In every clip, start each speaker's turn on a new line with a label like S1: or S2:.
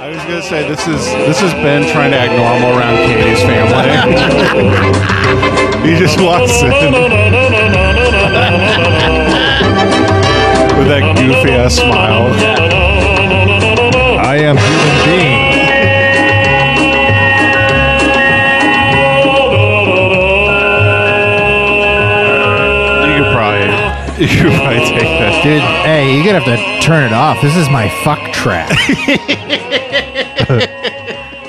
S1: I was gonna say this is this is Ben trying to act normal around Katie's family. he just walks in with that goofy ass smile.
S2: I am human being.
S1: You could probably you could probably take that.
S2: Dude, hey, you're gonna have to turn it off. This is my fuck track.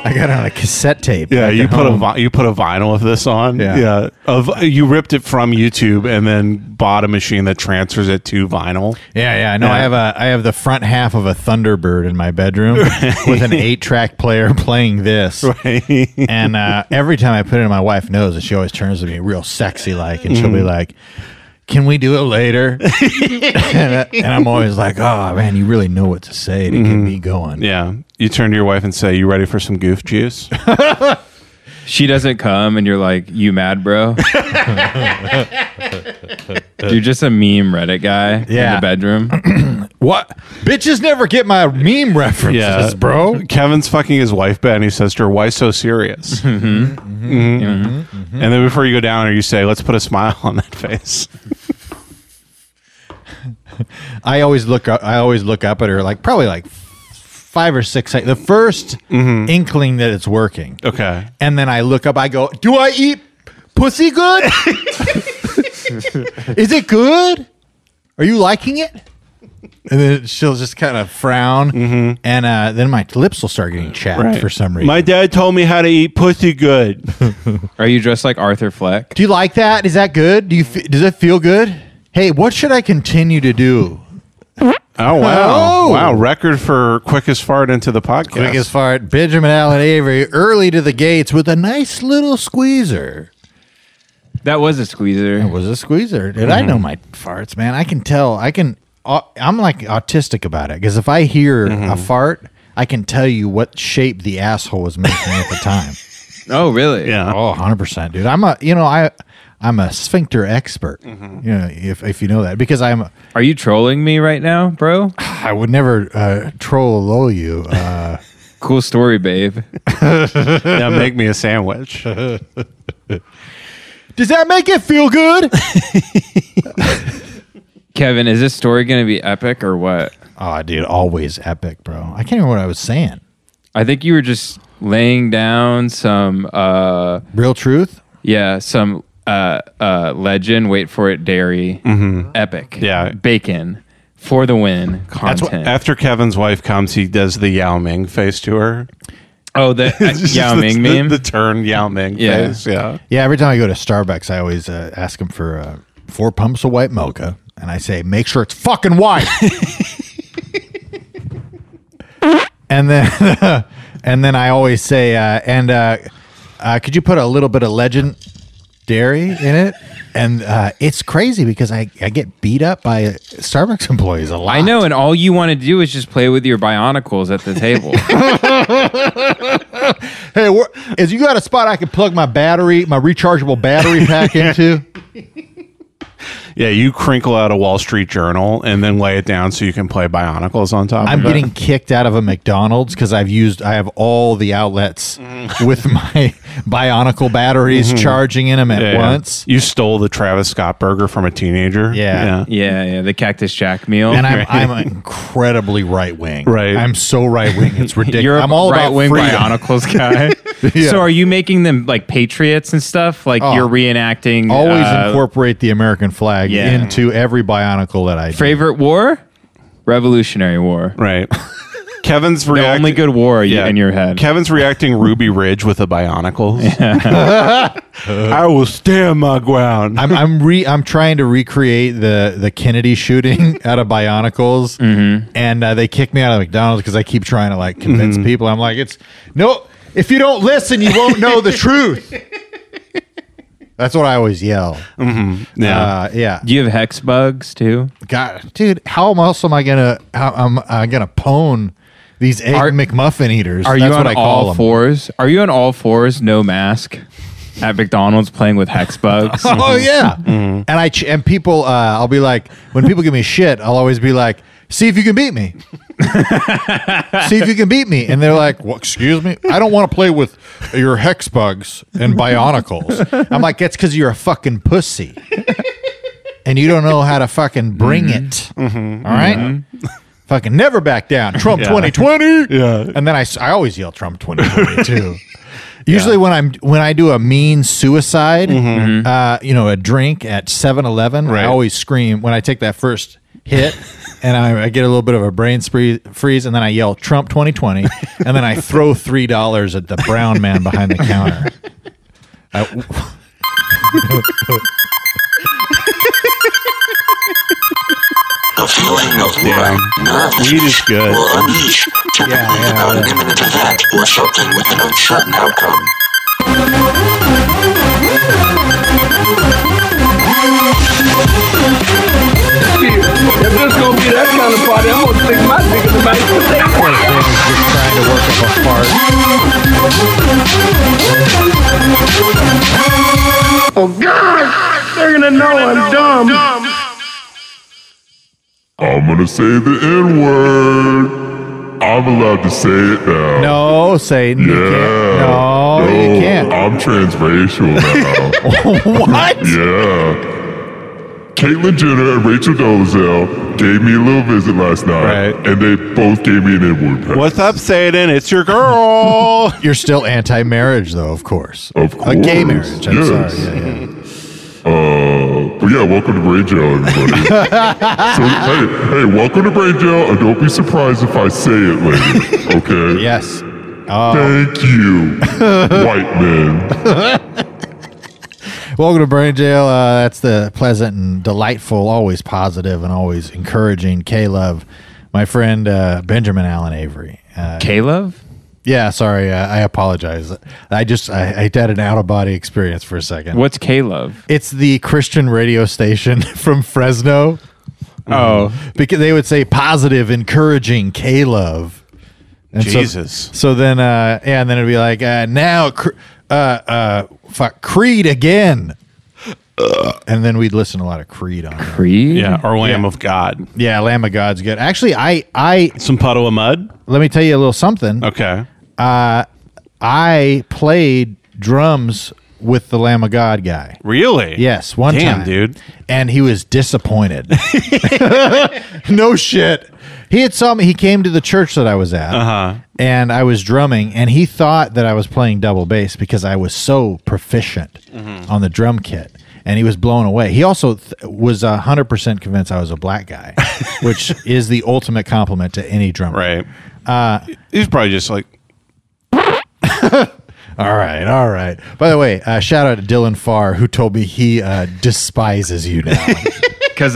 S2: I got it on a cassette tape.
S1: Yeah,
S2: back
S1: you
S2: at
S1: put
S2: home.
S1: a vi- you put a vinyl of this on.
S2: Yeah.
S1: of you ripped it from YouTube and then bought a machine that transfers it to vinyl.
S2: Yeah, yeah. I know. I
S1: Yeah.
S2: have a I have the front half of a Thunderbird in my bedroom with an eight track player playing this. and uh, every time I put it in, my wife knows, and she always turns to me real sexy like, and
S1: Mm-hmm.
S2: she'll be like, "Can we do it later?" and, I, am always like, "Oh man, you really know what to say to get me going."
S1: Mm-hmm. yeah, you turn to your wife and say, "You ready for some goof juice?"
S3: She doesn't come, and you're like, "You mad, bro?" you're just a meme Reddit guy in
S2: Yeah.
S3: the bedroom.
S2: What bitches never get my meme references,
S1: Yeah.
S2: bro?
S1: Kevin's fucking his wife bad, and he says to her, "Why so serious?" Mm-hmm.
S2: Mm-hmm.
S1: And then before you go down, or you say, "Let's put a smile on that face."
S2: I always look up, I always look up at her like probably like five or six sec- the 1st inkling that it's working.
S1: Okay.
S2: And then I look up, I go, Do I eat pussy good? Is it good? Are you liking it? And then she'll just kind of frown. And uh, then my lips will start getting chapped for some reason.
S1: dad told me how to eat pussy good.
S3: Are you dressed like Arthur Fleck?
S2: do you like that? Is that good? Do you fe- Does it feel good? Hey, what should I continue to do?
S1: Oh wow!
S2: Oh.
S1: Wow, record for quickest fart into the podcast.
S2: Quick as fart, Benjamin Allen Avery early to the gates with a nice little squeezer.
S3: That was a squeezer.
S2: It was a squeezer. Did I know my farts, man? I can tell. I can. au- I'm like autistic about it because if I hear a fart, I can tell you what shape the asshole was making at the time.
S3: Oh, really?
S1: Yeah.
S2: Oh, 100 percent, dude. I'm a. You know, I. I'm a sphincter expert. You know, if if you know that, because I'm. a-
S3: Are you trolling me right now, bro?
S2: I would never uh, troll low you. Uh,
S3: Cool story, babe.
S1: now make me a sandwich.
S2: Does that make it feel good?
S3: Kevin, is this story going to be epic or what?
S2: oh, dude, always epic, bro. I can't remember what I was saying.
S3: I think you were just laying down some uh
S2: Real truth.
S3: yeah, some uh uh legend, wait for it dairy, epic.
S1: Mm-hmm. Yeah.
S3: Bacon for the win content.
S1: After Kevin's wife comes, he does the Yao Ming face to her.
S3: oh, the
S1: It's just
S3: Yao
S1: the-
S3: Ming
S1: the,
S3: meme.
S1: The, turn Yao Ming
S3: Yeah.
S1: face. Yeah.
S2: Yeah, every time I go to Starbucks, I always uh, ask them for uh, four pumps of white mocha, and I say, "Make sure it's fucking white." and then, and then I always say, uh, "And uh, uh, could you put a little bit of legend dairy in it?" And uh, it's crazy because I, I get beat up by Starbucks employees a lot.
S3: I know, and all you want to do is just play with your bionicles at the table.
S2: Hey, where, is you got a spot I can plug my battery, my rechargeable battery pack into?
S1: Yeah. You crinkle out a Wall Street Journal and then lay it down so you can play Bionicles on top.
S2: I'm
S1: of it.
S2: getting kicked out of a McDonald's because I've used I have all the outlets
S3: Mm-hmm.
S2: with my Bionicle batteries charging in them at
S1: Yeah, yeah.
S2: once.
S1: You stole the Travis Scott burger from a teenager.
S2: Yeah.
S3: yeah, yeah, the Cactus Jack meal.
S2: And I'm, I'm incredibly right wing.
S1: Right.
S2: I'm so right wing. It's ridiculous.
S3: You're a
S2: I'm all about
S3: right-wing
S2: freedom.
S3: Bionicles guy.
S2: Yeah.
S3: So are you making them like patriots and stuff? Like you're reenacting
S2: Always
S3: uh,
S2: incorporate the American flag
S3: yeah.
S2: into every Bionicle that I do.
S3: favorite war? Revolutionary War.
S1: Right. Kevin's
S3: The
S1: reacting.
S3: only good war you-
S1: Yeah.
S3: in your head.
S1: Kevin's reacting Ruby Ridge with the Bionicles. I will stand my ground.
S2: I'm I'm re I'm trying to recreate the the Kennedy shooting out of Bionicles,
S3: Mm-hmm.
S2: and uh, they kick me out of McDonald's because I keep trying to like convince people. I'm like, it's no, if you don't listen, you won't know the truth. That's what I always yell.
S1: yeah.
S2: Uh, yeah,
S3: Do you have hex bugs too?
S2: God, dude, how else am I gonna how am I gonna pwn these egg
S3: Are-
S2: McMuffin eaters?
S3: Are you
S2: That's
S3: on
S2: what I
S3: all
S2: call them.
S3: fours? Are you on all fours, no mask, at McDonald's playing with hex bugs?
S2: Oh yeah, and I ch- and people, uh, I'll be like, when people give me shit, I'll always be like, see if you can beat me. see if you can beat me. And they're like, well, excuse me? I don't want to play with your hex bugs and bionicles. I'm like, that's because you're a fucking pussy. And you don't know how to fucking bring it. All right? Fucking never back down. Trump 2020.
S1: Yeah.
S2: And then I, s- I always yell Trump 2022. Usually when I'm when I do a mean suicide, uh, you know, a drink at 7-Eleven,
S1: Right.
S2: I always scream when I take that first hit and I, I get a little bit of a brain spree, freeze and then I yell Trump 2020 and then I throw $3 at the brown man behind the counter. I,
S4: The feeling of worry, nervousness
S1: Weed is good.
S4: will unleash to the
S2: Yeah,
S4: need
S2: yeah,
S4: about an
S2: yeah.
S4: imminent event or something with an uncertain outcome.
S5: Shit, If this gonna be that kind of party, I'm gonna stick my dick in the back of the
S2: Poor thing, just trying to work up a fart.
S5: Oh God, they're gonna know I'm dumb.
S6: I'm gonna say the N word. I'm allowed to say it now.
S2: No, Satan, you can't. No, you can't.
S6: I'm transracial now.
S2: What?
S6: yeah. Caitlyn Jenner and Rachel Dolezal gave me a little visit last night,
S1: Right.
S6: and they both gave me an Uh, N word pass.
S1: What's up, Satan? It's your girl.
S2: You're still anti-marriage, though, of course.
S6: Of course.
S2: A gay marriage. I'm
S6: yes.
S2: sorry. Yeah, yeah.
S6: Uh, but yeah, welcome to Brain Jail, everybody. so, hey, hey, welcome to Brain Jail, and don't be surprised if I say it later, okay?
S2: Yes.
S6: Thank you, white man.
S2: Welcome to Brain Jail. Uh, that's the pleasant and delightful, always positive and always encouraging K Love, my friend uh, Benjamin Allen Avery. Uh,
S7: Caleb?
S2: yeah, sorry. Uh, I apologize. I just I, I had an out of body experience for a second.
S7: What's Caleb?
S2: It's the Christian radio station from Fresno.
S7: Oh,
S2: because they would say positive, encouraging K love. And so-
S1: Jesus.
S2: So, then, uh, yeah, and then it'd be like, uh, now, cr- uh, uh, fuck, Creed again. And then we'd listen to a lot of Creed on there.
S7: Creed?
S1: yeah, or Lamb of God.
S2: Yeah, Lamb of God's good. Actually, I, I,
S1: Some puddle of mud.
S2: let me tell you a little something.
S1: Okay.
S2: I played drums with the Lamb of God guy.
S1: Really?
S2: Yes, one
S1: Damn,
S2: time,
S1: dude.
S2: and he was disappointed. no shit. He had saw me. He came to the church that I was at, uh-huh. and I was drumming, and he thought that I was playing double bass because I was so proficient
S1: Mm-hmm.
S2: on the drum kit, and he was blown away. He also th- was hundred percent convinced I was a black guy, which is the ultimate compliment to any drummer.
S1: Right. Uh, He's probably just like,
S2: All right, all right. By the way, uh, shout out to Dylan Farr who told me he uh, despises you now.
S7: Because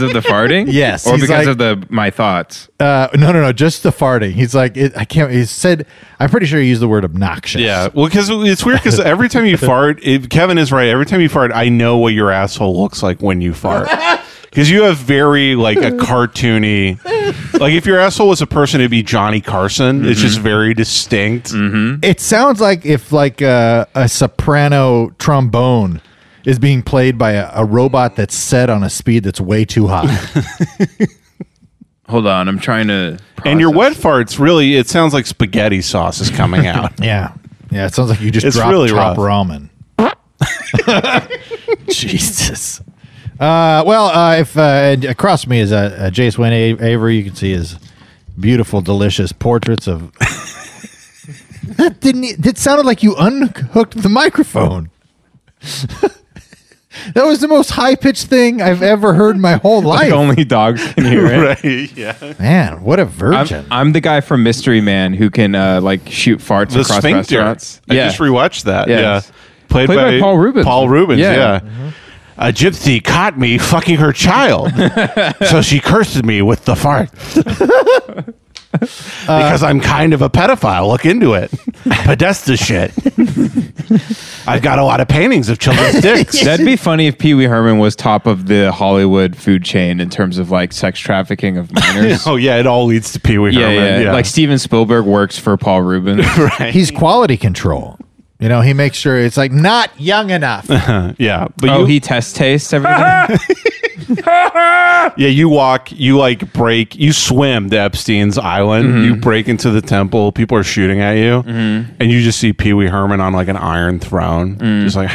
S7: of the farting?
S2: Yes,
S7: Or
S2: he's like-
S7: because of the my thoughts.
S2: Uh, no, no, no, just the farting. He's like, it, I can't. He said, I'm pretty sure he used the word obnoxious.
S1: yeah. Well, because it's weird because every time you fart, if Kevin is right. Every time you fart, I know what your asshole looks like when you fart. Because you have very like a cartoony, like if your asshole was a person, it'd be Johnny Carson. It's just very distinct.
S2: it sounds like if like uh, a soprano trombone is being played by a, a robot that's set on a speed that's way too high.
S7: Hold on, I'm trying to.
S1: And your wet
S7: process.
S1: farts really, it sounds like spaghetti sauce is coming out.
S2: yeah, yeah. It sounds like you just
S1: It's
S2: dropped
S1: really
S2: top
S1: rough.
S2: ramen. Jesus. Uh, well, uh, if uh, across me is uh, uh, Jace Wayne A- Avery, you can see his beautiful, delicious portraits of. that didn't. e- That sounded like you unhooked the microphone. that was the most high pitched thing I've ever heard in my whole life.
S1: um,
S7: only dogs can hear it.
S1: right. Yeah.
S2: Man, what a virgin!
S7: I'm, I'm the guy from Mystery Man who can uh, like shoot farts
S1: the
S7: across
S1: sphincter.
S7: restaurants.
S1: I just rewatched that.
S7: Yes.
S1: Yeah, played,
S7: Played by Paul Rubens.
S1: Paul Rubens.
S7: Yeah. Mm-hmm.
S1: Yeah. A gypsy caught me fucking her child, so she cursed me with the fart. because I'm kind of a pedophile. Look into it. Podesta shit. I've got a lot of paintings of children's dicks.
S7: That'd be funny if Pee Wee Herman was top of the Hollywood food chain in terms of like sex trafficking of minors.
S1: oh yeah, it all leads to Pee Wee
S7: yeah,
S1: Herman.
S7: yeah, Like Steven Spielberg works for Paul Rubin.
S2: He's quality control. You know, he makes sure it's like not young enough.
S1: yeah, but
S7: Oh,
S1: you,
S7: he test tastes everything.
S1: yeah, you walk, you like break, you swim to Epstein's Island, you break into the temple, people are shooting at you, and you just see Pee Wee Herman on like an iron throne, just like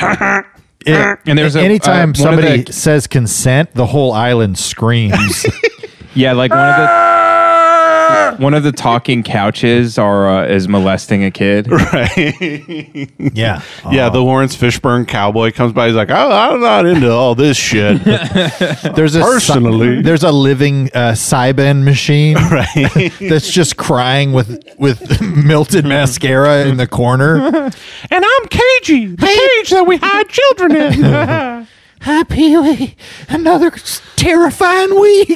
S2: It-
S7: And there's a-
S2: anytime
S7: uh, one of
S2: somebody
S7: the-
S2: says consent, the whole island screams.
S7: yeah, like one of the
S1: Ah!
S7: one of the talking couches are uh, is molesting a kid.
S1: right.
S2: yeah.
S1: Yeah, the Lawrence Fishburne cowboy comes by. He's like, oh, I'm not into all this shit.
S2: There's a
S1: Personally.
S2: there's a living uh, Cyban machine that's just crying with with melted mascara in the corner.
S1: and I'm cagey, the cage that we hide children in.
S2: Happy Wee, another s- terrifying week.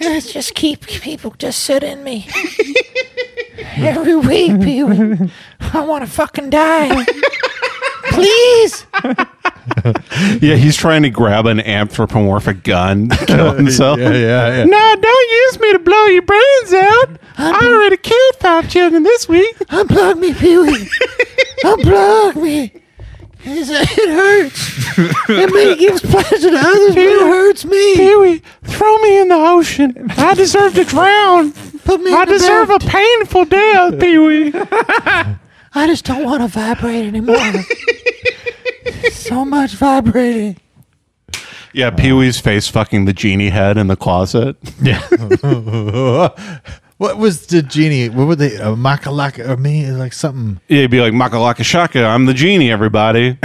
S8: Let's just keep people just sit in me. Every week, Pee Wee. I want to fucking die. Please.
S1: yeah, he's trying to grab an anthropomorphic gun to kill himself.
S2: yeah,
S1: No, don't use me to blow your brains out. I already killed five children this week.
S8: Unplug me, Pee Wee. Unplug me. It's- it hurts. It may gives pleasure to others, but it hurts me.
S1: Huey, throw me in the ocean. I deserve to drown.
S8: Put me in
S1: I
S8: the
S1: deserve a
S8: belt.
S1: painful death, Pee Wee.
S8: I just don't want to vibrate anymore. so much vibrating.
S1: Yeah, Pee Wee's face fucking the genie head in the closet.
S2: What was the genie? What were they? A makalaka or me? Like something.
S1: Yeah, he'd be like, Makalaka Shaka, I'm the genie, everybody.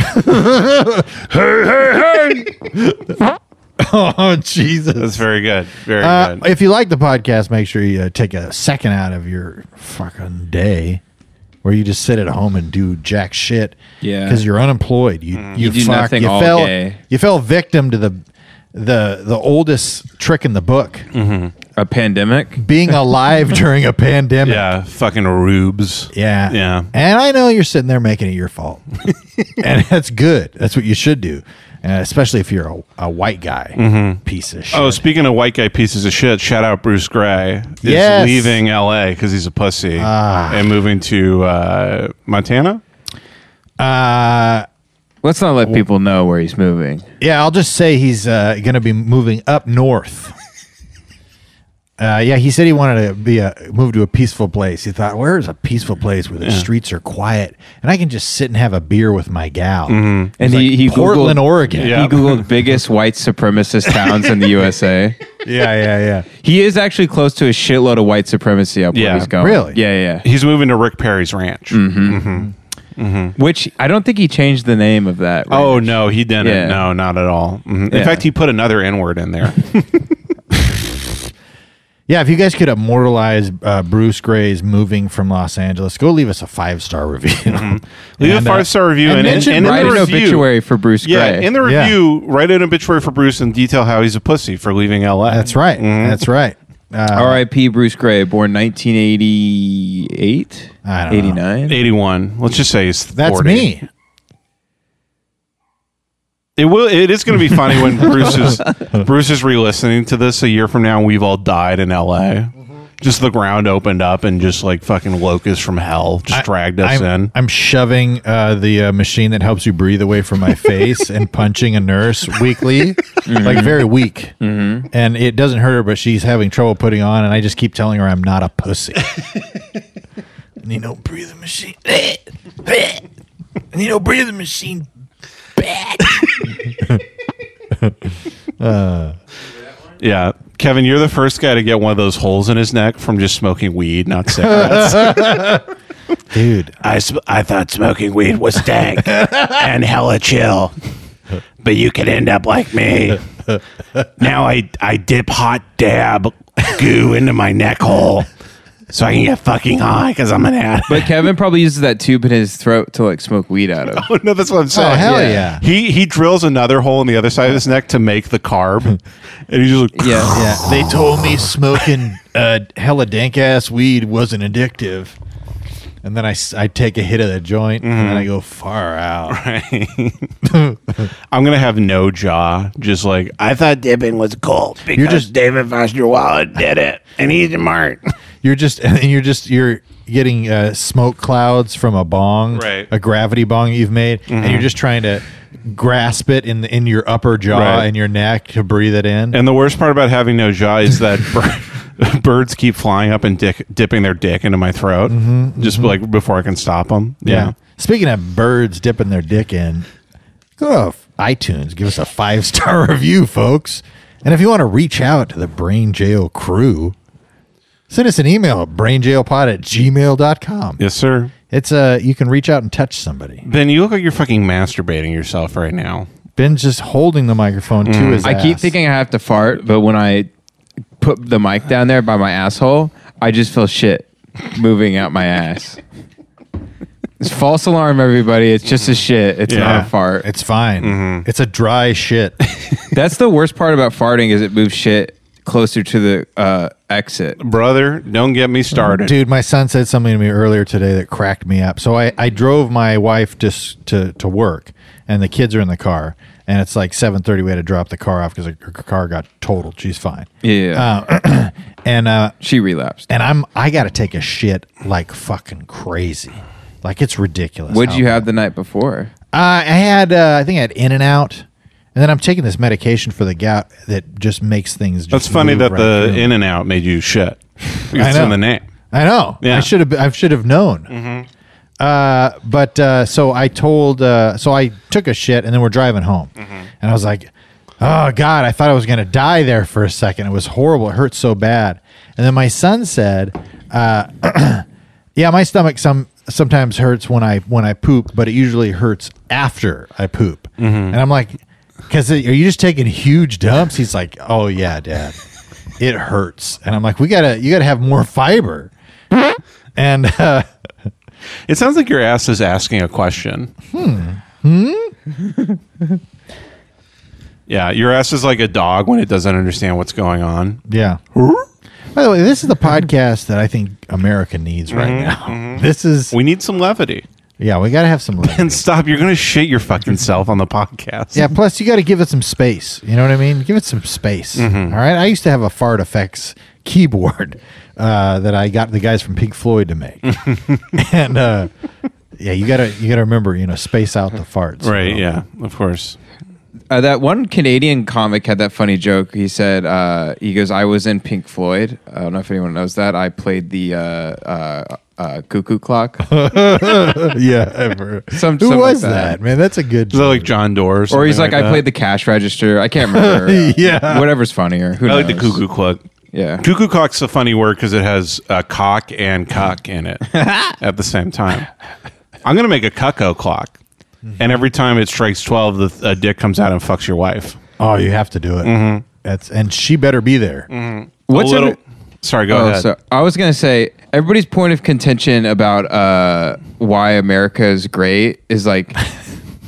S2: Oh Jesus!
S1: That's very good. Very
S2: Uh,
S1: good.
S2: if you like the podcast, make sure you uh, take a second out of your fucking day where you just sit at home and do jack shit.
S7: Yeah.
S2: because you're unemployed. You you,
S7: do
S2: fuck-
S7: nothing
S2: you
S7: all
S2: fell
S7: day.
S2: you fell victim to the the the oldest trick in the book:
S7: A pandemic.
S2: being alive during a pandemic.
S1: yeah, fucking rubes.
S2: Yeah.
S1: Yeah.
S2: And I know you're sitting there making it your fault. and that's good. That's what you should do. Uh, especially if you're a, a white guy piece of shit.
S1: Oh, speaking of white guy pieces of shit, shout out Bruce Gray. Is
S2: Yes.
S1: leaving LA because he's a pussy and moving to uh, Montana.
S2: Uh,
S7: Let's not let people know where he's moving.
S2: yeah, I'll just say he's uh, going to be moving up north. Uh, yeah, he said he wanted to be a move to a peaceful place. He thought, where is a peaceful place where the streets are quiet and I can just sit and have a beer with my gal?
S7: And he, he
S2: Portland,
S7: Googled,
S2: Oregon.
S1: Mm-hmm. Yeah.
S7: He googled biggest white supremacist towns in the USA.
S2: yeah, yeah, yeah.
S7: He is actually close to a shitload of white supremacy up
S1: Yeah.
S7: where he's going.
S2: Really?
S7: Yeah, yeah.
S1: He's moving to Rick Perry's ranch.
S2: Mm.
S7: Which I don't think he changed the name of that. right?
S1: Oh no, he didn't.
S7: Yeah.
S1: No, not at all. Mhm.
S7: Yeah.
S1: In fact, he put another N word in there.
S2: Yeah, if you guys could immortalize uh, Bruce Gray's moving from Los Angeles, go leave us a five star review.
S1: Mm-hmm. Leave
S2: And,
S1: a
S2: uh,
S1: five star review
S2: and
S1: and, and,
S2: mention
S1: and in
S7: Write
S1: the
S7: an
S1: review,
S7: obituary for Bruce Gray.
S1: Yeah, in the
S2: Yeah.
S1: review, write an obituary for Bruce and detail how he's a pussy for leaving LA.
S2: That's right.
S1: Mm-hmm.
S2: That's right. Uh,
S7: R.I.P. Bruce Gray, born 1988,
S2: I don't know.
S7: 89.
S1: eighty one. Let's just say he's
S2: that's
S1: 40.
S2: me.
S1: It will. It is going to be funny when Bruce is Bruce is re-listening to this a year from now. and We've all died in L.A. Just the ground opened up and just like fucking locusts from hell just dragged us
S2: I'm,
S1: in.
S2: I'm shoving uh, the uh, machine that helps you breathe away from my face and punching a nurse weekly,
S1: Mm-hmm.
S2: like very weak. And it doesn't hurt her, but she's having trouble putting on. And I just keep telling her I'm not a pussy. and you know, breathing machine. and you know, breathing machine.
S1: yeah, Kevin, you're the first guy to get one of those holes in his neck from just smoking weed, not cigarettes.
S2: Dude,
S1: I sm- I thought smoking weed was dank and hella chill, but you could end up like me. Now I I dip hot dab goo into my neck hole so I can get fucking high because I'm an addict.
S7: But Kevin probably uses that tube in his throat to like smoke weed out of.
S1: no, that's what I'm saying.
S2: Oh, hell yeah.
S1: He he drills another hole in the other side of his neck to make the carb, and he's just like,
S7: Yeah.
S2: Yeah, they told me smoking uh, hella dank ass weed wasn't addictive. And then I, s- I take a hit of the joint and
S1: Mm-hmm.
S2: then I go far out.
S1: I'm gonna have no jaw. Just like I thought dipping was cool because
S2: just-
S1: David Foster Wallace did it, and he's smart.
S2: You're just and you're just you're getting uh, smoke clouds from a bong,
S1: Right. Mm-hmm.
S2: A gravity bong you've made, and you're just trying to grasp it in in your upper jaw
S1: Right.
S2: and your neck to breathe it in.
S1: And the worst part about having no jaw is that bir- birds keep flying up and dick, dipping their dick into my throat, just like before I can stop them.
S2: Mm-hmm, yeah. Speaking of birds dipping their dick in, go to iTunes, give us a five star review, folks. And if you want to reach out to the Brain Jail crew, send us an email at brainjailpod at gmail.com.
S1: yes, sir.
S2: It's uh you can reach out and touch somebody.
S1: Ben, you look like you're fucking masturbating yourself right now.
S2: Ben's just holding the microphone to his
S3: I keep
S2: ass.
S3: thinking I have to fart, but when I put the mic down there by my asshole, I just feel shit moving out my ass. It's false alarm, everybody. It's just a shit. It's
S1: Yeah.
S3: not a fart.
S2: it's fine. It's a dry shit.
S3: That's the worst part about farting is it moves shit closer to the uh, exit.
S1: Brother, don't get me started.
S2: Dude, my son said something to me earlier today that cracked me up. So I, I drove my wife just to, to work and the kids are in the car and it's like 7:30 we had to drop the car off cuz her her car got totaled. She's fine.
S3: Yeah,
S2: And uh
S3: she relapsed.
S2: and I'm I got to take a shit like fucking crazy. Like it's ridiculous.
S3: What'd
S2: how
S3: you have the night before?
S2: Uh, I had, uh, I think I had In and Out, and then I'm taking this medication for the gout that just makes things. Just
S1: That's funny
S2: move
S1: that
S2: right
S1: the
S2: through.
S1: in and out made you shit. Because it's
S2: know.
S1: in the name.
S2: I know.
S1: Yeah.
S2: I should have. I should have known. Uh, but uh, so I told. Uh, so I took a shit, and then we're driving home, and I was like, "Oh God, I thought I was gonna die there for a second. It was horrible. It hurt so bad." And then my son said, uh, "Yeah, my stomach some sometimes hurts when I when I poop, but it usually hurts after I poop." And I'm like, "Cause are you just taking huge dumps?" He's like, "Oh yeah, Dad." It hurts, and I'm like, we gotta, you gotta have more fiber and uh,
S1: It sounds like your ass is asking a question. Hmm.
S2: Hmm?
S1: yeah, your ass is like a dog when it doesn't understand what's going on.
S2: yeah. By the way, this is the podcast that I think America needs right now. This is
S1: We need some levity.
S2: yeah, we got to have some. levity.
S1: And stop, you're going to shit your fucking self on the podcast.
S2: yeah, plus you got to give it some space. You know what I mean? Give it some space. All right. I used to have a fart effects keyboard uh, that I got the guys from Pink Floyd to make, and uh, yeah, you gotta you gotta remember, you know, space out the farts.
S1: Right, yeah, of course.
S3: Uh, that one Canadian comic had that funny joke. He said, uh, "He goes, I was in Pink Floyd. I don't know if anyone knows that. I played the uh, uh, uh, cuckoo clock.
S2: yeah. ever.
S3: Some-
S2: Who
S3: something like
S2: was
S3: that.
S2: that? man? That's a good.
S1: Is that like John Doerr?
S3: or he's like, I played the cash register. I can't remember.
S2: Yeah.
S3: whatever's funnier. Who
S1: I like the
S3: knows?
S1: cuckoo clock.
S3: Yeah,
S1: Cuckoo cock's a funny word because it has uh, cock and cuck in it at the same time. I'm going to make a cuckoo clock. And every time it strikes 12, the th- a dick comes out and fucks your wife.
S2: Oh, you have to do it.
S1: Mm-hmm.
S2: That's and she better be there.
S3: what's
S1: a
S3: every-
S1: little. sorry, go
S3: Oh,
S1: ahead.
S3: so I was gonna say everybody's point of contention about uh, why America is great is like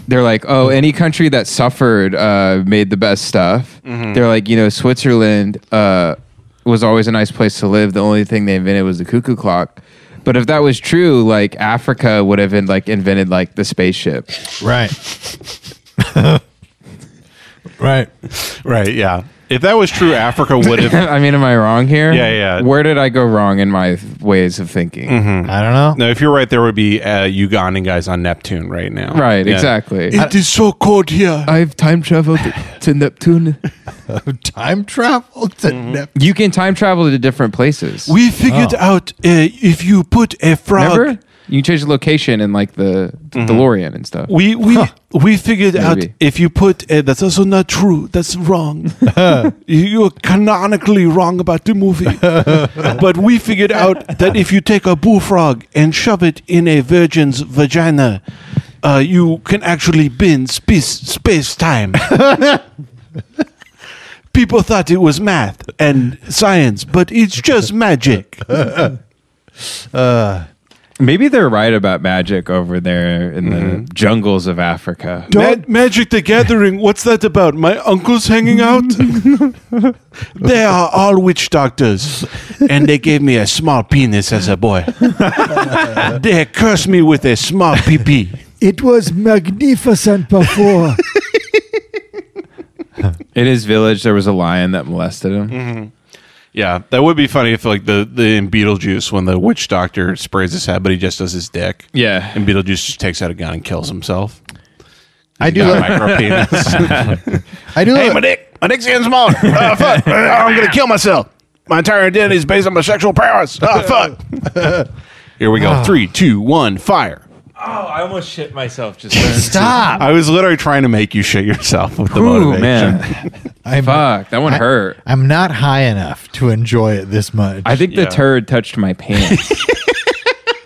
S3: they're like, oh, any country that suffered uh, made the best stuff.
S1: Mm-hmm.
S3: They're like, you know, Switzerland uh, was always a nice place to live. The only thing they invented was the cuckoo clock. But if that was true, like Africa would have in, like invented like the spaceship.
S2: Right. right.
S1: Right, yeah. If that was true, Africa would have.
S3: I mean, am I wrong here?
S1: Yeah, yeah. Mm-hmm.
S3: Where did I go wrong in my ways of thinking?
S2: I don't know.
S1: No, if you're right, there would be uh, Ugandan guys on Neptune right now.
S3: Right,
S1: Yeah.
S3: exactly.
S1: It is so cold here.
S3: I've time traveled to Neptune.
S2: Time travel to
S1: Mm-hmm.
S2: Nep-
S3: You can time travel to different places.
S1: We figured
S8: Oh.
S1: out uh, if you put a frog.
S3: Remember? You can change the location in like the
S9: Mm-hmm.
S3: DeLorean and stuff.
S1: We we we figured out
S3: Maybe.
S1: if you put uh, that's also not true. That's wrong. You're canonically wrong about the movie. but we figured out that if you take a bullfrog and shove it in a virgin's vagina, uh, you can actually bend space space time. People thought it was math and science, but it's just magic.
S3: Maybe they're right about magic over there in
S9: Mm-hmm.
S3: the jungles of Africa.
S1: Mag- Magic the Gathering, what's that about? My uncles hanging out? they are all witch doctors. And they gave me a small penis as a boy. they cursed me with a small pee
S2: It was magnificent before.
S9: Mm-hmm.
S3: In his village, there was a lion that molested him.
S1: Yeah, that would be funny if like the the in Beetlejuice when the witch doctor sprays his head, but he just does his dick.
S3: Yeah.
S1: and Beetlejuice just takes out a gun and kills himself.
S2: I do.
S1: Got a
S2: Love,
S1: micro penis.
S2: I do.
S1: hey,
S2: love-
S1: my dick, my dick's getting smaller. Oh fuck! I'm gonna kill myself. My entire identity is based on my sexual powers. Oh fuck! Here we go. Three, two, one, fire.
S9: Oh, I almost shit myself just then.
S2: Stop.
S1: I was literally trying to make you shit yourself with the
S3: Ooh,
S1: motivation.
S3: man.
S2: I'm,
S3: Fuck, that one hurt.
S2: I'm not high enough to enjoy it this much.
S3: I think
S1: Yeah.
S3: the turd touched my pants.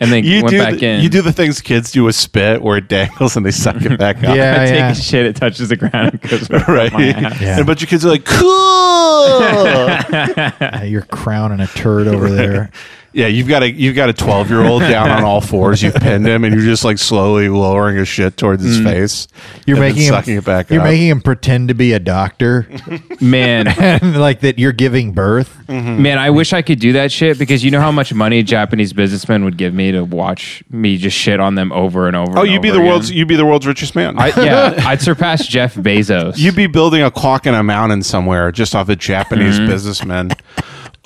S3: and then
S1: You
S3: went
S1: do,
S3: back
S1: the,
S3: in.
S1: you do the things kids do with spit where it dangles and they suck it back up.
S2: Yeah,
S9: I take
S2: yeah.
S9: a shit, it touches the ground, it goes right.
S1: Right.
S9: my ass.
S1: And a bunch of kids are like, cool.
S2: Uh, you're crowning a turd over there.
S1: Yeah, you've got a you've got a twelve year old down on all fours. You've pinned him, and you're just like slowly lowering his shit towards
S3: Mm.
S1: his face.
S2: You're
S1: and then
S2: making him,
S1: sucking it back.
S2: You're
S1: up.
S2: making him pretend to be a doctor,
S3: Man,
S2: and like that you're giving birth.
S1: Mm.
S3: man, I wish I could do that shit because you know how much money Japanese businessmen would give me to watch me just shit on them over and over.
S1: Oh,
S3: and
S1: you'd be
S3: over
S1: the
S3: again.
S1: world's you'd be the world's richest man.
S3: I, yeah, I'd surpass Jeff Bezos.
S1: you'd be building a clock in a mountain somewhere just off a Japanese businessman.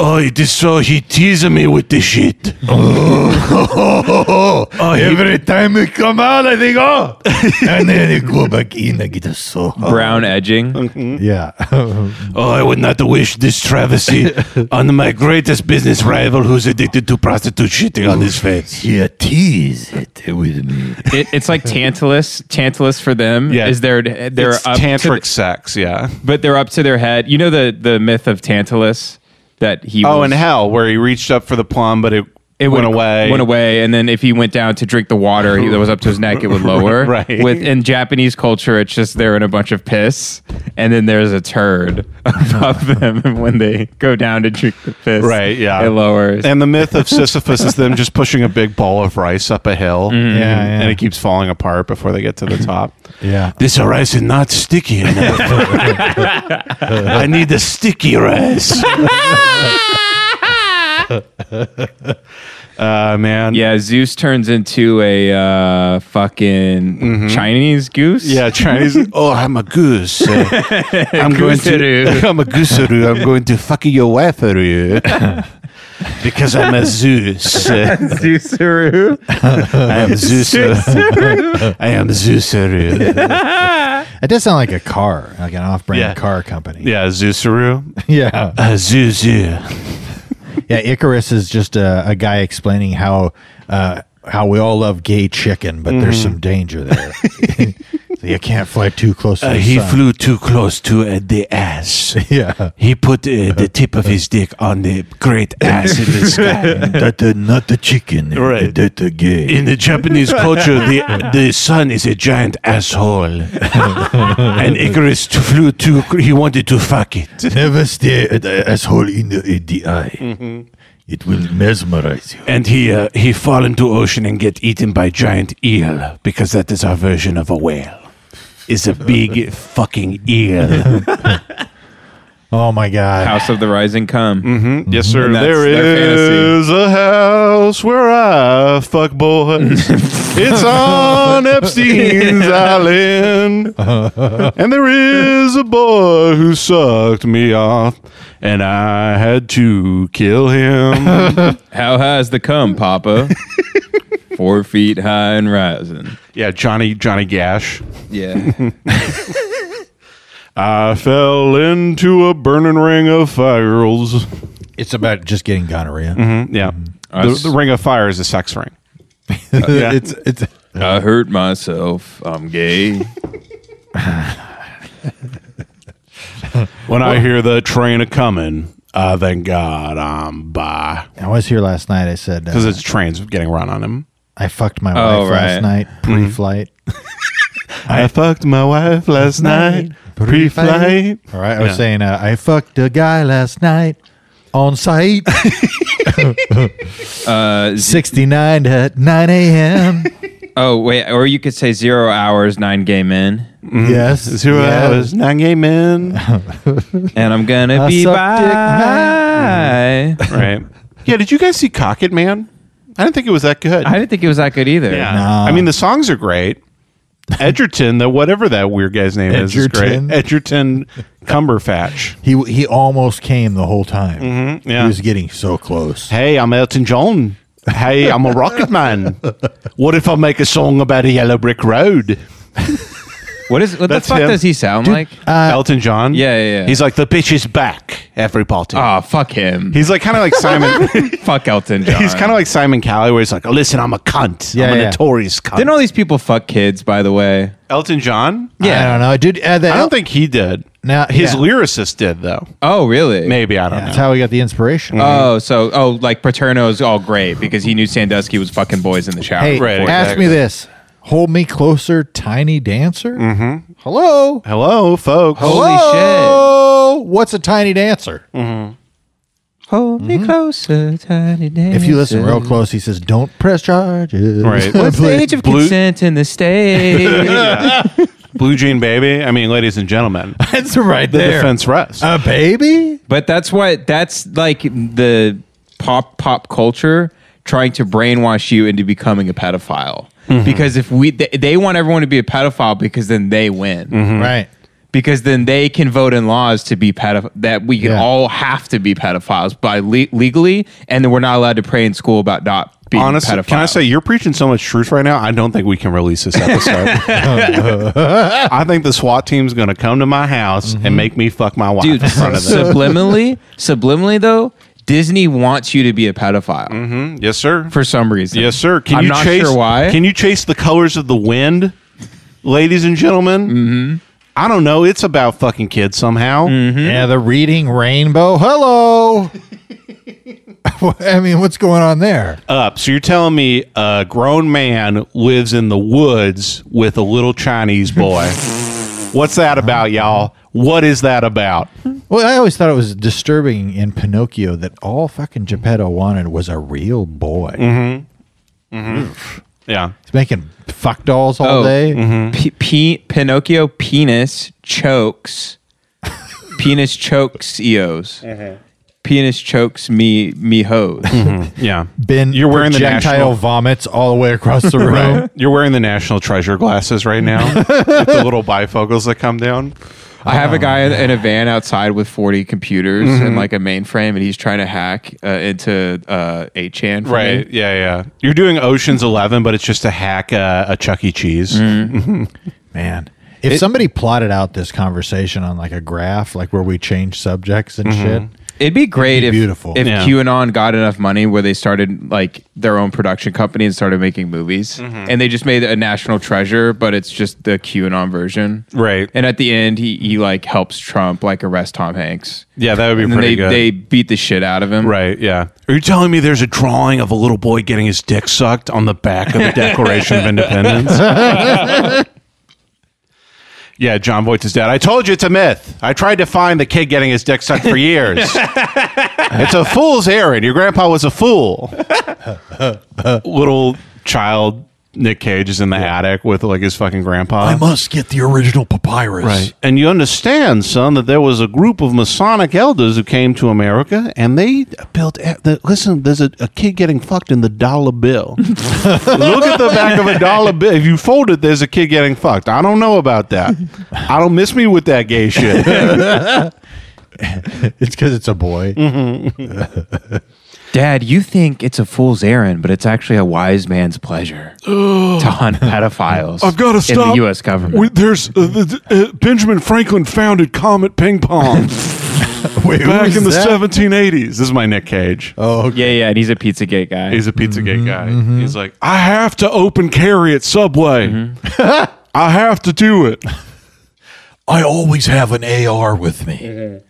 S1: Oh, it is so he teases me with this shit.
S2: Oh, every time we come out, I think, oh, and then they go back in. I get so
S3: brown edging.
S2: Yeah,
S1: Oh, I would not wish this travesty on my greatest business rival who's addicted to prostitute shitting on his face.
S2: yeah, tease it with me.
S3: It, it's like Tantalus. Tantalus for them
S1: Yeah.
S3: is their they're
S1: It's
S3: up to
S1: tantric
S3: the-
S1: sex, yeah.
S3: but they're up to their head. You know the the myth of Tantalus that he
S1: Oh,
S3: was,
S1: in hell, where he reached up for the plum, but it,
S3: it
S1: went away.
S3: went away, and then if he went down to drink the water he, that was up to his neck, it would lower.
S1: Right.
S3: With in Japanese culture, it's just they're in a bunch of piss, and then there's a turd above them, and when they go down to drink the piss,
S1: Uh-huh. Right, yeah.
S3: it lowers.
S1: And the myth of Sisyphus is them just pushing a big ball of rice up a hill.
S2: Yeah, yeah.
S1: And it keeps falling apart before they get to the top.
S2: Yeah,
S1: Mm. This rice is not sticky enough. I need the sticky rice. uh, man.
S3: yeah, Zeus turns into a uh, fucking Chinese goose.
S1: Mm-hmm. Yeah, Chinese. oh, I'm a goose. Uh, I'm going to.
S3: Gooseru.
S1: I'm a gooseru. I'm going to fuck your wife for you because I'm a Zeus. Uh,
S3: Zeuseru.
S1: I am Zeus. I am Zeuseru.
S2: it does sound like a car, like an off-brand
S1: Yeah.
S2: car company.
S1: Yeah, Zeuseru.
S2: yeah.
S1: Uh, Zeusu.
S2: Yeah, Icarus is just a, a guy explaining how uh, how we all love gay chicken, but there's some danger there. So you can't fly too close to
S1: Uh,
S2: the
S1: he
S2: sun.
S1: flew too close to uh, the ass.
S2: yeah,
S1: He put uh, the tip of his dick on the great ass in the sky.
S2: that uh, not the chicken, uh,
S1: Right.
S2: That the gay.
S1: In the Japanese culture, the the sun is a giant asshole, and Icarus t- flew too. He wanted to fuck it.
S2: Never stare at the asshole in the, in the eye. It will mesmerize you.
S1: and he uh, he fall into ocean and get eaten by giant eel because that is our version of a whale. Is a big fucking eel.
S2: Oh my god!
S3: House of the Rising Cum.
S1: yes, sir.
S3: And that's There their fantasy.
S1: a house where I fuck boys. it's on Epstein's Island, and there is a boy who sucked me off, and I had to kill him.
S3: How high's the cum, Papa? Four feet high and rising.
S1: yeah, Johnny Johnny Gash.
S3: Yeah.
S1: I fell into a burning ring of fires.
S2: It's about just getting gonorrhea.
S1: Yeah.
S3: Mm-hmm. Us.
S1: The, the ring of fire is a sex ring. yeah.
S2: it's it's
S3: I hurt myself. I'm gay.
S1: When I hear the train a coming, uh, thank God I'm by.
S2: I was here last night. I said
S1: Because
S2: uh,
S1: it's trains getting run on him.
S2: I fucked my
S3: Oh,
S2: wife
S3: right.
S2: last night pre-flight.
S1: I, fucked my wife last night. Pre-flight.
S2: All right, I was
S1: Yeah.
S2: saying uh, I fucked a guy last night on site.
S3: Uh, z-
S2: 69 at 9 a.m.
S1: Mm-hmm.
S3: oh, wait. Or you could say zero hours, nine gay men.
S2: yes.
S1: Zero
S2: yes.
S1: hours, nine gay men.
S3: And I'm going to
S2: I
S3: be
S2: suck dick,
S3: bi.
S1: right. Yeah, did you guys see Cocket Man? I didn't think it was that good.
S3: I didn't think it was that good either.
S1: yeah. I mean, the songs are great. Edgerton, that whatever that weird guy's name is, is great.
S2: Edgerton?
S1: Edgerton Cumberfatch.
S2: He he almost came the whole time.
S1: Mm-hmm, yeah.
S2: He was getting so close.
S1: Hey, I'm Elton John. Hey, I'm a rocket man. What if I make a song about a yellow brick road?
S3: What is what the
S1: That's
S3: fuck
S1: him.
S3: does he sound like?
S1: Elton John?
S3: Yeah, yeah, yeah.
S1: He's like, the bitch is back, everybody.
S3: Ah, fuck him.
S1: He's like kind of like Simon.
S3: fuck Elton John.
S1: he's kind of like Simon Cowell, where he's like, listen, I'm a cunt.
S2: Yeah,
S1: I'm a
S2: yeah.
S1: notorious cunt.
S3: Didn't all these people fuck kids, by the way?
S1: Elton John?
S2: I don't know, dude. Uh, the
S1: I don't
S2: El-
S1: think he did.
S2: No,
S1: His
S2: yeah.
S1: lyricist did, though.
S3: Oh, really?
S1: Maybe. I don't
S2: that's
S1: know.
S2: how we got the inspiration.
S1: Mm-hmm.
S3: Oh, so oh, like Paterno's all great because he knew Sandusky was fucking boys in the shower.
S2: hey, ask
S1: right, exactly.
S2: me this: Hold me closer, tiny dancer. Mm-hmm. Hello,
S1: Hello, folks.
S3: Holy shit!
S2: hello. What's a tiny dancer?
S3: Hold me closer, tiny dancer.
S1: Mm-hmm.
S2: If you listen real close, he says, "Don't press charges."
S1: Right.
S3: What's the
S1: Blue-
S3: age of
S1: blue-
S3: consent in the state?
S1: Blue Jean Baby. I mean, ladies and gentlemen,
S2: That's right
S1: the defense rests.
S2: A baby.
S3: but that's what that's like the pop pop culture trying to brainwash you into becoming a pedophile.
S1: Mm-hmm.
S3: Because if we they, they want everyone to be a pedophile because then they win.
S1: Mm-hmm. Hmm.
S2: Right.
S3: because then they can vote in laws to be pedoph- that we can
S2: Yeah.
S3: all have to be pedophiles by le- legally, and then we're not allowed to pray in school about not being
S1: Honestly,
S3: pedophiles.
S1: can I say you're preaching so much truth right now? I don't think we can release this episode. I think the SWAT team's going to come to my house and make me fuck my wife
S3: dude?
S1: in front of them.
S3: subliminally, subliminally though, Disney wants you to be a pedophile
S1: yes, sir.
S3: for some reason.
S1: Mm-hmm. yes, sir. Can
S3: I'm
S1: you
S3: not
S1: chase
S3: sure why.
S1: Can you chase the colors of the wind, ladies and gentlemen? Mm-hmm. I don't know. It's about fucking kids somehow.
S2: Yeah, the reading rainbow. Hello. I mean, what's going on there?
S1: Up. So you're telling me a grown man lives in the woods with a little Chinese boy? What's that about, y'all? What is that about?
S2: Well, I always thought it was disturbing in Pinocchio that all fucking Geppetto wanted was a real boy.
S1: Mm-hmm. Yeah.
S2: He's making fuck dolls all
S3: Oh,
S2: day.
S1: Mm-hmm.
S3: P- P- Pinocchio penis chokes, penis chokes eos, penis chokes me me hoes.
S1: Yeah.
S2: Been
S1: You're wearing the
S2: projectile
S1: national-
S2: vomits all the way across the room.
S1: You're wearing the national treasure glasses right now with the little bifocals that come down.
S3: I have a guy in, in a van outside with 40 computers and like a mainframe, and he's trying to hack uh, into uh, 8chan. For
S1: Right.
S3: Me.
S1: Yeah. Yeah. You're doing Ocean's Eleven, but it's just to hack uh, a Chuck E. Cheese.
S2: Man. If somebody plotted out this conversation on like a graph, like where we change subjects and
S1: Mm-hmm.
S2: shit,
S3: It'd be great if,
S2: beautiful.
S3: if
S1: Yeah.
S3: QAnon got enough money where they started like their own production company and started making movies.
S1: Mm-hmm.
S3: And they just made a national treasure, but it's just the QAnon version.
S1: Right.
S3: And at the end, he, he like helps Trump like arrest Tom Hanks.
S1: Yeah, that would be
S3: And then
S1: pretty
S3: they,
S1: good.
S3: they beat the shit out of him.
S1: right. Yeah. Are you telling me there's a drawing of a little boy getting his dick sucked on the back of the Declaration of Independence? yeah. John Voight is dead. I told you it's a myth. I tried to find the kid getting his dick sucked for years. it's a fool's errand. Your grandpa was a fool. little child Nick Cage is in the attic with like his fucking grandpa.
S2: must get the original papyrus.
S1: Right. And you understand, son, that there was a group of Masonic elders who came to America and they built. a- The, listen, there's a, a kid getting fucked in the dollar bill. Look at the back of a dollar bill. If you fold it, there's a kid getting fucked. I don't know about that. I don't miss me with that gay shit.
S2: It's because it's a boy.
S1: Mm-hmm.
S3: Dad, you think it's a fool's errand, but it's actually a wise man's pleasure to hunt pedophiles. I've
S1: gotta
S3: in the
S1: stop
S3: U.S. government.
S1: there's uh, Benjamin Franklin founded Comet Ping Pong
S2: Wait, who is that?
S1: 1780s. This is my Nick Cage.
S2: Oh, okay.
S3: yeah, yeah, and he's a PizzaGate guy.
S1: He's a Pizzagate guy. He's like, Mm-hmm, Mm-hmm. I have to open carry at Subway. I have to do it.
S2: I always have an AR with
S1: Mm-hmm.
S2: me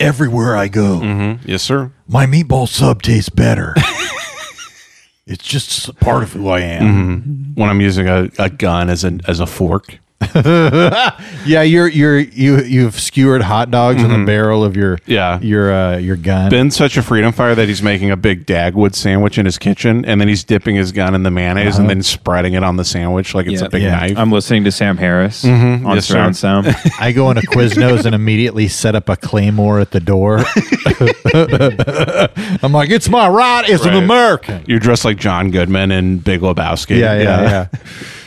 S2: everywhere I go.
S1: Yes, sir.
S2: My meatball sub tastes better. it's just s- part of who I am.
S1: When I'm using a, a gun as a as a fork.
S2: Yeah, you're you're you you've skewered hot dogs in the barrel of your
S1: Mm-hmm. Yeah.
S2: your uh, your gun.
S1: Ben's such a freedom fighter that he's making a big Dagwood sandwich in his kitchen, and then he's dipping his gun in the mayonnaise and then spreading it on the sandwich like it's
S3: Uh-huh. Yeah. Um,
S1: a
S2: Yeah.
S1: big knife.
S10: I'm listening to Sam Harris on
S1: Mm-hmm. Yes, sir.
S10: surround sound.
S2: I go into Quiznos and immediately set up a claymore at the door. I'm like, it's my right. It's
S1: Right.
S2: an American.
S1: You're dressed like John Goodman and Big Lebowski.
S2: Yeah, yeah, yeah.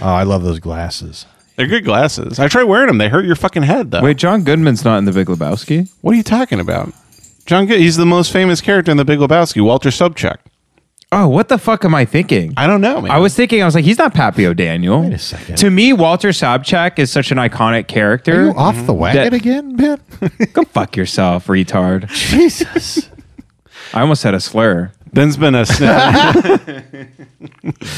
S2: oh, I love those glasses.
S1: They're good glasses. I tried wearing them. They hurt your fucking head though.
S3: Wait, John Goodman's not in the Big Lebowski.
S1: what are you talking about? John Good. He's the most famous character in The Big Lebowski. Walter Sobchak.
S3: Oh, what the fuck am I thinking?
S1: I don't know. Man.
S3: I was thinking, I was like, he's not Pappy O'Daniel. Wait
S2: a second.
S3: To me, Walter Sobchak is such an iconic character.
S2: You off the wagon
S3: That-
S2: again, man?
S3: Go fuck yourself, retard.
S2: Jesus.
S3: I almost said a slur.
S1: Ben's been a snap.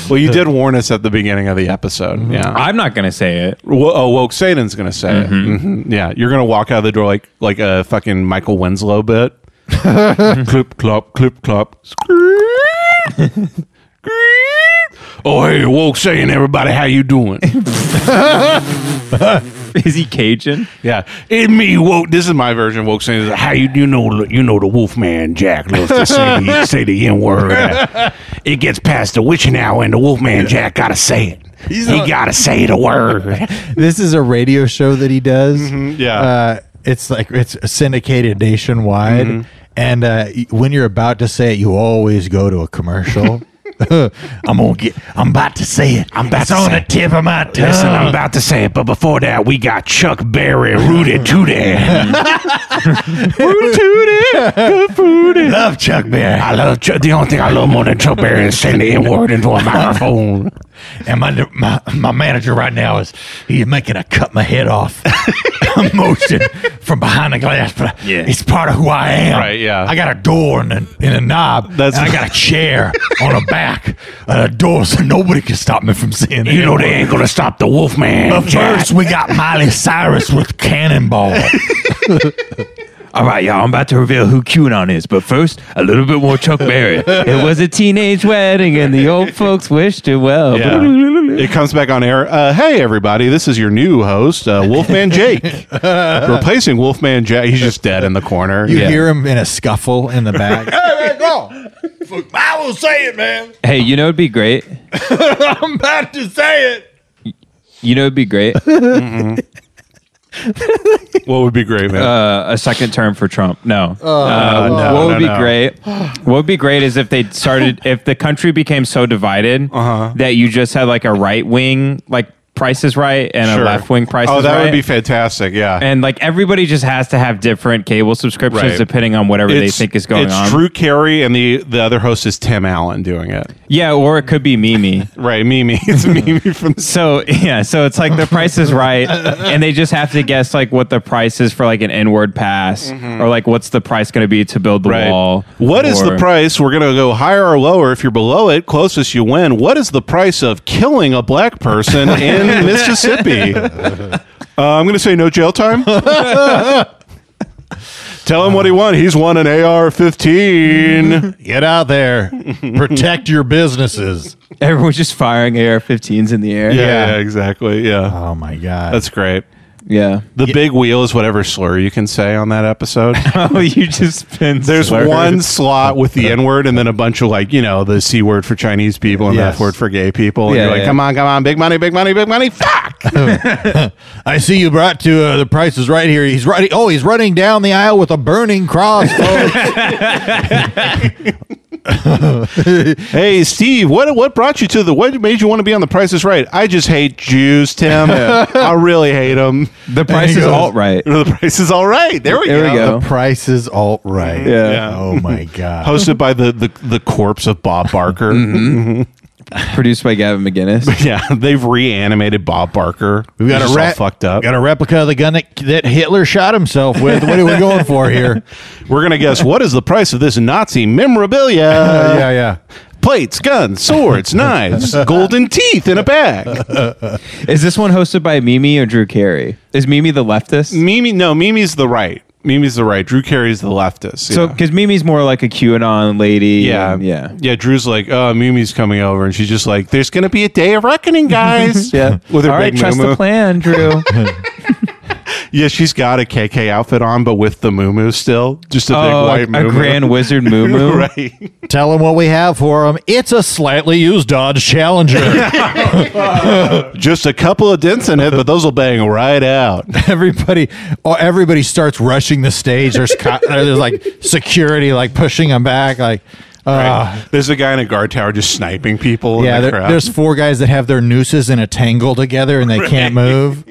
S1: well, you did warn us at the beginning of the episode. Yeah.
S3: I'm not gonna say it.
S1: Wo- oh, woke Satan's gonna say it.
S3: Mm-hmm.
S1: Mhm. Yeah, you're gonna walk out of the door like like a fucking Michael Winslow bit. clip clop, clip clop. Scream. Scream. oh hey, woke Satan, everybody, how you doing?
S3: Is he Cajun?
S1: yeah, it me woke. This is my version. of Woke Satan. How you you know you know the Wolfman Jack loves to say the, say the N word. It gets past the witch now, and the Wolfman Jack gotta say it. he gotta say the word.
S2: this is a radio show that he does.
S1: Mm-hmm, yeah.
S2: Uh, it's like it's syndicated nationwide.
S1: Mm-hmm.
S2: And uh, y- when you're about to say it, you always go to a commercial. I'm gonna get. I'm about to say it. I'm about it's on the tip of my tongue.
S1: Listen, I'm about to say it, but before that, we got Chuck Berry rooted to that.
S2: Love Chuck Berry.
S1: I love Chuck. The only thing I love more than Chuck Berry is saying the N word into a microphone.
S2: And my, my my manager right now is he's making a cut my head off motion from behind the glass, but
S11: Yeah.
S2: it's part of who I am.
S1: Right, yeah.
S2: I got a door and a, and a knob.
S1: That's-
S2: That's and I got a chair on a back and a door, so nobody can stop me from seeing it.
S1: You know, they ain't going to stop the Wolfman.
S2: But first, we got Miley Cyrus with Cannonball.
S11: All right, y'all. I'm about to reveal who QAnon is, but first, a little bit more Chuck Berry.
S3: It was a teenage wedding and the old folks wished it well.
S1: It comes back on air. Uh, hey, everybody, this is your new host, uh, Wolfman Jake. Replacing Wolfman Jack. He's just dead in the corner.
S2: You hear him in a scuffle in the back.
S4: I will say it, man.
S3: Hey, you know it'd be great.
S2: I'm about to say it.
S3: You know it'd be great.
S1: What would be great, man?
S3: Uh, a second term for Trump. No.
S1: Oh,
S3: Uh, what would be great? What would be great is if they started if the country became so divided
S1: Uh-huh.
S3: that you just had like a right wing like Price is Right and a left wing Price
S1: Oh,
S3: is
S1: that
S3: Right.
S1: would be fantastic. Yeah.
S3: and like everybody just has to have different cable subscriptions
S1: Right.
S3: depending on whatever they think is going
S1: it's
S3: on.
S1: Drew Carey, and the, the other host is Tim Allen doing it.
S3: Yeah, or it could be Mimi.
S1: Right, Mimi. It's
S3: Hmm.
S1: Mimi from the
S3: So yeah, so it's like the price is right, and they just have to guess like what the price is for like an N-word pass, or like what's the price going to be to build the wall.
S1: Mm-hmm. What is the
S3: or-
S1: price? We're going to go higher or lower. If you're below it, closest you win. What is the price of killing a black person in Mississippi? Uh, I'm going to say no jail time. Tell him what he won. He's won an AR-15.
S2: Get out there, protect your businesses.
S3: Everyone's just firing AR-15s in the air.
S1: yeah, yeah, exactly. Yeah,
S2: Oh my god,
S1: that's great.
S3: yeah.
S1: The big wheel is whatever slur you can say on that episode.
S3: Oh, you just spin.
S1: There's
S3: slurs.
S1: one slot with the N word and then a bunch of like, you know, the C word for Chinese people and the
S2: Yes.
S1: F word for gay people. And
S3: Yeah,
S1: you're like,
S3: yeah.
S1: come on, come on, big money, big money, big money. Fuck.
S2: I see you brought to uh, the price is right here. He's running. Oh, he's running down the aisle with a burning cross. folks.
S1: hey, Steve, what what brought you to the what made you want to be on the Price is Right? I just hate Jews, Tim. I really hate them.
S3: The price
S2: he
S3: is
S2: goes-
S3: alt right.
S1: The price is all right. There we
S3: There
S1: go.
S3: we go.
S2: Oh, the price is alt right.
S3: Yeah.
S2: Oh my god.
S1: Hosted by the, the the corpse of Bob Barker.
S3: Produced by Gavin McGinnis.
S1: Yeah, they've reanimated Bob Barker.
S2: We got
S1: He's
S2: a
S1: all
S2: rep-
S1: fucked up.
S2: Got a replica of the gun that, that Hitler shot himself with. What are we going for here?
S1: We're gonna guess what is the price of this Nazi memorabilia?
S2: yeah, yeah.
S1: plates, guns, swords, knives, golden teeth in a bag.
S3: Is this one hosted by Mimi or Drew Carey? Is Mimi the leftist?
S1: Mimi, no, Mimi's the right. Mimi's the right. Drew Carey's the leftist.
S3: So,
S1: yeah.
S3: because Mimi's more like a QAnon lady.
S1: yeah,
S3: and- yeah.
S1: yeah. Drew's like, oh, Mimi's coming over, and she's just like, "There's gonna be a day of reckoning, guys."
S3: Yeah.
S1: with her
S3: All right,
S1: big
S3: trust
S1: moo-moo.
S3: the plan, Drew.
S1: Yeah, she's got a KK outfit on, but with the moo still, just a
S3: oh, a,
S1: big white
S3: a
S1: moo.
S3: grand wizard moo moo.
S1: right.
S2: Tell him what we have for him. It's a slightly used Dodge Challenger.
S1: Just a couple of dents in it, but those will bang right out.
S2: everybody, oh, everybody starts rushing the stage. There's co- there's like security, like pushing them back. Like,
S3: Ah.
S1: Right? There's a guy in a guard tower just sniping people.
S2: yeah,
S1: in the
S2: there,
S1: crowd.
S2: there's four guys that have their nooses in a tangle together and they can't move.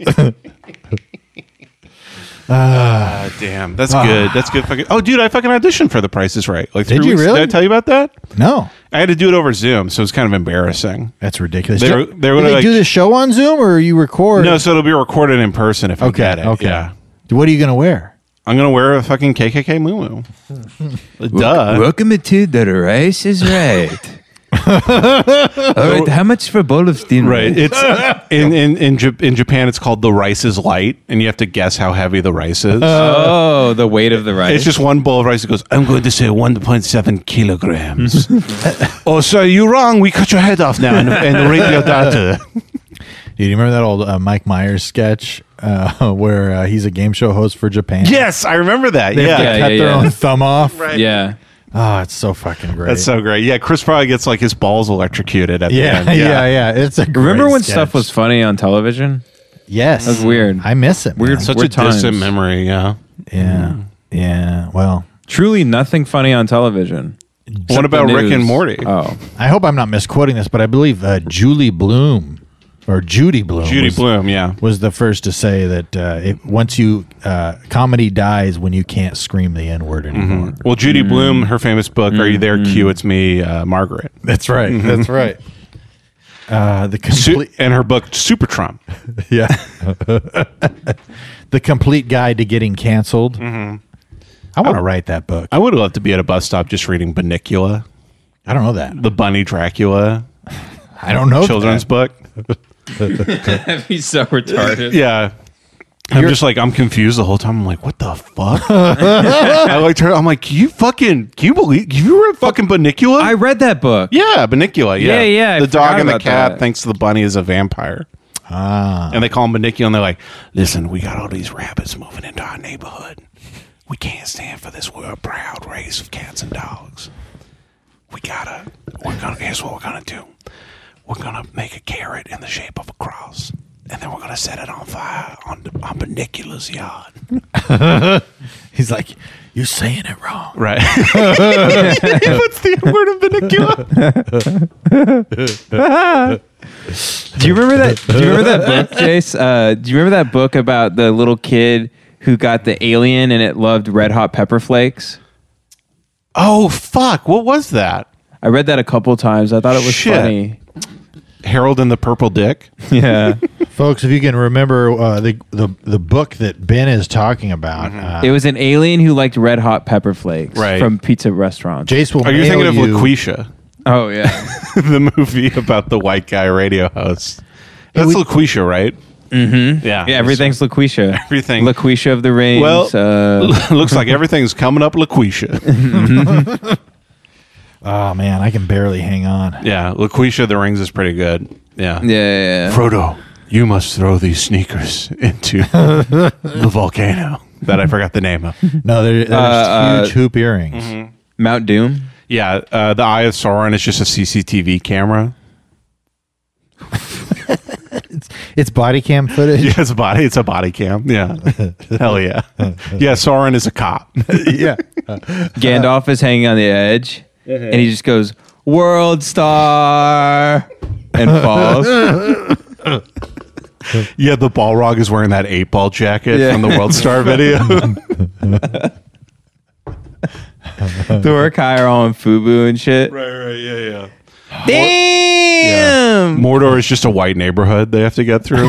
S1: Ah, damn, that's good. That's good. Fucking. Oh, dude, I fucking auditioned for The Price Is Right. Like, three
S2: Did you
S1: weeks-
S2: really?
S1: Did I tell you about that?
S2: no,
S1: I had to do it over Zoom, so it's kind of embarrassing.
S2: that's ridiculous.
S1: They
S2: Do-
S1: were- they were
S2: do they
S1: like-
S2: do this show on Zoom or you record?
S1: No, so it'll be recorded in person if I
S2: okay,
S1: get it.
S2: okay.
S1: Yeah.
S2: What are you gonna wear?
S1: I'm gonna wear a fucking KKK moo Duh.
S8: Welcome to the rice is right. All right, how much for a bowl of steam?
S1: Right. It's in in in, J- in Japan. It's called the rice is light, and you have to guess how heavy the rice is.
S3: Oh, the weight of the rice.
S1: it's just one bowl of rice. It goes. I'm going to say 1.7 kilograms. oh, sir, you're wrong. We cut your head off now and, and rape your daughter.
S2: Dude, you remember that old uh, Mike Myers sketch uh, where uh, he's a game show host for Japan?
S1: yes, I remember that.
S2: They have
S1: yeah.
S2: to cut
S3: yeah,
S2: their
S3: yeah.
S2: own thumb off.
S3: yeah.
S2: Oh, it's so fucking great.
S1: That's so great. Yeah, Chris probably gets like his balls electrocuted at
S2: yeah,
S1: the end.
S2: yeah, yeah, It's a great
S3: Remember when
S2: sketch.
S3: stuff was funny on television?
S2: Yes,
S3: That was weird.
S2: I miss it.
S3: Weird
S2: man.
S1: Such
S3: We're
S1: a distant
S3: times.
S1: memory. Yeah.
S2: Yeah, yeah. Well,
S3: Truly nothing funny on television.
S1: what about
S3: The
S1: Rick
S3: news.
S1: and Morty?
S3: Oh,
S2: I hope I'm not misquoting this, but I believe uh, Julie Bloom or Judy Bloom.
S1: Judy
S2: was,
S1: Bloom. Yeah.
S2: was the first to say that uh, it, once you uh, comedy dies when you can't scream the N
S1: Mm-hmm.
S2: word anymore.
S1: Well, Judy Bloom, her famous book, "Are You There, Q? It's Me, uh, Margaret,"
S2: That's right. That's right. Uh, the
S1: Mm-hmm. Su-
S2: complete,
S1: and her book "Super Trump."
S2: yeah, the complete guide to getting canceled.
S1: Mm-hmm.
S2: I want
S1: Oh.
S2: to write that book.
S1: I would love to be at a bus stop just reading Benicula,
S2: I don't know that.
S1: the Bunny Dracula
S2: I don't know
S1: children's
S2: that.
S1: book.
S3: that'd be so retarded.
S1: Yeah. I'm just like I'm confused the whole time. I'm like, what the fuck? I like her. I'm like, you fucking, can you believe you read fucking Benicula?
S3: I read that book.
S1: yeah, Benicula. Yeah,
S3: Yeah, yeah, I
S1: The dog
S3: forgot
S1: and the
S3: about
S1: cat
S3: that.
S1: thinks the bunny is a vampire,
S2: Ah,
S1: and they call him Benicula. And they're like, listen, we got all these rabbits moving into our neighborhood. We can't stand for this. We're a proud race of cats and dogs. We gotta. We're gonna. Here's what we're gonna do. We're gonna make a carrot in the shape of a cross, and then we're gonna set it on fire on the, on Benicula's yard.
S2: he's like, you're saying it wrong.
S1: Right. What's the word of Benicula?
S3: Do you remember that? Do you remember that book, Jace? Uh, do you remember that book about the little kid who got the alien and it loved red hot pepper flakes?
S1: Oh fuck! What was that?
S3: I read that a couple times. I thought it was
S1: Shit.
S3: funny.
S1: Harold and the Purple Dick.
S3: Yeah,
S2: Folks, if you can remember uh, the, the the book that Ben is talking about,
S1: Mm-hmm.
S2: uh,
S3: it was an alien who liked red hot pepper flakes
S1: Right.
S3: from pizza restaurants.
S2: Jace will.
S1: Are you
S2: mail
S1: thinking of
S2: you-
S1: Laquisha?
S3: oh yeah,
S1: the movie about the white guy radio host. That's LaQuisha, right? Mm-hmm. Yeah.
S3: yeah. Everything's LaQuisha.
S1: Everything.
S3: LaQuisha of the Rings.
S1: Well,
S3: uh,
S1: looks like everything's coming up LaQuisha.
S2: Oh man, I can barely hang on.
S1: yeah, LaQuisha of the Rings is pretty good. Yeah.
S3: yeah, yeah, yeah.
S1: Frodo, you must throw these sneakers into the volcano that I forgot the name of.
S2: No, there, there's
S3: Uh,
S2: huge hoop earrings.
S1: mm-hmm.
S3: Mount Doom.
S1: Yeah, uh, the Eye of Sauron is just a CCTV camera.
S2: It's body cam footage.
S1: Yeah, it's a body. It's a body cam. Yeah, hell yeah. Yeah, Sauron is a cop.
S2: yeah.
S3: Gandalf is hanging on the edge, and
S1: Uh-huh.
S3: he just goes, "World Star," and falls.
S1: Yeah, the Balrog is wearing that eight ball jacket
S3: Yeah.
S1: from the World Star video.
S3: the Urkai are all in Fubu and shit.
S1: right, right, yeah, yeah.
S3: Damn.
S1: Mordor is just a white neighborhood they have to get through. they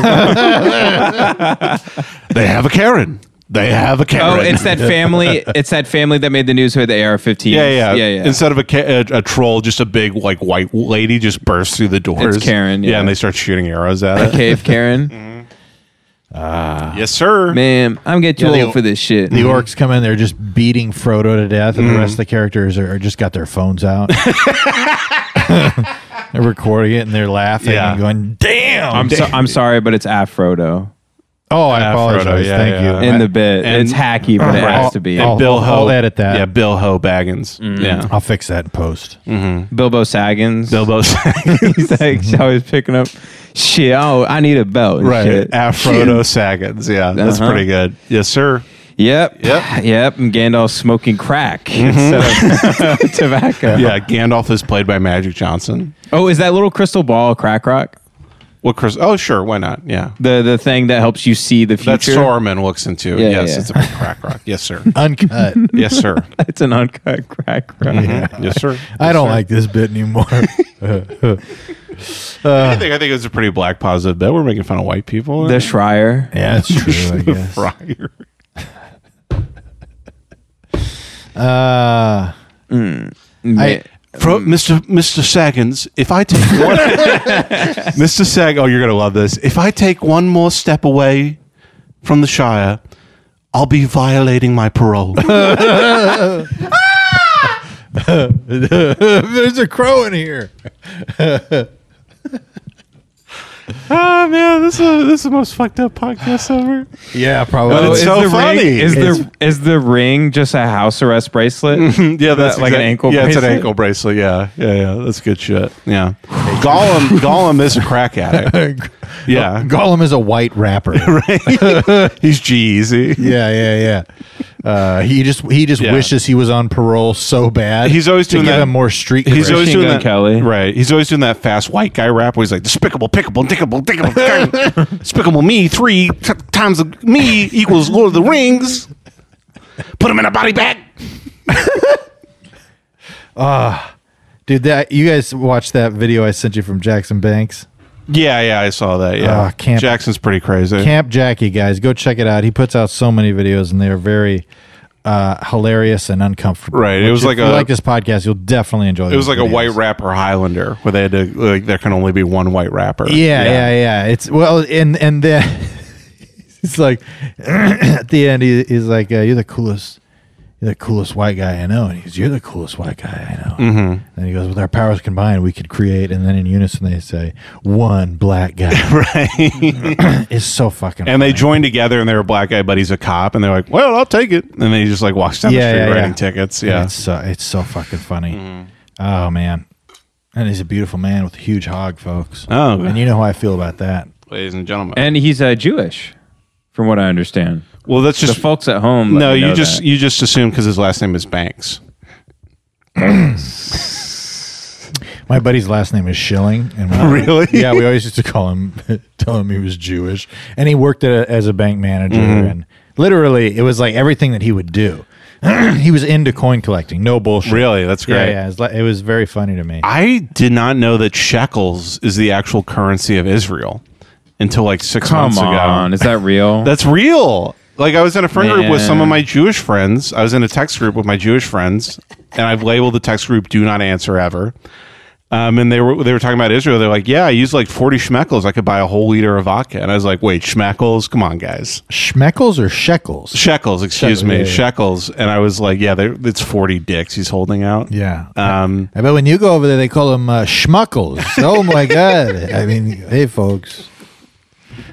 S1: have a Karen. They have a
S3: Oh,
S1: Karen.
S3: it's that family. It's that family that made the news who had the AR-15.
S1: yeah, yeah,
S3: yeah, yeah.
S1: Instead of a, ca- a, a troll, just a big like white lady just bursts through the doors.
S3: It's Karen,
S1: Yeah,
S3: yeah.
S1: and they start shooting arrows at it.
S3: Cave Karen,
S1: yes, sir.
S3: man, I'm getting too
S2: Yeah, the-
S3: old for this shit.
S2: The orcs come in, they're just beating Frodo to death, and the rest of
S1: Mm-hmm.
S2: the characters are, are just got their phones out. they're recording it and they're laughing
S1: Yeah.
S2: and going, damn.
S3: I'm so, I'm sorry, but it's Afrodo
S2: oh, I
S1: Uh, Frodo,
S2: apologize.
S1: yeah,
S2: Thank
S1: yeah.
S2: you.
S3: in the bit.
S1: and-
S3: it's hacky, but it
S1: Right.
S3: has to be.
S2: I'll-
S1: Bill Ho.
S2: I'll edit that.
S1: Yeah, Bill Ho Baggins.
S3: Mm-hmm.
S1: Yeah.
S2: I'll fix that in post.
S1: Mm.
S3: Bilbo Saggins.
S1: Bilbo Saggins.
S3: He's like he's always picking up shit. Oh, I need a belt. and
S1: right.
S3: shit.
S1: Afrodo Saggins. Yeah, that's
S3: Uh-huh.
S1: pretty good. Yes, sir.
S7: Yep.
S1: Yep.
S7: Yep. And Gandalf smoking crack instead of tobacco.
S1: Mm-hmm.
S2: Uh-huh.
S1: Yeah, Gandalf is played by Magic Johnson.
S7: Oh, is that little crystal ball crack rock?
S1: What Chris? Oh, sure, why not? Yeah,
S7: The the thing that helps you see the future.
S1: that Sauron looks into.
S7: Yeah,
S1: yes,
S7: yeah.
S1: it's a big crack rock. Yes, sir.
S2: Uncut.
S1: yes, sir.
S7: It's an uncut crack rock.
S1: Yes, sir.
S2: I don't like this bit anymore. Uh.
S1: I think I think it was a pretty black positive bet. We're making fun of white people.
S7: The Schreier.
S2: yeah, it's true. I guess.
S1: Friar.
S2: Uh,
S1: Mm.
S2: I,
S1: Pro,
S7: Mm.
S1: Mr. Mr. Saggins, if I take one, Mr. Sag, oh, you're gonna love this. If I take one more step away from the Shire, I'll be violating my parole.
S2: there's a crow in here.
S1: ah, man, this is this is the most fucked up podcast ever.
S2: Yeah, probably.
S1: But it's
S7: Oh, is
S1: so
S7: the
S1: funny.
S7: Ring, is
S2: It's-
S7: the is the ring just a house arrest bracelet?
S1: Yeah, that's
S7: That, like an
S1: exact-
S7: ankle
S1: Yeah, it's an
S7: bracelet?
S1: ankle bracelet. Yeah, yeah, yeah. That's good shit. Yeah, Gollum. Gollum is a crack addict. Yeah,
S2: Gollum is a white rapper.
S1: he's G Easy.
S2: Yeah, yeah, yeah. Uh, he just he just
S1: Yeah.
S2: wishes he was on parole so bad.
S1: He's always
S2: to
S1: doing
S2: give
S1: that-
S2: him more street.
S1: He's
S2: cred.
S1: always
S7: Machine
S1: doing
S7: Gun
S1: that,
S7: Kelly.
S1: right? He's always doing that fast white guy rap where he's like, "Despicable, pickable, dickable, dickable, dickable, despicable me three t- times me equals Lord of the Rings." Put him in a body bag.
S2: dude. That you guys watched that video I sent you from Jackson Banks.
S1: Yeah, yeah, I saw that. Yeah,
S2: Ah, camp.
S1: Jackson's pretty crazy.
S2: Camp Jackie, guys, go check it out. He puts out so many videos, and they are very uh, hilarious and uncomfortable.
S1: Right, it
S2: Which
S1: was
S2: if
S1: like
S2: you
S1: a-
S2: like this podcast, you'll definitely enjoy.
S1: It was like a white rapper Highlander where they had to like there can only be one white rapper.
S2: Yeah, yeah, yeah. It's well, and and then it's like at the end, he, he's like, uh, "You're the coolest, you're the coolest white guy I know," and he goes, "You're the coolest white guy I know." Mm-hmm. And he goes, "With our powers combined, we could create." And then in unison, they say, "One black guy." right. it's so fucking.
S1: And they
S2: funny.
S1: joined together and they were black guy buddies, a cop, and they're like, "Well, I'll take it." And then he just like walks down
S2: Yeah,
S1: the street
S2: yeah,
S1: writing
S2: yeah.
S1: tickets.
S2: And
S1: Yeah, Mm-hmm.
S2: It's so it's so fucking funny. Oh man. And he's a beautiful man with a huge hog, folks.
S1: Oh.
S2: and you know how I feel about that.
S1: ladies and gentlemen.
S7: And he's uh, Jewish, from what I understand.
S1: well, that's
S7: The
S1: just
S7: folks at home. let
S1: no.
S7: me know
S1: You just
S7: that.
S1: you just assume because his last name is Banks.
S2: My buddy's last name is Schilling, and we-
S1: Really?
S2: yeah, we always used to call him, tell him he was Jewish, and he worked at a, as a bank manager,
S1: Mm-hmm.
S2: and literally, it was like everything that he would do. he was into coin collecting, no bullshit.
S1: Really, that's
S2: Yeah,
S1: great.
S2: yeah, it was, like, it was very funny to me.
S1: I did not know that shekels is the actual currency of Israel until like six
S7: Come
S1: months
S7: on,
S1: ago.
S7: is that real?
S1: That's real. Like I was in a friend group with some of
S7: Man.
S1: my Jewish friends. I was in a text group with my Jewish friends, and I've labeled the text group "Do Not Answer Ever." Um, and they were they were talking about Israel. They're like, "Yeah, I used like forty schmeckles. I could buy a whole liter of vodka." And I was like, "Wait, schmeckles? Come on, guys,
S2: Schmeckles or shekels?
S1: shekels? Excuse
S2: Shekel,
S1: me,
S2: yeah, yeah.
S1: shekels." And I was like, "Yeah, they're- it's forty dicks he's holding out."
S2: Yeah.
S1: Um,
S2: I bet when you go over there, they call them uh, schmuckles. oh my god! I mean, hey, folks.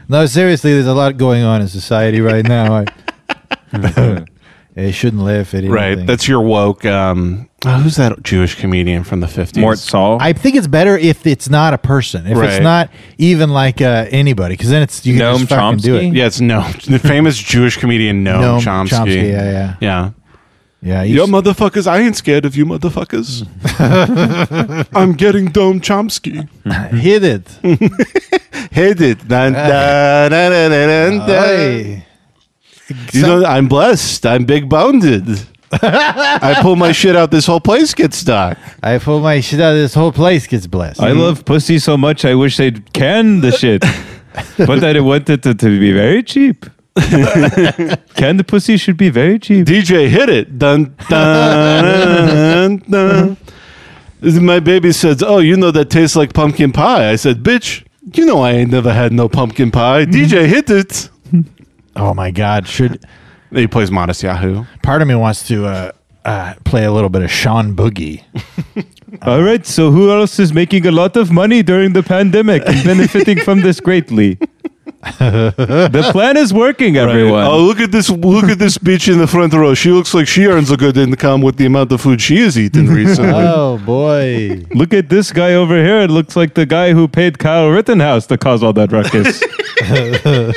S2: No, seriously, there's a lot going on in society right now. I, I shouldn't laugh at anything.
S1: right. That's your woke. Um, oh, who's that Jewish comedian from the fifties?
S7: Mort Saul.
S2: I think it's better if it's not a person. If
S1: Right.
S2: it's not even like uh, anybody, because then it's you can
S7: Noam
S2: just fucking do
S7: Chomsky?
S2: it.
S1: Yeah, it's no the famous Jewish comedian
S2: Noam
S1: Noam, Chomsky.
S2: Chomsky, yeah, yeah.
S1: yeah.
S2: Yeah,
S1: Yo, motherfuckers, I ain't scared of you, motherfuckers. I'm getting Dome Chomsky.
S2: you hit it.
S1: Hit it. Dun, dun, dun, dun, dun, dun, dun.
S2: Hey.
S1: You know, I'm blessed. I'm big boned. I pull my shit out. This whole place gets stuck.
S2: I pull my shit out. This whole place gets blessed.
S12: I love pussy so much I wish they'd can the shit. but I wanted it to be very cheap. Canned pussy should be very cheap.
S1: DJ, hit it. Dun, dun, dun, dun. My baby says, Oh, you know that tastes like pumpkin pie. I said, Bitch, you know I ain't never had no pumpkin pie. DJ, hit it.
S2: oh my God! Should
S1: He plays Modest Yahoo.
S2: part of me wants to uh, uh, play a little bit of Sean Boogie?
S12: All right, so who else is making a lot of money during the pandemic and benefiting from this greatly? the plan is working, everyone.
S1: Oh, look at this! Look at this bitch in the front row. She looks like she earns a good income with the amount of food she has eaten recently.
S2: oh boy!
S12: Look at this guy over here. It looks like the guy who paid Kyle Rittenhouse to cause all that ruckus.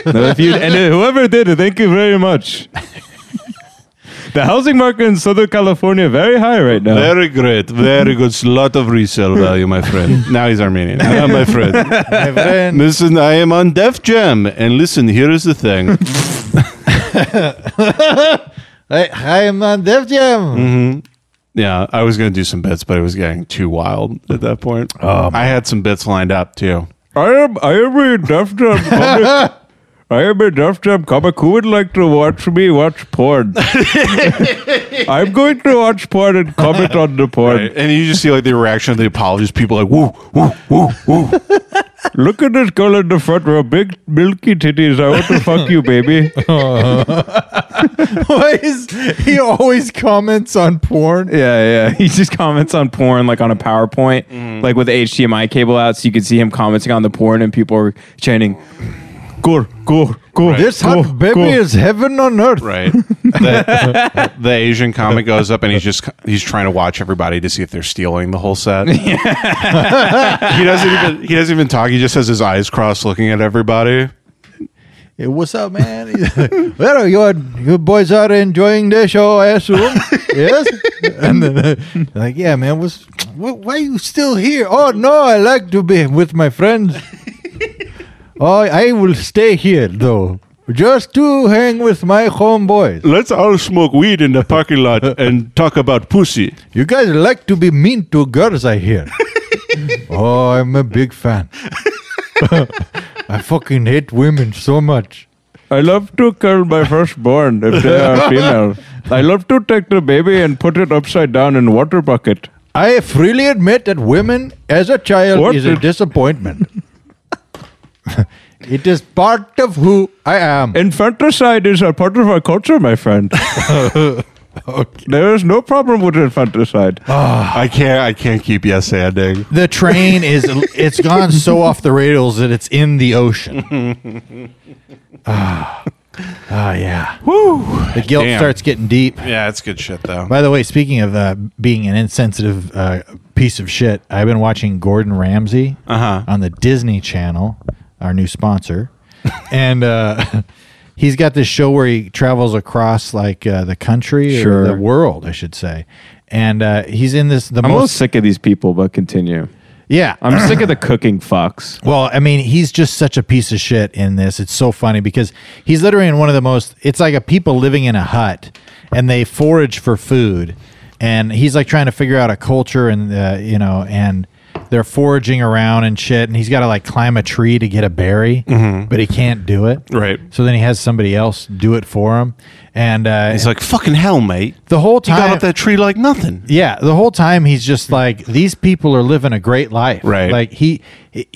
S12: Now, if you- and uh, whoever did it, thank you very much. The housing market in Southern California very high right now.
S1: Very great. Very good. Lot of resale value, my friend. Now he's Armenian. Ah, my friend.
S2: My friend.
S1: Listen, I am on Def Jam. And listen, here is the thing.
S2: I, I am on Def Jam.
S1: Yeah, I was going to do some bits, but it was getting too wild at that point. I had some bits lined up too.
S12: I am I am a Def Jam comic. I am a Def Jam comic. Who would like to watch me watch porn? I'm going to watch porn and comment on the porn.
S1: And you just see like the reaction of the apologist, people like, woo, woo, woo, woo.
S12: Look at this girl in the front row, big milky titties. I want to fuck you, baby.
S2: Why is he always comments on porn?
S3: Yeah, yeah. He just comments on porn like on a PowerPoint,
S2: Mm-hmm.
S3: like with the HDMI cable out, so you can see him commenting on the porn, and people are chanting,
S12: Go, go, go.
S2: This hot baby is heaven on earth.
S1: Right. The, the Asian comic goes up and he's just, he's trying to watch everybody to see if they're stealing the whole set. he doesn't even, he doesn't even talk. He just has his eyes crossed looking at everybody.
S2: Hey, what's up, man? He's like, well, your your boys are enjoying the show, I assume. yes. And then, uh, like, yeah, man. What's wh- why you still here? Oh no, I like to be with my friends. oh, I will stay here though, just to hang with my homeboys.
S1: Let's all smoke weed in the parking lot and talk about pussy.
S2: You guys like to be mean to girls, I hear. oh, I'm a big fan. I fucking hate women so much.
S12: I love to curl my firstborn if they are female. I love to take the baby and put it upside down in water bucket.
S2: I freely admit that women as a child
S12: What
S2: is a
S12: did-
S2: disappointment. it is part of who I am.
S12: Infanticide is a part of our culture, my friend. There is no problem with infanticide.
S1: I can't, I can't keep yes ending.
S2: The train is it's gone so off the rails that it's in the ocean. ah, ah, yeah. Woo! The guilt
S1: Damn.
S2: starts getting deep.
S1: Yeah, it's good shit though.
S2: By the way, speaking of uh, being an insensitive uh, piece of shit, I've been watching Gordon Ramsay
S1: Uh-huh.
S2: on the Disney Channel, our new sponsor, and uh, he's got this show where he travels across like uh, the country or
S3: Sure.
S2: the world, I should say. And uh, he's in this the
S3: "I'm almost
S2: most
S3: sick of these people." But continue.
S2: yeah.
S3: I'm sick of the cooking fucks.
S2: Well, I mean, he's just such a piece of shit in this. It's so funny because he's literally in one of the most. It's like a people living in a hut, and they forage for food, and he's like trying to figure out a culture, and uh, you know, and they're foraging around and shit, and he's got to like climb a tree to get a berry, but he can't do it.
S1: Mm-hmm. Right.
S2: So then he has somebody else do it for him, and uh,
S1: He's like, fucking hell, mate.
S2: the whole
S1: You
S2: time
S1: got up that tree like nothing.
S2: yeah, the whole time he's just like these people are living a great life.
S1: Right.
S2: Like he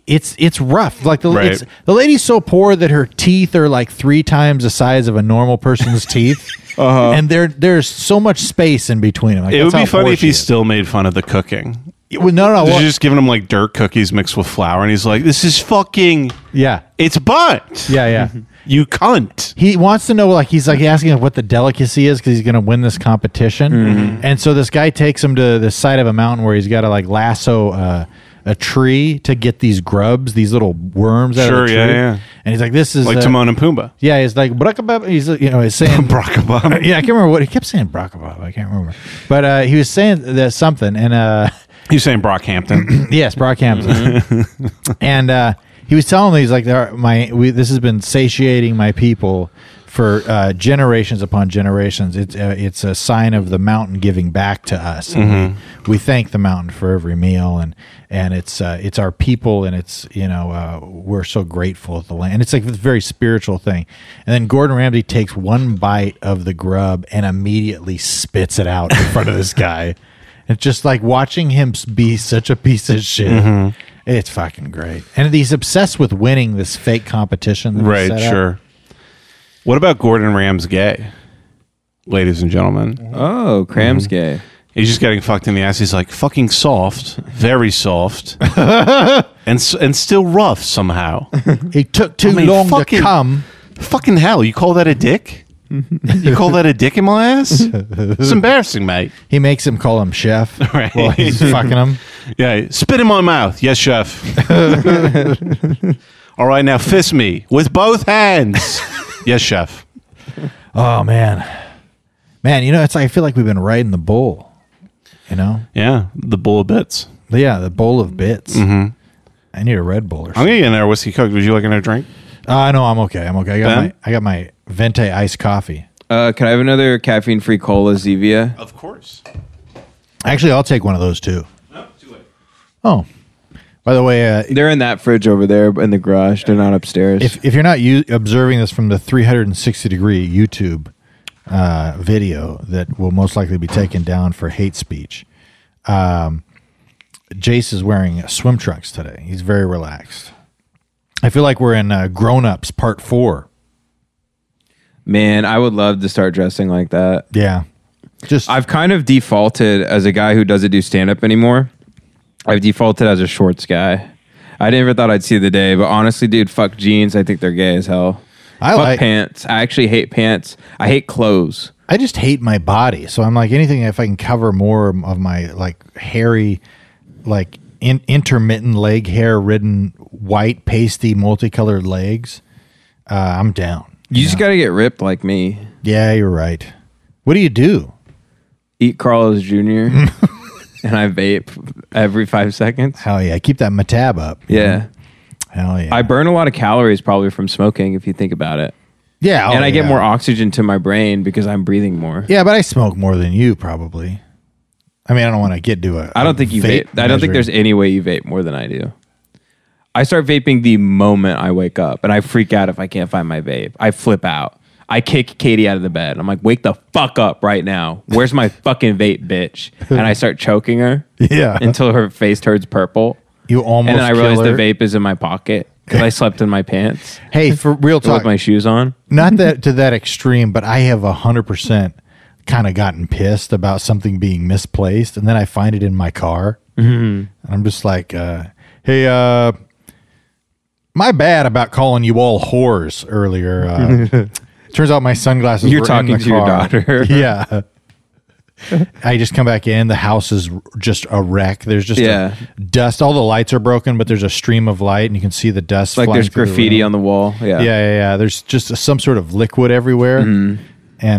S2: it's it's rough. Like the
S1: Right.
S2: it's, the lady's so poor that her teeth are like 3 times the size of a normal person's teeth. uh-huh. And there there's so much space in between them. Like,
S1: It
S2: that's
S1: would be
S2: how poor
S1: funny if
S2: she
S1: he
S2: is.
S1: still made fun of the cooking.
S2: It would- No, no,
S1: They're
S2: well,
S1: just giving him like dirt cookies mixed with flour, and he's like, "This is fucking,
S2: yeah.
S1: it's bunt,
S2: Yeah, yeah.
S1: you cunt."
S2: he wants to know like he's like asking what the delicacy is because he's going to win this competition
S1: Mm-hmm.
S2: and so this guy takes him to the side of a mountain where he's got to like lasso uh, a tree to get these grubs these little worms out
S1: Sure,
S2: of the
S1: yeah,
S2: tree
S1: yeah.
S2: and he's like this is
S1: Like
S2: uh,
S1: Timon and Pumbaa.
S2: yeah he's like "Brakabab," he's you know he's saying
S1: Brakabam.
S2: yeah i can't remember what he kept saying Brakabab. i can't remember but uh, he was saying that something and uh
S1: He's saying Brockhampton.
S2: Yes,
S1: Mm-hmm.
S2: Brockhampton. and uh, he was telling me he's like, there are, my we, this has been satiating my people for uh, generations upon generations. It's uh, it's a sign of the mountain giving back to us. And We, we thank the mountain for every meal, and and it's uh, it's our people, and it's you know uh, we're so grateful at the land. And it's like this very spiritual thing. And then Gordon Ramsay takes one bite of the grub and immediately spits it out in front of this guy. It's just like watching him s- be such a piece of shit. It's fucking great. And he's obsessed with winning this fake competition. that he
S1: right,
S2: set up.
S1: sure. What about Gordon Ram's gay, ladies and gentlemen?
S3: Oh, Cram's gay.
S1: He's just getting fucked in the ass. He's like fucking soft, very soft, and s- and still rough somehow.
S2: He took too
S1: I mean,
S2: long
S1: fucking-
S2: to come.
S1: Fucking hell, you call that a dick? you call that a dick in my ass? It's embarrassing, mate.
S2: He makes him call him chef
S1: Right.
S2: while he's fucking him.
S1: Yeah, spit in my mouth. Yes, chef. All right, now fist me with both hands. yes, chef.
S2: Oh man, Man, you know, it's like, I feel like we've been riding the bull. You know,
S1: Yeah, the bull of bits.
S2: But yeah, the bowl of bits. I need a Red Bull or
S1: Mm-hmm. I'm
S2: something.
S1: gonna get another whiskey coke. Would you like another drink?
S2: Uh, no, I'm okay. I'm okay. I got
S1: Ben?
S2: my I got my Vente iced coffee.
S3: Uh, can I have another caffeine free cola Zevia?
S1: Of course.
S2: Actually, I'll take one of those too. Oh, by the way, uh,
S3: They're in that fridge over there in the garage. They're not upstairs.
S2: if if you're not u- observing this from the 360 degree YouTube uh, video that will most likely be taken down for hate speech, um, Jace is wearing swim trunks today. He's very relaxed. I feel like we're in uh, Grown Ups Part Four.
S3: Man, I would love to start dressing like that.
S2: Yeah, just
S3: I've kind of defaulted as a guy who doesn't do stand up anymore. I've defaulted as a shorts guy. I never thought I'd see the day, but honestly, dude, fuck jeans. I think they're gay as hell.
S2: I
S3: fuck
S2: like-
S3: pants. I actually hate pants. I hate clothes.
S2: I just hate my body. So I'm like anything if I can cover more of my like hairy, like in, intermittent leg hair ridden white pasty multicolored legs, uh, I'm down.
S3: You just got to get ripped like me.
S2: Yeah, you're right. What do you do?
S3: Eat Carlos Jr. and I vape every five seconds.
S2: Hell yeah, keep that metab up. Mm-hmm.
S3: Yeah.
S2: Hell yeah.
S3: I burn a lot of calories probably from smoking if you think about it.
S2: yeah, oh,
S3: and I get
S2: yeah.
S3: more oxygen to my brain because I'm breathing more.
S2: Yeah, but I smoke more than you probably. I mean, I don't want to get to a.
S3: I don't think you vape. I don't think there's any way you vape more than I do. I start vaping the moment I wake up, and I freak out if I can't find my vape. I flip out. I kick Katie out of the bed. I'm like, "Wake the fuck up right now! Where's my fucking vape, bitch?" And I start choking her
S2: Yeah,
S3: until her face turns purple,
S2: you almost.
S3: and then I realize
S2: kill
S3: the
S2: her.
S3: vape is in my pocket because I slept in my pants
S2: Hey, for real talk,
S3: with my shoes on.
S2: not that to that extreme, but I have a hundred percent kind of gotten pissed about something being misplaced, and then I find it in my car, mm-hmm. and I'm just like, uh, "Hey, uh, my bad about calling you all whores earlier. Uh, turns out my sunglasses.
S3: You're
S2: were in
S3: talking
S2: the
S3: to your
S2: car."
S3: daughter.
S2: yeah." I just come back in. The house is just a wreck. There's just a
S3: Yeah.
S2: dust. All the lights are broken, but there's a stream of light, and you can see the dust.
S3: Like
S2: flying
S3: there's
S2: through the
S3: graffiti
S2: room
S3: on the wall. Yeah.
S2: yeah, yeah, yeah. There's just some sort of liquid everywhere, and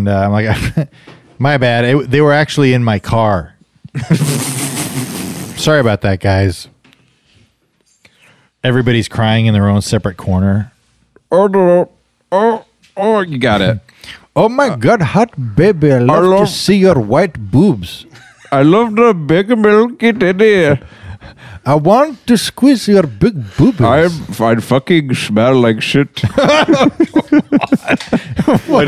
S2: uh, I'm like, my bad. It, they were actually in my car. Sorry about that, guys. Everybody's crying in their own separate corner.
S3: Oh, no. oh, oh, you got it.
S2: Oh my God, hot baby! I love,
S12: love-
S2: to see your white boobs.
S12: I love the big milky teddy.
S2: I want to squeeze your big boobies.
S12: I I fucking smell like shit.
S1: Wait,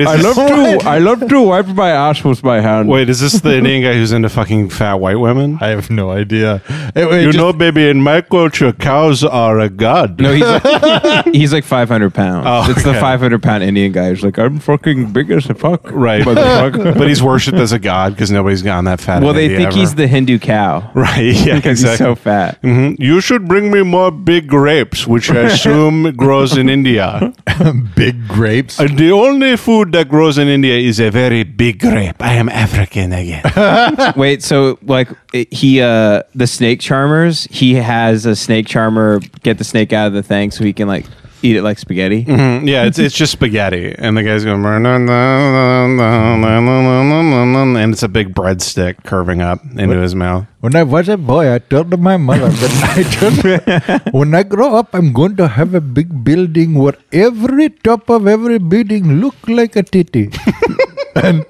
S1: is
S12: I love
S1: this,
S12: to I love to wipe my ass with my hand.
S1: wait, is this the Indian guy who's into fucking fat white women?
S2: I have no idea. It- it
S1: you
S2: just-
S1: know, baby, in my culture, cows are a god.
S3: No, he's like, he's like 500 pounds. it's the 500 pound Indian guy who's like, I'm fucking big as a fuck.
S1: Right,
S3: Motherfucker.
S1: but he's worshipped as a god because nobody's gotten that fat.
S3: Well,
S1: in
S3: they
S1: India
S3: think
S1: ever.
S3: he's the Hindu cow
S1: right. Yeah,
S3: because he's
S1: exactly.
S3: so fat.
S1: Mhm. You should bring me more big grapes, which I assume grows in India.
S2: big grapes.
S1: Uh, The only food that grows in India is a very big grape. I am African again.
S3: Wait, so like it- he, uh the snake charmers, he has a snake charmer get the snake out of the thing so he can like eat it like spaghetti.
S1: Mm, yeah, it's it's just spaghetti, and the guy's going, and it's a big breadstick curving up into his mouth.
S2: When I was a boy, I told my mother that I told, when I grow up, I'm going to have a big building where every top of every building look like a titty. and,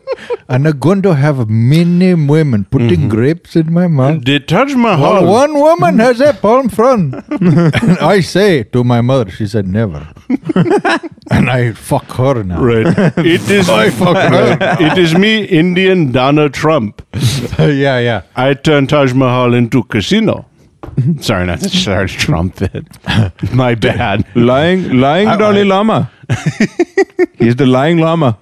S2: and I'm going to have many women putting grapes in my mouth.
S1: Did Taj Mahal?
S2: Well, one woman has a palm frond. and I say to my mother, she said, never. and I fuck her now.
S1: Right. It is. it is me, Indian Donald Trump.
S2: yeah, yeah.
S1: I turned Taj Mahal into casino. Sorry, not to start a Trump bit. My bad.
S12: Lying lying Dalai Lama. he's the lying Lama.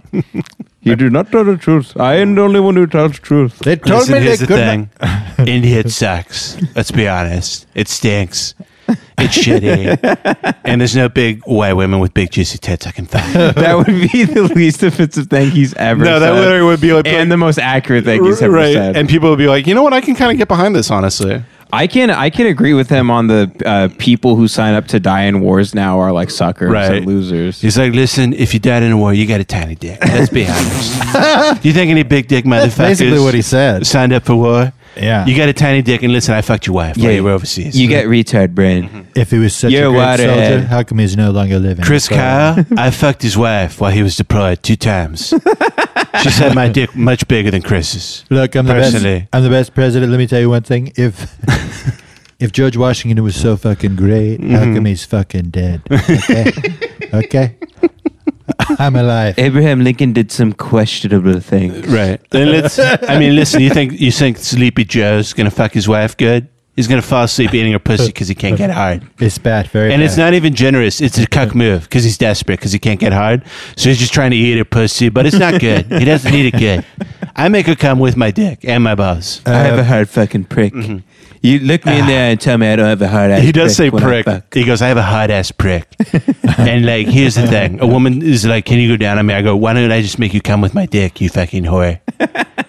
S12: He did not tell the truth. I am the only one who tells truth.
S2: They told me they could not-
S1: India sucks. Let's be honest. It stinks. It's shitty. And there's no big white women with big juicy tits I can find.
S3: That would be the least offensive thing he's ever
S1: No, that
S3: said.
S1: literally would be like-
S3: and the most accurate thing he's ever
S1: right.
S3: said.
S1: And people would be like, you know what? I can kind of get behind this, honestly.
S13: I can I can agree with him on the uh, people who sign up to die in wars now are like suckers
S7: Right.
S13: and losers.
S7: He's like, listen, if you died in a war, you got a tiny dick. Let's be honest. you think any big dick motherfuckers?
S14: basically what he said.
S7: Signed up for war.
S14: Yeah.
S7: You got a tiny dick, and listen, I fucked your wife. Yeah, you were overseas. Mm-hmm.
S13: You get retard brain.
S14: If he was such
S13: You're
S14: a great
S13: waterhead.
S14: soldier, how come he's no longer living?
S7: uh, Chris
S14: So-
S7: Kyle. I fucked his wife while he was deployed two times. she said my dick much bigger than Chris's.
S14: Look, I'm the
S7: Personally.
S14: best. I'm the best president. Let me tell you one thing. If if George Washington was so fucking great, how
S7: Mm-hmm.
S14: come he's fucking dead? Okay, okay. I'm alive.
S13: Abraham Lincoln did some questionable things.
S7: Right. And let's. I mean, listen. You think you think Sleepy Joe's gonna fuck his wife good? He's gonna fall asleep eating her pussy because he can't get hard.
S14: It's bad, very.
S7: And
S14: bad.
S7: it's not even generous. It's a cuck move because he's desperate because he can't get hard. So he's just trying to eat her pussy, but it's not good. he doesn't need it good. I make her come with my dick and my balls.
S13: I have a hard fucking prick. You look me in the eye and tell me I don't have a hard ass.
S7: mm-hmm. he does say
S13: when I
S7: prick.
S13: fuck.
S7: He goes, I have a hard ass prick. and like, here's the thing: a woman is like, "Can you go down on me?" I go, "Why don't I just make you come with my dick, you fucking whore?"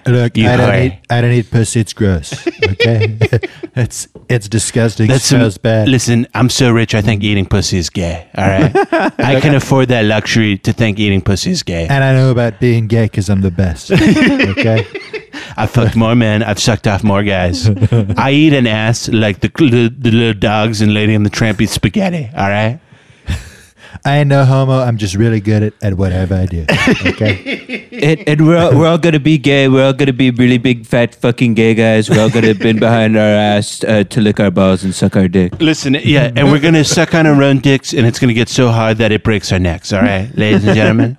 S14: Look,
S7: You
S14: I don't
S7: whore.
S14: eat. I don't eat pussy. It's gross. Okay, it's it's disgusting. It
S7: That's some-
S14: smells bad.
S7: Listen, I'm so rich. I think eating pussy is gay. All right, I can afford that luxury to think eating pussy is gay.
S14: And I know about being gay because I'm the best. Okay,
S7: I've fucked more men. I've sucked off more guys. I eat an ass like the, the, the little dogs and Lady and the Tramp eat spaghetti. All right.
S14: I ain't no homo. I'm just really good at, at whatever I do. Okay,
S13: And, and we're, all, we're all gonna be gay. We're all gonna be really big, fat, fucking gay guys. We're all gonna bend behind our ass uh, to lick our balls and suck our dick.
S7: Listen, yeah, and we're gonna suck on our own dicks, and it's gonna get so hard that it breaks our necks. All right, ladies and gentlemen.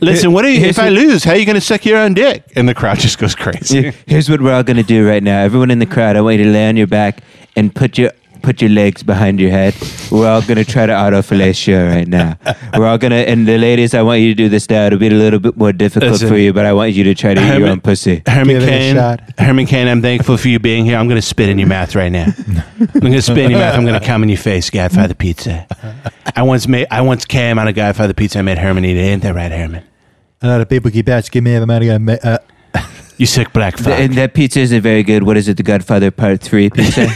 S7: Listen, what are you? If I lose, how are you gonna suck your own dick? And the crowd just goes crazy.
S13: Here- Here's what we're all gonna do right now. Everyone in the crowd, I want you to lay on your back and put your put your legs behind your head. We're all gonna try to auto fellatio right now. We're all gonna and the ladies, I want you to do this now. It'll be a little bit more difficult
S7: Listen.
S13: for you, but I want you to try to eat your
S7: Herman-
S13: own pussy.
S7: Herman
S14: Give it a
S7: Cain,
S14: shot.
S7: Herman Cain, I'm thankful for you being here. I'm gonna spit in your mouth right now. I'm gonna spit in your mouth. I'm gonna come in your face, Godfather Pizza. I once made, I once came on a Godfather Pizza. I made Herman eat it. Ain't that right, Herman?
S14: a lot of people keep asking me if I'm gonna get ma- uh,
S7: You sick black fuck.
S13: Th- and that pizza isn't very good. What is it, The Godfather Part Three pizza?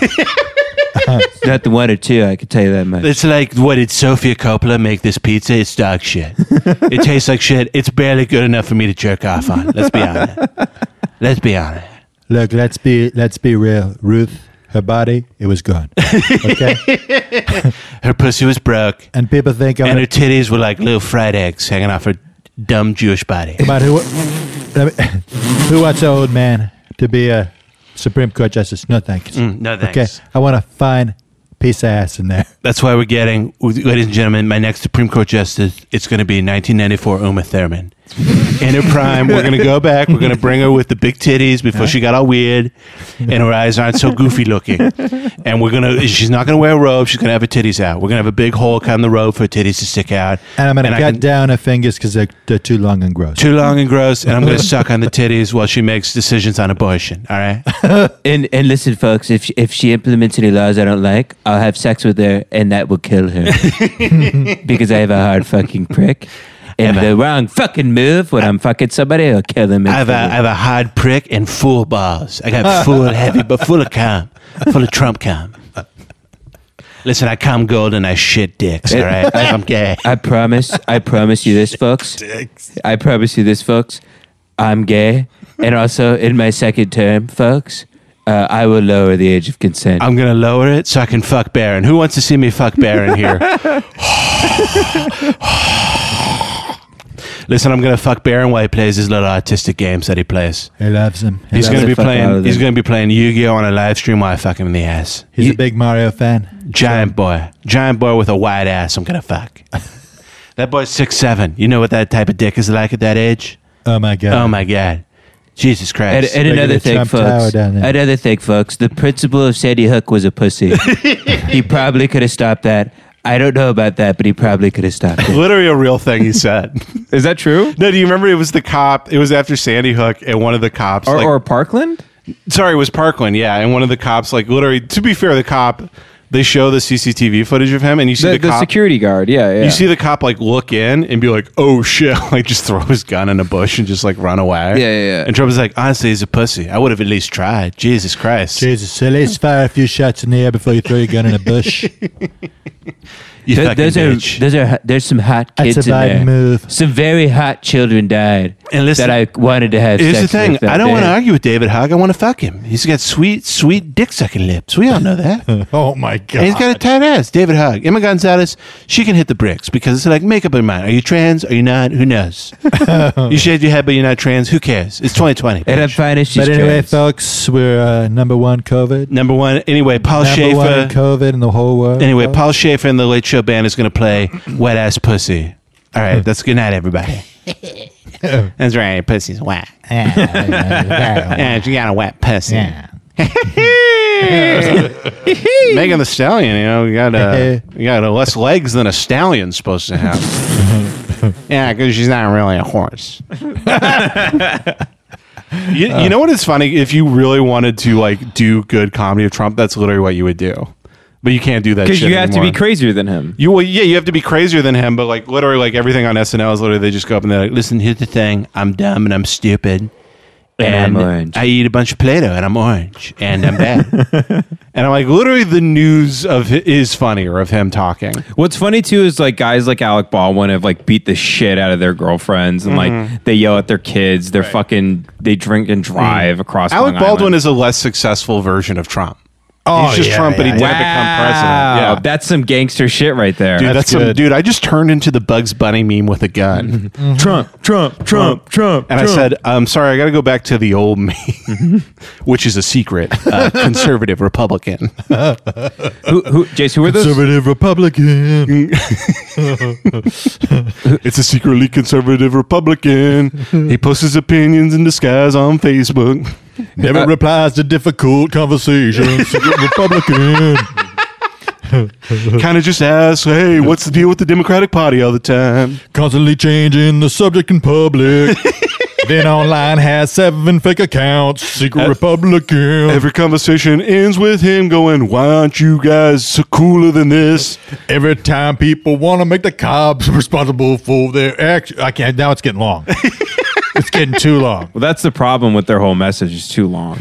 S13: It's Not the one or two, I can tell you that much.
S7: It's like, what did Sofia Coppola make this pizza? It's dog shit. it tastes like shit. It's barely good enough for me to jerk off on. Let's be honest. Let's be honest.
S14: Look, let's be let's be real. Ruth, her body, it was gone. Okay,
S7: Her pussy was broke,
S14: and people think I'm
S7: and her
S14: gonna,
S7: titties were like little fried eggs hanging off her dumb Jewish body.
S14: about who. Let me, who wants an old man to be a Supreme Court justice? No thanks.
S7: Mm, no thanks.
S14: Okay, I want a fine piece of ass in there.
S7: That's why we're getting, ladies and gentlemen, my next Supreme Court justice. It's going to be 1994 Uma Thurman. In her prime, we're going to go back. We're going to bring her with the big titties before she got all weird and her eyes aren't so goofy looking. And we're going to, she's not going to wear a robe. She's going to have her titties out. We're going to have a big hole cut in the robe for her titties to stick out.
S14: And I'm gonna
S7: I
S14: cut
S7: can-
S14: down her fingers because they're, they're too long and gross.
S7: Too long and gross, and I'm going to suck on the titties while she makes decisions on abortion. All right?
S13: And and listen, folks, if she, if she implements any laws I don't like, I'll have sex with her, and that will kill her because I have a hard fucking prick. And the wrong fucking move when I'm fucking somebody, I'll kill them.
S7: I have, a, I have a hard prick and full balls. I got full heavy, but full of cum, full of Trump cum. Listen, I cum gold and I shit dicks. All right, I'm gay.
S13: I promise. I promise you this, folks. I promise you this, folks. I'm gay, and also in my second term, folks, uh, I will lower the age of consent.
S7: I'm gonna lower it so I can fuck Baron. Who wants to see me fuck Baron here? Listen, I'm gonna fuck Baron while he plays his little autistic games that he plays.
S14: He loves him. He loves
S7: He's gonna
S14: him.
S7: be
S13: the fuck out
S7: playing.
S13: of
S7: He's
S13: them.
S7: gonna be playing Yu-Gi-Oh on a live stream while I fuck him in the ass.
S14: He's a big Mario fan.
S7: Giant boy. Giant boy with a wide ass I'm gonna fuck. that boy's six seven. You know what that type of dick is like at that age?
S14: Oh my god.
S7: Oh my god. Jesus
S13: and,
S7: Christ.
S13: and
S14: Look at
S13: another
S14: the
S13: thing,
S14: Trump Tower
S13: folks.
S14: down there.
S13: Another thing, folks. The principal of Sandy Hook was a pussy. he probably could have stopped that. I don't know about that, but he probably could have stopped it.
S7: Literally a real thing he said.
S13: Is that true?
S7: no, do you remember it was the cop? It was after Sandy Hook and one of the cops like,
S13: Parkland?
S7: sorry, it was Parkland, yeah. And one of the cops like literally to be fair, the cop
S1: They show the CCTV footage of him, and you see
S3: The,
S1: the,
S3: the
S1: cop,
S3: security guard, yeah, yeah.
S1: You see the cop like look in and be like, "Oh shit!" Like just throw his gun in a bush and just like run away.
S7: Yeah, yeah, yeah.
S1: And Trump is like, "Honestly, he's a pussy. I would have at least tried." Jesus Christ!
S2: Jesus, at least fire a few shots in the air before you throw your gun in a bush.
S1: You
S3: Th-
S1: fucking
S3: there's a-
S1: bitch.
S3: there's a there's some hot
S2: That's
S3: kids
S2: a
S3: in
S2: bad
S3: there.
S2: move.
S3: Some very hot children died
S1: And listen-
S3: that I wanted to have.
S1: Here's the
S3: sex
S1: thing.
S3: with that
S1: I don't want to
S3: day.
S1: argue with David Hogg. I want to fuck him. He's got sweet, sweet dick sucking lips. We all know that. and
S2: oh my god!
S1: he's got a tight ass. David Hogg. Emma Gonzalez, she can hit the bricks because it's like make up your mind. Are you trans? Are you not? Who knows? you shaved your head, but you're not trans. Who cares? It's 2020.
S3: And I'm
S1: bitch.
S3: fine if she's
S2: but anyway,
S3: trans.
S2: folks, we're uh, number one COVID.
S1: Number one. Anyway, Paul
S2: number one in
S1: Schaefer.
S2: COVID in the whole world.
S1: Anyway, Paul Schaefer and the Late Show Band is going to play Wet Ass Pussy. All right. That's good night, everybody. that's right. Pussy's wet.
S2: yeah.
S1: Yeah, she got a wet pussy.
S2: yeah.
S1: Megan the Stallion, you know, we got uh, we got uh, less legs than a stallion's supposed to have. yeah, because she's not really a horse. you, you know what is funny? If you really wanted to like do good comedy of Trump, that's literally what you would do. But you can't do that
S3: because
S1: shit
S3: you have to
S1: anymore.
S3: be crazier than him.
S1: You well, yeah, you have to be crazier than him. But like literally, like everything on SNL is literally they just go up and they're like, "Listen, here's the thing. I'm dumb and I'm stupid,
S3: And I'm orange."
S1: I eat a bunch of Play-Doh and I'm orange and I'm bad." and I'm like, literally, the news of hi- is funnier of him talking.
S3: What's funny too is like guys like Alec Baldwin have like beat the shit out of their girlfriends and
S1: Mm-hmm.
S3: like they yell at their kids. They're fucking they drink and drive across.
S1: Alec
S3: Long
S1: Baldwin
S3: Island.
S1: is a less successful version of Trump.
S2: Oh,
S1: He's just
S2: yeah,
S1: Trump, but he
S2: yeah,
S1: did
S2: yeah.
S1: become president.
S3: Wow,
S1: Yeah.
S3: Oh, that's some gangster shit right there.
S1: Dude, that's, some,
S2: good.
S1: dude. I just turned into the Bugs Bunny meme with a gun,
S3: Trump, Trump, Trump, Trump.
S1: and I said, "I'm sorry, I got to go back to the old me, which is a secret uh, conservative Republican."
S3: who, who, Jace, who are those?
S2: Conservative Republican.
S1: It's a secretly conservative Republican. he posts his opinions in disguise on Facebook.
S2: Never
S1: uh,
S2: replies to difficult conversations. Secret Republican.
S1: kind of just asks, hey, what's the deal with the Democratic Party all the time?
S2: Constantly changing the subject in public. then online has seven fake accounts. Secret Republican.
S1: Every conversation ends with him going, why aren't you guys so cooler than this?
S2: Every time people want to make the cops responsible for their action, I can't. Now it's getting long. it's getting too long.
S3: Well, that's the problem with their whole message. It's too long.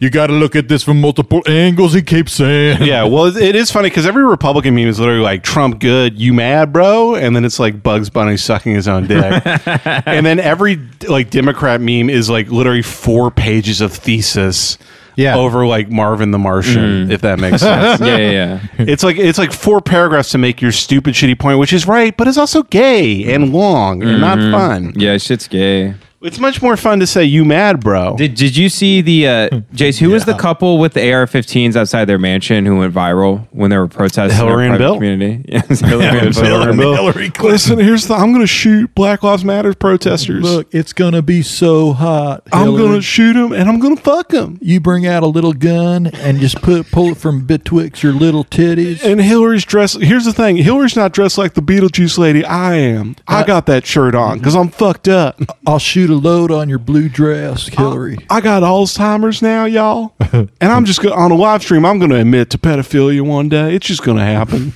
S2: You got to look at this from multiple angles. He keeps saying,
S1: Yeah, well, it- it is funny because every Republican meme is literally like, Trump good, you mad, bro? And then it's like Bugs Bunny sucking his own dick. and then every like Democrat meme is like literally four pages of thesis.
S2: Yeah.
S1: Over like Marvin the Martian, if that makes sense.
S3: Yeah, yeah, yeah.
S1: It's like it's like four paragraphs to make your stupid shitty point, which is right, but it's also gay and long and not fun.
S3: yeah shit's gay.
S1: It's much more fun to say you mad, bro.
S3: Did, did you see the uh, Jace? Who was the couple with the AR-15s outside their mansion who went viral when they were protesting? their
S1: Hillary and
S3: private
S1: Bill?
S3: Community. Yeah, it was Hillary and Bill.
S1: Hillary Clinton. Listen, here's the I'm gonna shoot Black Lives Matters protesters.
S2: "Look, it's gonna be so hot.
S1: I'm
S2: Hillary.
S1: gonna shoot them and I'm gonna fuck them.
S2: You bring out a little gun and just put pull it from betwixt your little titties.
S1: And Hillary's dressed. Here's the thing: Hillary's not dressed like the Beetlejuice lady. I am. I got that shirt on because I'm fucked up.
S2: I'll shoot a load on your blue dress, Hillary."
S1: I got Alzheimer's now, y'all. And I'm just gonna, on a live stream. I'm gonna admit to pedophilia one day. It's just gonna happen.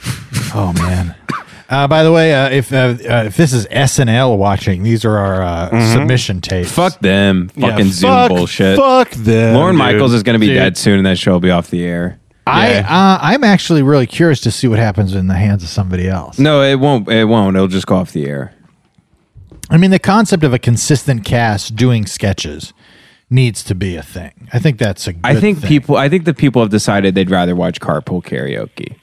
S2: Oh man. Uh, by the way, uh, if uh, uh, if this is SNL watching, these are our uh, submission tapes.
S3: Fuck them.
S1: Yeah,
S3: Fucking Zoom
S1: fuck-
S3: bullshit.
S1: Fuck them.
S3: Lauren
S1: dude.
S3: Michaels is going to be dead soon, and that show will be off the air.
S2: I uh, I'm actually really curious to see what happens in the hands of somebody else.
S3: No, it won't. It won't. It'll just go off the air.
S2: I mean, the concept of a consistent cast doing sketches needs to be a thing. I think that's a. Good
S3: I think
S2: thing.
S3: people. I think the people have decided they'd rather watch carpool karaoke.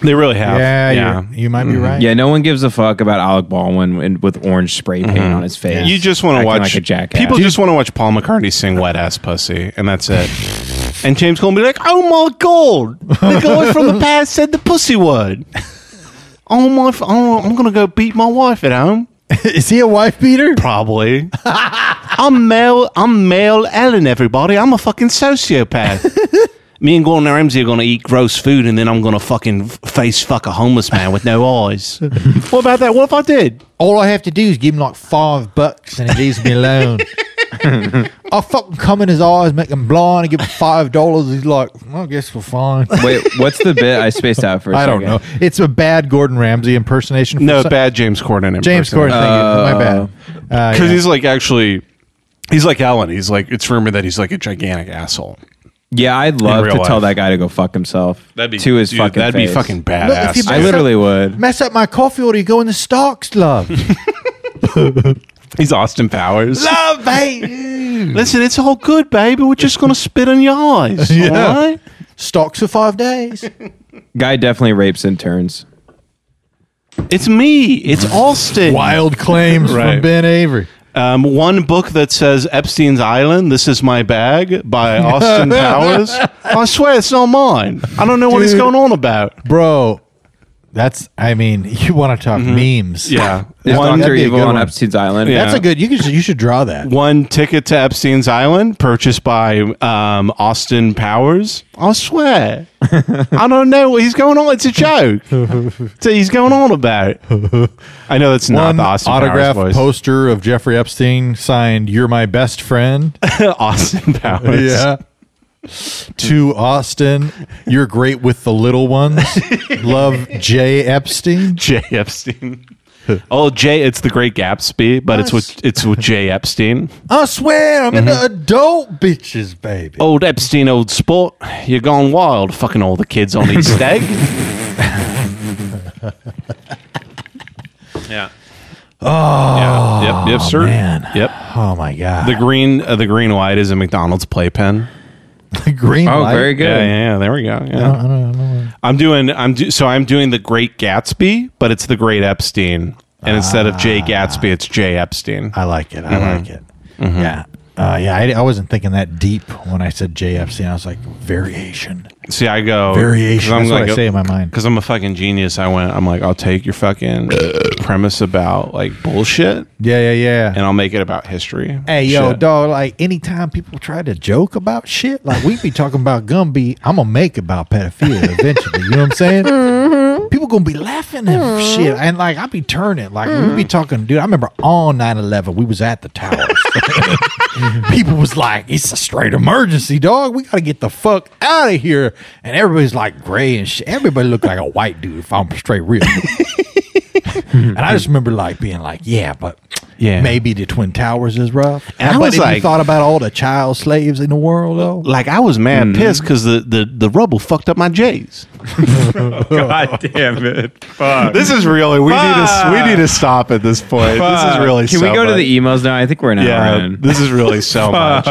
S1: They really have.
S2: Yeah,
S1: yeah.
S2: yeah. You might be right.
S3: Yeah, no one gives a fuck about Alec Baldwin and with orange spray paint on his face.
S1: Mm-hmm. You just want to
S3: Acting
S1: watch
S3: like a jackass.
S1: People just want to watch Paul McCartney sing "Wet Ass Pussy," and that's it. and James Corden be like, "Oh my god, the guy from the past said the pussy word." Oh my! f- Oh, I'm gonna go beat my wife at home.
S2: Is he a wife beater?
S1: Probably. I'm Mel. I'm Mel Ellen. Everybody. I'm a fucking sociopath. Me and Gordon Ramsay are gonna eat gross food, and then I'm gonna fucking f- face fuck a homeless man with no eyes. what about that? What if I did?
S2: All I have to do is give him like five bucks and he leaves me alone. I'll fucking come in his eyes, make him blind, and give him five dollars. He's like, well, I guess we're fine.
S3: Wait, what's the bit? I spaced out for. I
S2: I don't know. It's a bad Gordon Ramsay impersonation. for
S1: No,
S2: some-
S1: bad James Corden.
S2: James Corden.
S1: impersonation.
S2: thank you. My bad. Uh,
S1: because
S2: yeah.
S1: he's like actually he's like Alan. He's like it's rumored that he's like a gigantic asshole.
S3: Yeah, I'd love
S1: real
S3: to tell
S1: life.
S3: that guy to go fuck himself. to his
S1: dude,
S3: fucking.
S1: That'd
S3: face.
S1: be fucking
S2: Look, if you
S1: badass.
S3: I literally would.
S2: mess up my coffee order. You go in the stocks, love.
S1: he's Austin Powers.
S2: love, babe.
S1: Listen, it's all good, baby. We're just gonna spit in your eyes.
S2: Yeah.
S1: all right?
S2: Stocks for five days.
S3: Guy definitely rapes interns.
S1: It's me. It's Austin.
S2: Wild claims
S1: Right.
S2: from Ben Avery.
S1: Um, one book that says Epstein's Island. This is my bag by Austin Powers. I swear it's not mine. I don't know what he's
S2: Dude.
S1: going on about.
S2: Bro, that's, I mean, you want to talk memes.
S1: Yeah,
S3: Is
S1: one,
S3: Doctor
S2: that'd be a
S3: Evil
S2: good
S3: on
S2: one.
S3: Epstein's Island?
S1: Yeah.
S2: That's a good, you, could, you should draw that.
S1: one ticket to Epstein's Island purchased by um, Austin Powers. I swear. I don't know what he's going on. It's a joke. so he's going on about. I know that's not
S2: One
S1: the Austin
S2: autograph
S1: Powers voice.
S2: poster of Jeffrey Epstein signed, You're my best friend.
S1: Austin Powers.
S2: to Austin, you're great with the little ones. Love Jay Epstein.
S1: Jay Epstein. Oh, Jay, it's the Great Gatsby, but it's with it's with Jay Epstein.
S2: I swear I'm in
S1: Mm-hmm.
S2: the adult bitches, baby.
S1: Old Epstein, old sport, you're gone wild, fucking all the kids on each stag. yeah. Oh. Yep. Yep. Sir.
S2: man.
S1: Yep.
S2: Oh my god.
S1: The green, uh, the green light is a McDonald's playpen.
S2: The green
S3: Oh,
S2: light.
S3: very good.
S1: Yeah, yeah, yeah. There we go. Yeah. I'm doing. I'm do, so I'm doing the Great Gatsby, but it's the Great Epstein, and instead of Jay Gatsby, it's Jay Epstein.
S2: I like it. I
S1: Mm-hmm.
S2: like it. Yeah. Uh, yeah, I, I wasn't thinking that deep when I said Jay Epstein. I was like variation.
S1: See, I go
S2: Variation.
S1: Oh, 'cause I'm
S2: That's what
S1: like
S2: I
S1: a-
S2: say in my mind.
S1: Because I'm a fucking genius, I went. I'm like, I'll take your fucking premise about like bullshit,
S2: Yeah, yeah, yeah.
S1: and I'll make it about history.
S2: Hey yo,
S1: Shit.
S2: dog! Like anytime people try to joke about shit, like we be talking about Gumby, I'm gonna make about pedophilia eventually. you know what I'm saying? People gonna be laughing at shit, and like I be turning, like we be talking, dude. I remember on 9/11, we was at the towers. people was like, "It's a straight emergency, dog. We gotta get the fuck out of here." And everybody's like gray and shit. Everybody looked like a white dude if I'm straight real. and I just remember like being like, "Yeah, but."
S1: Yeah.
S2: Maybe the Twin Towers is rough.
S1: And I
S2: But
S1: was
S2: if
S1: like-
S2: you thought about all the child slaves in the world, though,
S1: Like I was mad
S3: Mm-hmm.
S1: pissed because the, the the rubble fucked up my J's.
S3: God damn it! Fuck.
S1: This is really we need to we need to stop at this point. This is really.
S3: Can we
S1: so
S3: go to
S1: much.
S3: the E emails now? I think we're an hour
S1: Yeah,
S3: in.
S1: this is really so much.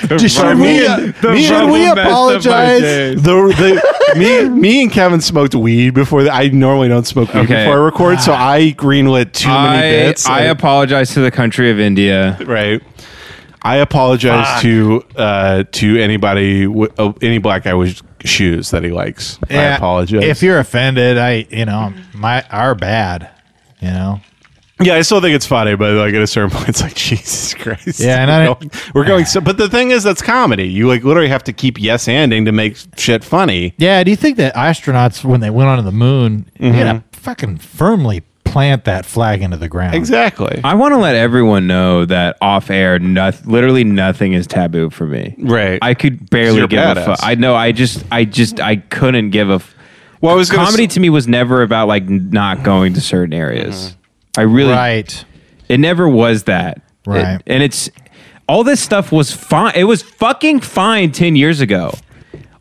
S2: just should we,
S12: the
S2: me- should
S12: rubble
S2: we
S12: messed up my
S2: apologize?
S12: day.
S1: The, the me me and Kevin smoked weed before. The, I normally don't smoke weed
S3: Okay.
S1: before I record, so I greenlit too
S3: I,
S1: many bits.
S3: I
S1: and-
S3: apologize to the country of India.
S1: right. I apologize to uh, to anybody w- uh, any black guy with shoes that he likes. I
S2: Yeah,
S1: apologize.
S2: If you're offended, I, you know, my our bad, you know.
S1: yeah, I still think it's funny, but like at a certain point, it's like Jesus Christ.
S2: Yeah, and
S1: we're
S2: I-
S1: going, we're going so. But the thing is, that's comedy. You like literally have to keep yes anding to make shit funny.
S2: Yeah, do you think that astronauts when they went onto the moon, they had to fucking firmly plant that flag into the ground?
S1: Exactly.
S2: Uh,
S3: I want to let everyone know that off air, noth- literally nothing is taboo for me.
S1: Right.
S3: I could
S1: You're
S3: barely give
S1: badass.
S3: a fuck. I know. I just, I just, I couldn't give a. F-
S1: Well, I was gonna
S3: comedy
S1: s-
S3: to me was never about like n- not going to certain areas. I really,
S2: Right.
S3: it never was that.
S2: Right.
S3: It- and it's all this stuff was fine. It was fucking fine ten years ago.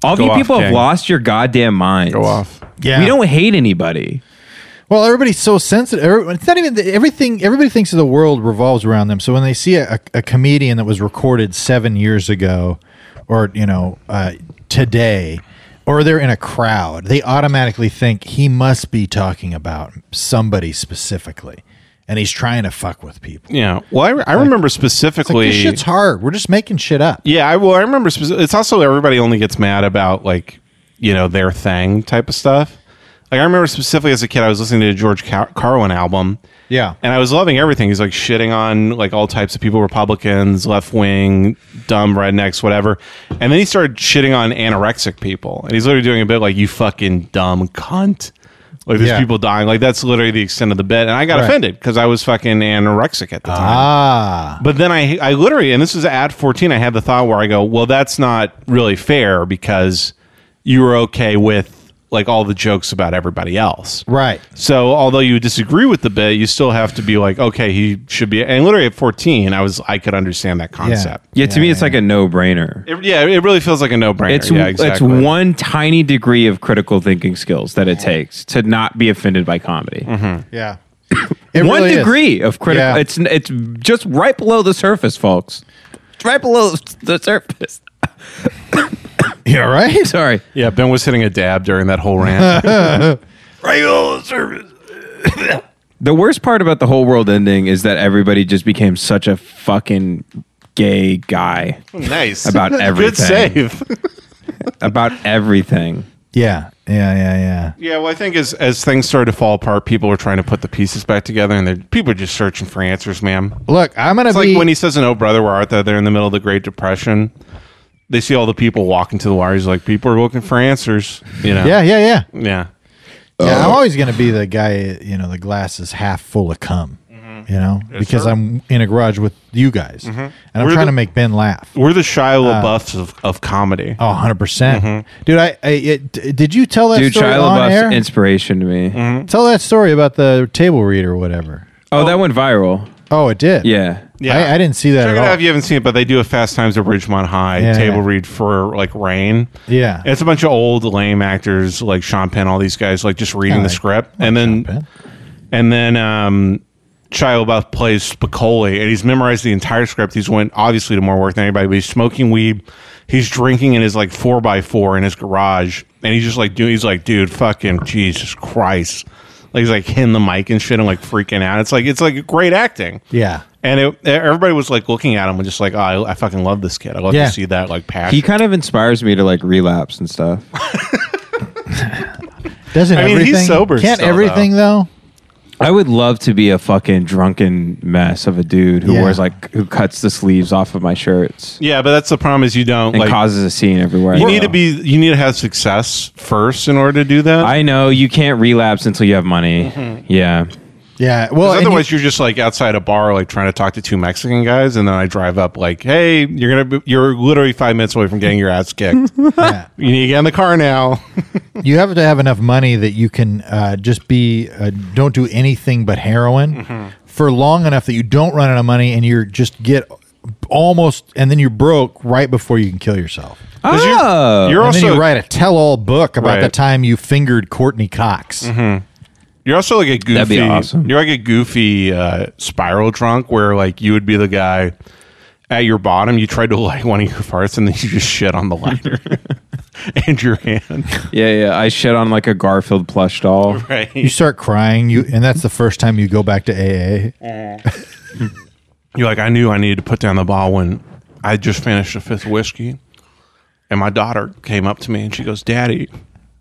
S3: All
S1: Go
S3: of you
S1: off,
S3: people have
S1: King.
S3: lost your goddamn minds.
S1: Go off.
S2: Yeah.
S3: We don't hate anybody.
S2: Well, everybody's so sensitive. Every- It's not even the, everything. Everybody thinks of the world revolves around them. So when they see a, a comedian that was recorded seven years ago, or you know, uh, today, or they're in a crowd, they automatically think he must be talking about somebody specifically, and he's trying to fuck with people.
S1: Yeah. Well, I, re- I remember
S2: It's like
S1: specifically.
S2: this shit's hard. We're just making shit up.
S1: yeah. I well, I remember. Speci- it's also everybody only gets mad about like you know their thing type of stuff. Like I remember specifically as a kid, I was listening to a George Car- Carlin album.
S2: Yeah.
S1: And I was loving everything. He's like shitting on like all types of people, Republicans, left wing, dumb rednecks, whatever. And then he started shitting on anorexic people. And he's literally doing a bit like you fucking dumb cunt. Like there's
S2: Yeah.
S1: people dying. Like that's literally the extent of the bit. And I got offended because I was fucking anorexic at the time.
S2: Ah,
S1: But then I, I literally, and this is at 14, I had the thought where I go, well, that's not really fair because you were okay with like all the jokes about everybody else.
S2: right.
S1: So although you disagree with the bit, you still have to be like, okay, he should be. And literally at 14, I was, I could understand that concept.
S3: Yeah, to me, it's like a no brainer.
S1: It, yeah, it really feels like a no brainer.
S3: It's
S1: yeah, exactly.
S3: it's one tiny degree of critical thinking skills that it takes to not be offended by comedy.
S1: Mm-hmm.
S2: Yeah. It
S3: one
S2: really is.
S3: degree of critical.
S2: Yeah.
S3: It's it's just right below the surface, folks. It's right below the surface.
S2: Yeah, right?
S3: Sorry.
S1: Yeah, Ben was hitting a dab during that whole rant.
S3: Right below the surface. the worst part about the whole world ending is that everybody just became such a fucking gay guy
S1: nice.
S3: About
S1: Good
S3: everything.
S1: save.
S3: about everything.
S2: Yeah. Yeah, yeah, yeah.
S1: Yeah, well, I think as as things started to fall apart, people were trying to put the pieces back together, and they're- people are just searching for answers, ma'am.
S2: Look, I'm going to
S1: It's
S2: be
S1: like when he says in "Oh Brother, Where Art Thou?" They're in the middle of the Great Depression. They see all the people walking to the wire. He's like, "People are looking for answers," you know.
S2: Yeah, yeah, yeah.
S1: yeah.
S2: Yeah,
S3: Oh.
S2: I'm always going to be the guy, you know, the glass is half full of cum, you know, because
S1: Mm-hmm. sir. Mm-hmm.
S2: I'm in a garage with you guys and I'm
S1: We're
S2: trying to
S1: the-
S2: make Ben laugh.
S1: We're the Shia
S2: Uh,
S1: LaBeoufs of, of comedy.
S2: Oh, 100%.
S1: Mm-hmm.
S2: percent Dude, I, I it, d- did you tell that
S3: Dude,
S2: story
S3: Shia
S2: on air?
S3: LaBeouf's inspiration to me.
S1: Mm-hmm.
S2: tell that story about the table read or whatever.
S3: Oh, that went viral.
S2: Oh, it did.
S3: Yeah.
S1: Yeah.
S2: I, I didn't see that
S1: Check
S2: at
S1: it
S2: all.
S1: out if you haven't seen it, but they do a Fast Times at Ridgemont High
S2: Yeah,
S1: table
S2: yeah.
S1: read for like rain.
S2: Yeah.
S1: It's a bunch of old lame actors like Sean Penn, all these guys like just reading
S2: I
S1: the
S2: like-
S1: script, and then
S2: Penn.
S1: and then um, Shia LaBeouf plays Spicoli, and he's memorized the entire script. He's went obviously to more work than anybody, but he's smoking weed. He's drinking in his like four by four in his garage, and he's just like doing. He's like, dude, fucking Jesus Christ! Like he's like hitting the mic and shit, and like freaking out. It's like it's like great acting.
S2: Yeah.
S1: And it, e, everybody was like looking at him and just like, oh, I, I fucking love this kid. I love
S2: Yeah.
S1: to see that like passion.
S3: He kind of inspires me to like relapse and stuff.
S2: Doesn't
S1: I mean, he's
S2: everything,
S1: sober
S2: Can't
S1: still,
S2: everything, though?
S3: I would love to be a fucking drunken mess of a dude who
S2: Yeah.
S3: wears like who cuts the sleeves off of my shirts
S1: yeah, but that's the problem is you don't
S3: and
S1: like
S3: causes a scene everywhere.
S1: you
S3: I
S1: need
S3: go.
S1: to be you need to have success first in order to do that.
S3: I know you can't relapse until you have money.
S1: Mm-hmm.
S3: Yeah.
S2: Yeah. Well,
S1: 'Cause
S2: and
S1: otherwise, you're just like outside a bar, like trying to talk to two Mexican guys, and then I drive up, like, "Hey, you're gonna, be, you're literally five minutes away from getting your ass kicked. you
S2: yeah.
S1: need to get in the car now."
S2: you have to have enough money that you can uh, just be uh, don't do anything but heroin
S1: Mm-hmm.
S2: for long enough that you don't run out of money and you're just get almost and then you're broke right before you can kill yourself.
S1: 'Cause you're-
S3: Oh.
S1: you're,
S2: and
S1: also
S2: then you write a tell-all book about
S1: Right. Mm-hmm.
S2: the time you fingered Courtney Cox.
S1: You're also like a goofy.
S3: That'd be awesome.
S1: You're like a goofy uh, spiral drunk where like you would be the guy at your bottom. You tried to light one of your farts and then you just shit on the lighter and your hand.
S3: Yeah, yeah. I shit on like a Garfield plush doll.
S2: You
S1: Right.
S2: start crying, you and that's the first time you go back to AA.
S1: You're like, I knew I needed to put down the ball when I just finished a fifth whiskey, and my daughter came up to me and she goes, "Daddy,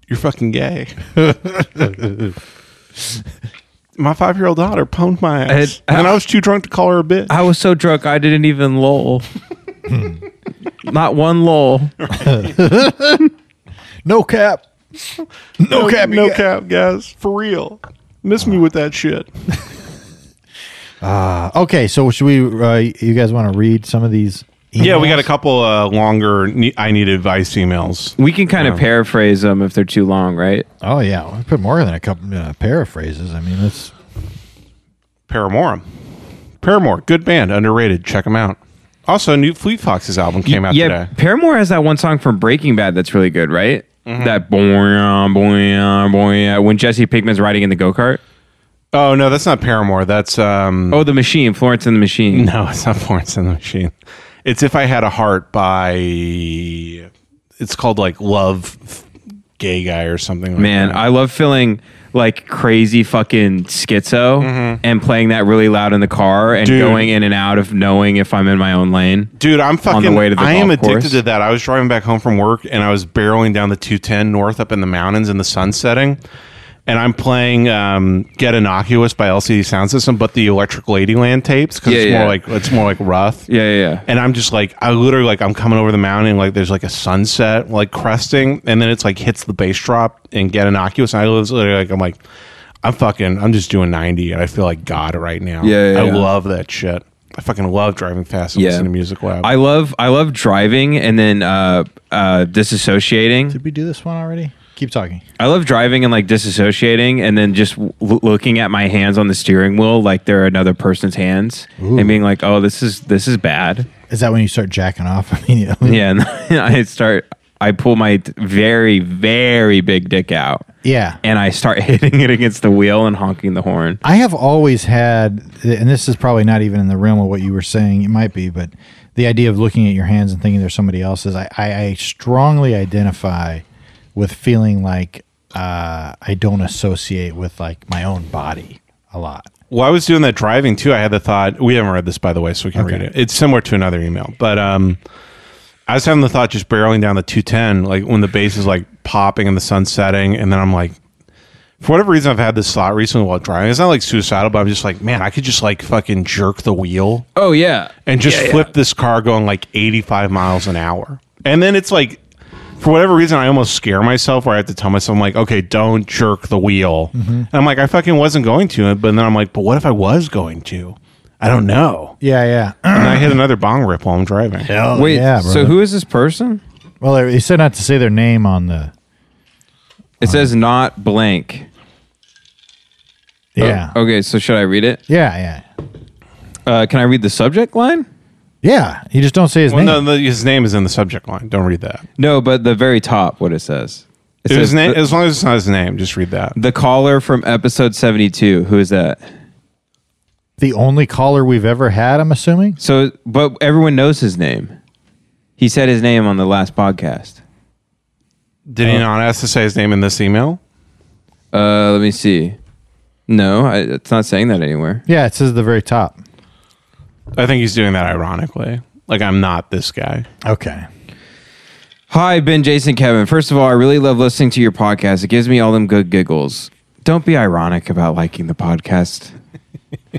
S1: you're fucking gay." my five year old daughter pwned my ass,
S3: And-
S1: and I was too drunk to call her a bitch.
S3: I was so drunk I didn't even lol. Hmm. Not one lol.
S2: No cap. No, cap.
S1: no
S2: you got-
S1: cap, guys, for real. Miss me with that shit.
S2: Okay, so should we uh, you guys want to read some of these
S1: Yeah, we
S2: emails?
S1: got a couple uh, longer. Ne- I need advice emails.
S3: We can kind of paraphrase them if they're too long, right?
S2: Oh yeah, we put more than a couple uh, paraphrases. I mean, that's
S1: Paramore, Paramore, good band, underrated. Check them out. Also, new Fleet Foxes album came out
S3: yeah,
S1: today.
S3: Paramore has that one song from Breaking Bad that's really good, right?
S1: Mm-hmm.
S3: That boing boing boing when Jesse Pinkman's riding in the go kart.
S1: Oh no, that's not Paramore. That's um.
S3: Oh, the machine, Florence and the Machine.
S1: No, it's not Florence and the Machine. It's If I Had a Heart by. It's called like Love, F- Gay Guy or something. Like
S3: Man,
S1: that.
S3: I love feeling like crazy fucking schizo and playing that really loud in the car and
S1: Mm-hmm. Dude.
S3: going in and out of knowing if I'm in my own lane.
S1: Dude, I'm fucking.
S3: way to the
S1: I am
S3: golf
S1: addicted
S3: course.
S1: to that. I was driving back home from work and I was barreling down the 210 north up in the mountains and the sun setting, and I'm playing um, Get Innocuous by LCD Sound System, but the Electric Ladyland tapes because
S7: Yeah,
S1: it's
S7: yeah.
S1: more like it's more like rough.
S7: Yeah, yeah, yeah.
S1: And I'm just like, I literally like I'm coming over the mountain, and, like there's like a sunset like cresting, and then it's like hits the bass drop and Get Innocuous, and I was literally like, I'm like, I'm fucking, I'm just doing 90, and I feel like God right now.
S7: Yeah, yeah,
S1: I
S7: yeah.
S1: love that shit. I fucking love driving fast and
S3: Yeah.
S1: listening to music loud.
S3: I love I love driving and then uh, uh, disassociating.
S2: Did we do this one already? Keep talking.
S3: I love driving and like disassociating and then just w- looking at my hands on the steering wheel like they're another person's hands and being like, oh, this is this is bad.
S2: Is that when you start jacking off immediately?
S3: Yeah, and I start. I pull my t- very very big dick out
S2: Yeah.
S3: and I start hitting it against the wheel and honking the horn.
S2: I have always had, and this is probably not even in the realm of what you were saying. It might be, but the idea of looking at your hands and thinking they're somebody else's, I, I, I strongly identify with feeling like uh, I don't associate with like my own body a lot.
S1: Well, I was doing that driving too. I had the thought. We haven't read this, by the way, so we can read it. It's similar to another email, but um, I was having the thought just barreling down the two ten, like when the bass is like popping and the sun setting, and then I'm like, for whatever reason, I've had this thought recently while driving. It's not like suicidal, but I'm just like, man, I could just like fucking jerk the wheel
S7: Oh yeah.
S1: and just flip this car going like 85 miles an hour. And then it's like, for whatever reason, I almost scare myself where I have to tell myself, I'm like, okay, don't jerk the wheel.
S7: Mm-hmm.
S1: And I'm like, I fucking wasn't going to. But then I'm like, but what if I was going to? I don't know.
S2: Yeah, yeah.
S1: And I hit another bong rip while I'm driving.
S2: Hell
S7: Wait.
S2: Oh, yeah,
S7: so
S2: brother.
S7: who is this person?
S2: Well, they said not to say their name on the. Uh,
S7: It says not blank.
S3: Oh,
S2: Yeah.
S7: Okay, so should I read it?
S2: Yeah, yeah.
S7: Uh, can I read the subject line?
S2: Yeah. You just don't say his
S1: Well,
S2: name.
S1: no, the, his name is in the subject line. Don't read that.
S7: No, but the very top, what it says. It
S1: If
S7: says
S1: his name,
S7: the,
S1: as long as it's not his name, just read that.
S7: the caller from episode seventy-two. Who is that?
S2: the only caller we've ever had, I'm assuming.
S7: So, but everyone knows his name. He said his name on the last podcast.
S1: Did
S7: Oh.
S1: he not ask to say his name in this email?
S7: Uh, let me see. No, I, it's not saying that anywhere.
S2: Yeah, it says at the very top.
S1: I think he's doing that ironically. Like, I'm not this guy.
S2: Okay.
S7: Hi, Ben, Jason, Kevin. First of all, I really love listening to your podcast. It gives me all them good giggles. Don't be ironic about liking the podcast.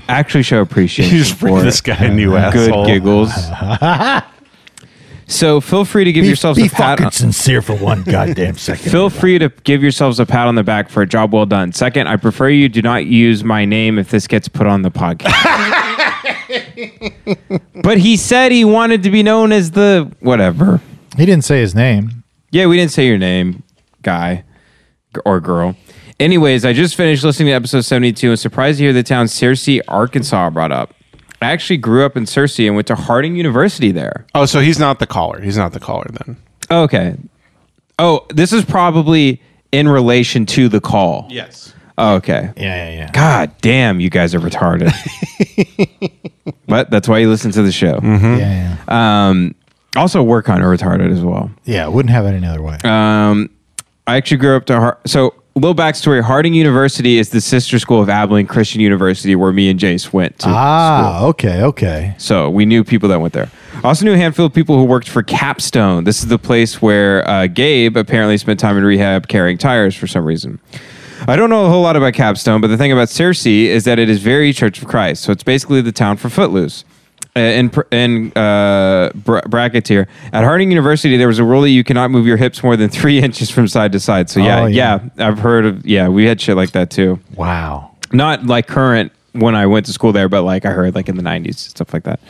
S7: Actually, show appreciation
S1: You just
S7: for
S1: read
S7: it.
S1: this guy a new
S7: good
S1: asshole.
S7: giggles. so feel free to give yourselves a pat. on-
S2: sincere for one goddamn second.
S3: Feel free to give yourselves a pat on the back for a job well done. Second, I prefer you do not use my name if this gets put on the podcast. but he said he wanted to be known as the whatever.
S2: He didn't say his name.
S3: Yeah, we didn't say your name, guy g- or girl. Anyways, I just finished listening to episode 72 and surprised to hear the town Searcy, Arkansas brought up. I actually grew up in Searcy and went to Harding University there.
S1: Oh, so he's not the caller. He's not the caller then.
S3: Okay. Oh, this is probably in relation to the call.
S1: Yes.
S3: Okay.
S2: Yeah, yeah, yeah.
S3: God damn, you guys are retarded. but that's why you listen to the show.
S2: Yeah, yeah. yeah.
S3: Um, also, we're kind of retarded as well.
S2: Yeah, wouldn't have it any other way.
S3: Um, I actually grew up to Har- so little backstory. Harding University is the sister school of Abilene Christian University, where me and Jace went to.
S2: ah, okay, okay.
S3: So we knew people that went there. I also knew a handful of people who worked for Capstone. This is the place where uh, Gabe apparently spent time in rehab carrying tires for some reason. I don't know a whole lot about Capstone, but the thing about Circe is that it is very Church of Christ. So it's basically the town for Footloose. Uh, In, pr- in uh, br- brackets here, at Harding University, there was a rule that you cannot move your hips more than three inches from side to side. So, yeah,
S2: Oh, yeah.
S3: yeah, I've heard of, yeah, we had shit like that too
S2: Wow.
S3: not like current when I went to school there, but like I heard like in the 90s, stuff like that.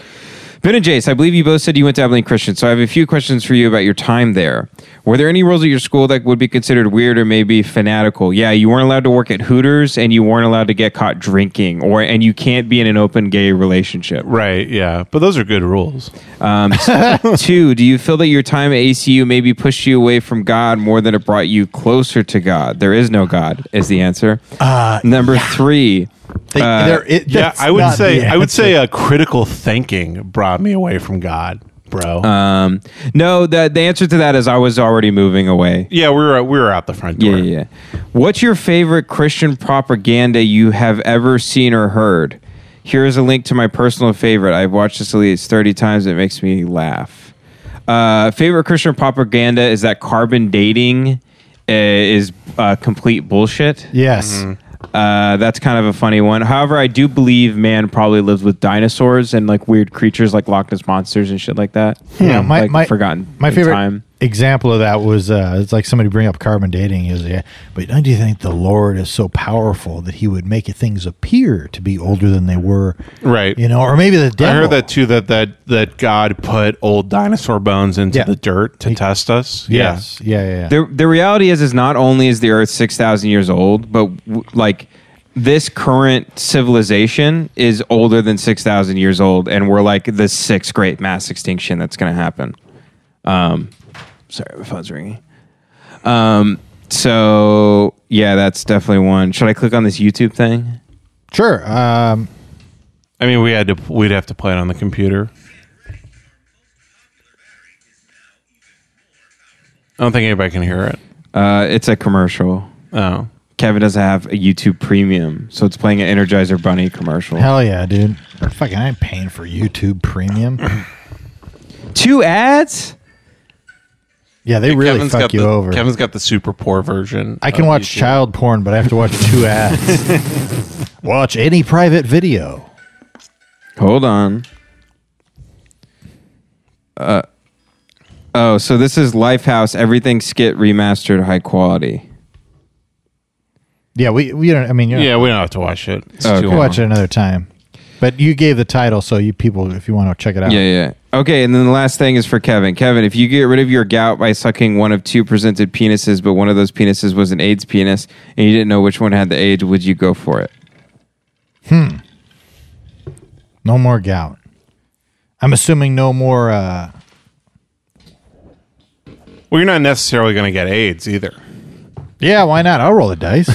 S3: Ben and Jace, I believe you both said you went to Abilene Christian, so I have a few questions for you about your time there. Were there any rules at your school that would be considered weird or maybe fanatical? Yeah, you weren't allowed to work at Hooters and you weren't allowed to get caught drinking, or and you can't be in an open gay relationship.
S1: Right, yeah. But those are good rules.
S3: Two, do you feel that your time at ACU maybe pushed you away from God more than it brought you closer to God? There is no God, is the answer. Uh, Number three,
S2: They, there- it-
S1: Yeah,
S2: that's
S1: I would
S2: not
S1: say
S2: the
S1: I would
S2: answer.
S1: say a critical thinking brought me away from God, bro.
S2: Uh,
S3: Um, no, the the answer to that is I was already moving away.
S1: yeah, we were we were out the front
S3: Yeah,
S1: door.
S3: yeah. yeah. What's your favorite Christian propaganda you have ever seen or heard? Here is a link to my personal favorite. I've watched this at least thirty times. It makes me laugh. Uh, favorite Christian propaganda is that carbon dating uh, is uh, complete bullshit.
S2: Yes.
S3: Uh, that's kind of a funny one. However, I do believe man probably lives with dinosaurs and like weird creatures like Loch Ness monsters and shit like that.
S2: Yeah, Hmm. my,
S3: Hmm, Like,
S2: my
S3: forgotten.
S2: My
S3: in
S2: favorite
S3: time.
S2: example of that was uh, it's like somebody bring up carbon dating is yeah, but don't you think the Lord is so powerful that He would make things appear to be older than they were,
S1: Right.
S2: You know, or maybe the
S1: I
S2: devil.
S1: heard that too. That that that God put old dinosaur bones into
S2: Yeah.
S1: the dirt to test us.
S2: Yes, yeah, yeah. yeah.
S3: The the reality is is not only is the Earth six thousand years old, but w- like this current civilization is older than six thousand years old, and we're like the sixth great mass extinction that's going to happen. Um, sorry, my phone's ringing. Um, so yeah, that's definitely one. Should I click on this YouTube thing?
S2: sure. Um,
S1: Yeah. I mean, we had to. We'd have to play it on the computer. I don't think anybody can hear it.
S3: Uh, it's a commercial.
S1: Oh,
S3: Kevin doesn't have a YouTube Premium, so it's playing an Energizer Bunny commercial.
S2: hell yeah, dude! Fucking, I'm paying for YouTube Premium.
S3: Two ads.
S2: Yeah, they really
S1: Kevin's
S2: fuck
S1: got
S2: you
S1: the,
S2: over.
S1: Kevin's got the super poor version.
S2: I can
S1: of
S2: watch
S1: YouTube.
S2: child porn, but I have to watch two ads. watch any private video.
S3: Hold on. Uh, oh, so this is Lifehouse Everything Skit Remastered High Quality.
S2: Yeah, we we don't. I mean, you're not-
S1: Yeah, we don't have to watch it. It's
S3: Okay.
S1: too
S2: We'll
S1: long.
S2: watch it another time. But you gave the title, so you people, if you want to check it out,
S3: Yeah, yeah. Okay, and then the last thing is for Kevin. Kevin, if you get rid of your gout by sucking one of two presented penises, but one of those penises was an AIDS penis and you didn't know which one had the AIDS, would you go for it?
S2: no more gout. I'm assuming no more. Uh,
S1: Well, you're not necessarily going to get AIDS either.
S2: yeah, why not? I'll roll the dice.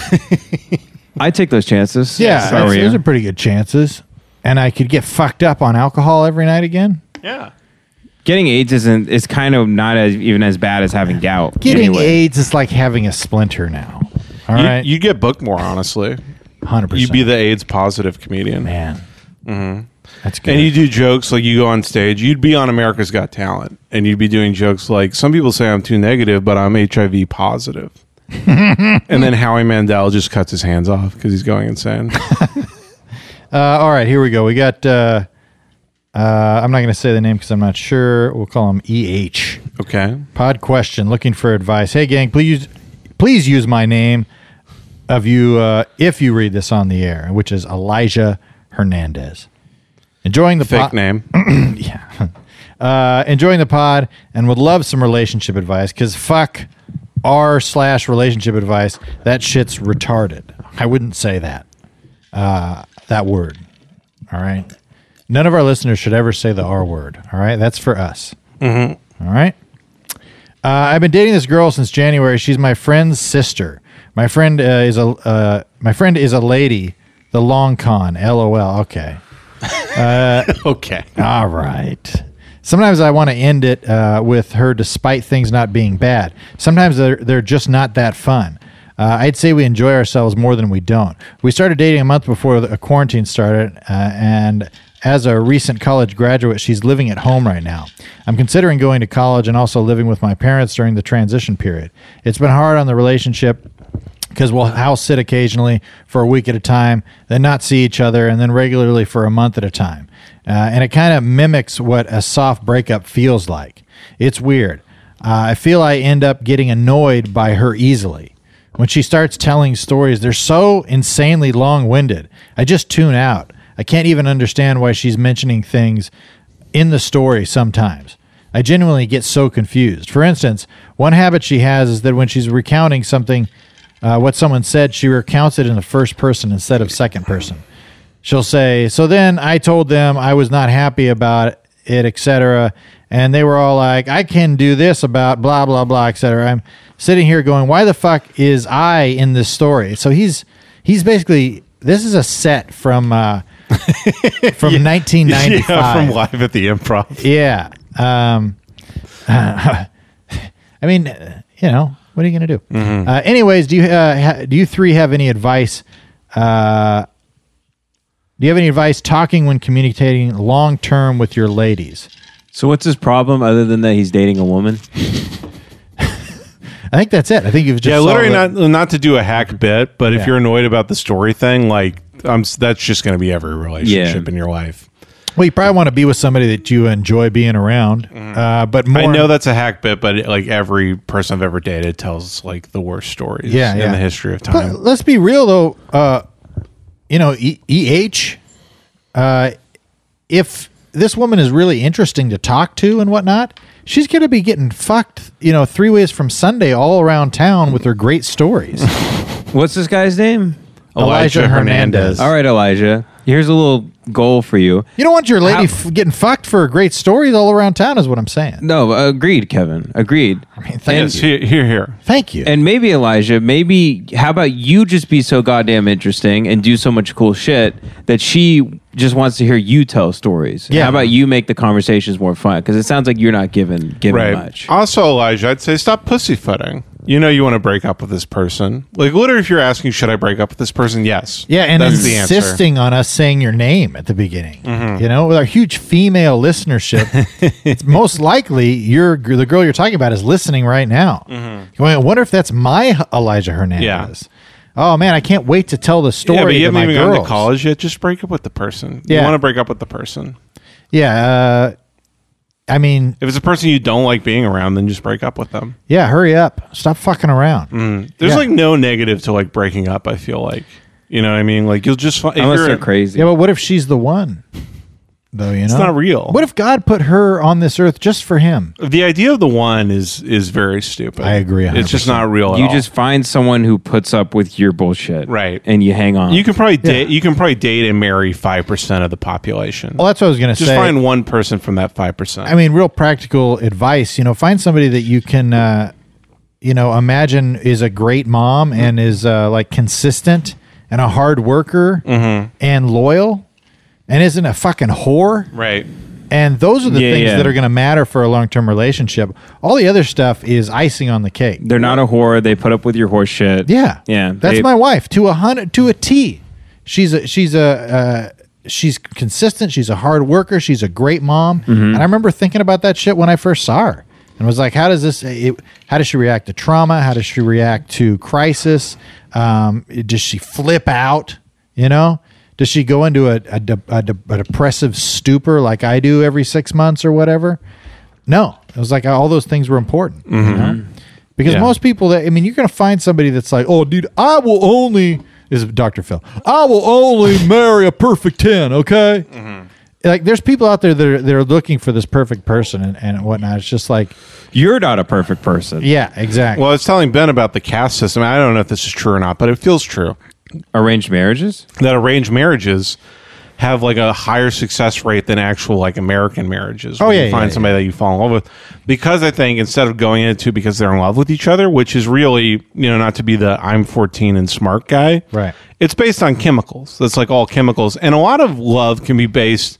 S3: I take those chances.
S2: yeah,
S1: oh,
S3: If I were
S2: that's- those
S3: you.
S2: are pretty good chances. And I could get fucked up on alcohol every night again.
S1: Yeah.
S3: getting AIDS isn't is kind of not as even as bad as having gout.
S2: Getting
S3: anyway.
S2: AIDS is like having a splinter now. All
S1: you,
S2: right,
S1: you get booked more honestly.
S2: hundred percent.
S1: You'd be the AIDS positive comedian,
S2: man. That's good.
S1: and you do jokes like you go on stage. You'd be on America's Got Talent, and you'd be doing jokes like some people say I'm too negative, but I'm HIV positive. and then Howie Mandel just cuts his hands off because he's going insane.
S2: Uh, all right, here we go. We got. Uh, uh, I'm not going to say the name because I'm not sure. We'll call him E.H.
S1: Okay,
S2: Pod question: Looking for advice. Hey, gang, please, please use my name of you uh, if you read this on the air, which is Elijah Hernandez. Enjoying the
S1: fake
S2: pod,
S1: name.
S2: Uh, enjoying the pod, and would love some relationship advice because fuck r slash relationship advice. That shit's retarded. I wouldn't say that. Uh, that word. All right. None of our listeners should ever say the R word. All right. That's for us. All right. Uh, I've been dating this girl since January. She's my friend's sister. My friend uh, is a uh, my friend is a lady. The long con. LOL. Okay.
S1: okay,
S2: All right. Sometimes I want to end it uh, with her, despite things not being bad. Sometimes they're, they're just not that fun. Uh, I'd say we enjoy ourselves more than we don't. We started dating a month before the a quarantine started, uh, and as a recent college graduate, she's living at home right now. I'm considering going to college and also living with my parents during the transition period. It's been hard on the relationship because we'll house sit occasionally for a week at a time, then not see each other, and then regularly for a month at a time. Uh, and it kind of mimics what a soft breakup feels like. It's weird. Uh, I feel I end up getting annoyed by her easily. When she starts telling stories, they're so insanely long winded. I just tune out. I can't even understand why she's mentioning things in the story sometimes. I genuinely get so confused. For instance, one habit she has is that when she's recounting something, uh, what someone said, she recounts it in the first person instead of second person. She'll say, "So then I told them I was not happy about it, etc." And they were all like, "I can do this about blah blah blah, etc." I'm sitting here going, "Why the fuck is I in this story?" So he's he's basically this is a set from uh, from 1995.
S1: yeah, from live at the improv.
S2: Yeah. Um, I mean, uh, you know, what are you going to do?
S1: Mm-hmm.
S2: Uh, anyways, do you uh, ha- do you three have any advice? Uh, do you have any advice talking when communicating long term with your ladies?
S3: So what's his problem other than that he's dating a woman?
S2: I think that's it. I think you've just
S1: yeah,
S2: solved
S1: literally
S2: it.
S1: not not to do a hack bit, but if
S2: Yeah.
S1: you're annoyed about the story thing, like I'm, s- that's just going to be every relationship
S3: Yeah.
S1: in your life.
S2: Well, you probably want to be with somebody that you enjoy being around. Uh, but more,
S1: Mm-hmm. I know that's a hack bit, but like every person I've ever dated tells like the worst stories
S2: Yeah,
S1: in
S2: yeah.
S1: the history of time.
S2: But let's be real though. Uh, you know, E- EH. Uh, if this woman is really interesting to talk to and whatnot, she's going to be getting fucked. You know, three ways from Sunday all around town with her great stories.
S3: What's this guy's name?
S2: Elijah Hernandez.
S3: All right, Elijah. Here's a little goal for you.
S2: You don't want your lady
S3: How-
S2: f- getting fucked for her great stories all around town, is what I'm saying.
S3: No, agreed, Kevin. Agreed.
S2: I mean, thank
S1: yes,
S2: you.
S1: here, here, here.
S2: Thank you.
S3: And maybe Elijah, maybe how about you just be so goddamn interesting and do so much cool shit that she just wants to hear you tell stories.
S2: Yeah.
S3: How about you make the conversations more fun? Because it sounds like you're not giving giving
S1: Right.
S3: much.
S1: Also, Elijah, I'd say stop pussyfooting. You know you want to break up with this person. Like literally, if you're asking, should I break up with this person? Yes.
S2: Yeah, and
S1: that's the answer. Mm-hmm.
S2: insisting on us saying your name at the beginning. You know, with our huge female listenership, it's most likely you're the girl you're talking about is listening right now.
S1: Mm-hmm.
S2: Going, I wonder if that's my Elijah Hernandez. Oh man, I can't wait to tell the story.
S1: Yeah, but
S2: to
S1: you haven't
S2: my
S1: even gone
S2: girls.
S1: to college yet. Just break up with the person. You
S2: Yeah.
S1: want to break up with the person.
S2: Yeah, uh, I mean,
S1: If it's a person you don't like being around, then just break up with them.
S2: yeah, hurry up, stop fucking around.
S1: There's
S2: Yeah.
S1: like no negative to like breaking up. I feel like you know what I mean. Like you'll just find if
S3: Unless
S1: you're-
S3: they're crazy.
S2: Yeah, but what if she's the one? Though you know, it's
S1: not real.
S2: What if God put her on this earth just for him?
S1: The idea of the one is is very stupid.
S2: I agree
S1: It's just not real. At
S3: you
S1: all.
S3: just find someone who puts up with your bullshit.
S1: Right.
S3: And you hang on.
S1: you can probably date you can probably date and marry five percent of the population.
S2: Well, that's what I was gonna
S1: just
S2: say.
S1: find one person from that five percent.
S2: I mean, real practical advice. You know, find somebody that you can, uh, you know, imagine is a great mom and is uh, like consistent and a hard worker
S3: Mm-hmm.
S2: and loyal and isn't a fucking whore.
S1: right.
S2: And those are the
S3: Yeah,
S2: things
S3: yeah.
S2: that are going to matter for a long term relationship. All the other stuff is icing on the cake.
S3: They're not a whore. They put up with your horse shit.
S2: Yeah,
S3: Yeah.
S2: That's
S3: They-
S2: my wife to a hundred to a T. She's a she's a uh, she's consistent. She's a hard worker. She's a great mom.
S3: Mm-hmm.
S2: And I remember thinking about that shit when I first saw her, and was like, how does this? It, how does she react to trauma? How does she react to crisis? Um, does she flip out? You know. Does she go into a, a, de- a, de- a depressive stupor like I do every six months or whatever? No, it was like all those things were important. You know? Because most people that I mean, you're gonna find somebody that's like, oh, dude, I will only this is Dr. Phil. I will only marry a perfect ten. Okay.
S1: Mm-hmm.
S2: Like, there's people out there that are, that are looking for this perfect person and, and whatnot. It's just like,
S3: You're not a perfect person.
S2: yeah, exactly.
S1: Well, I was telling Ben about the caste system. I don't know if this is true or not, but it feels true
S3: Arranged marriages?
S1: that arranged marriages have like a higher success rate than actual like American marriages.
S2: Oh,
S1: where
S2: yeah,
S1: you
S2: yeah,
S1: find
S2: yeah.
S1: somebody that you fall in love with because I think instead of going into because they're in love with each other, which is really you know not to be the I'm 14 and smart guy,
S2: Right.
S1: It's based on chemicals. That's like all chemicals, and a lot of love can be based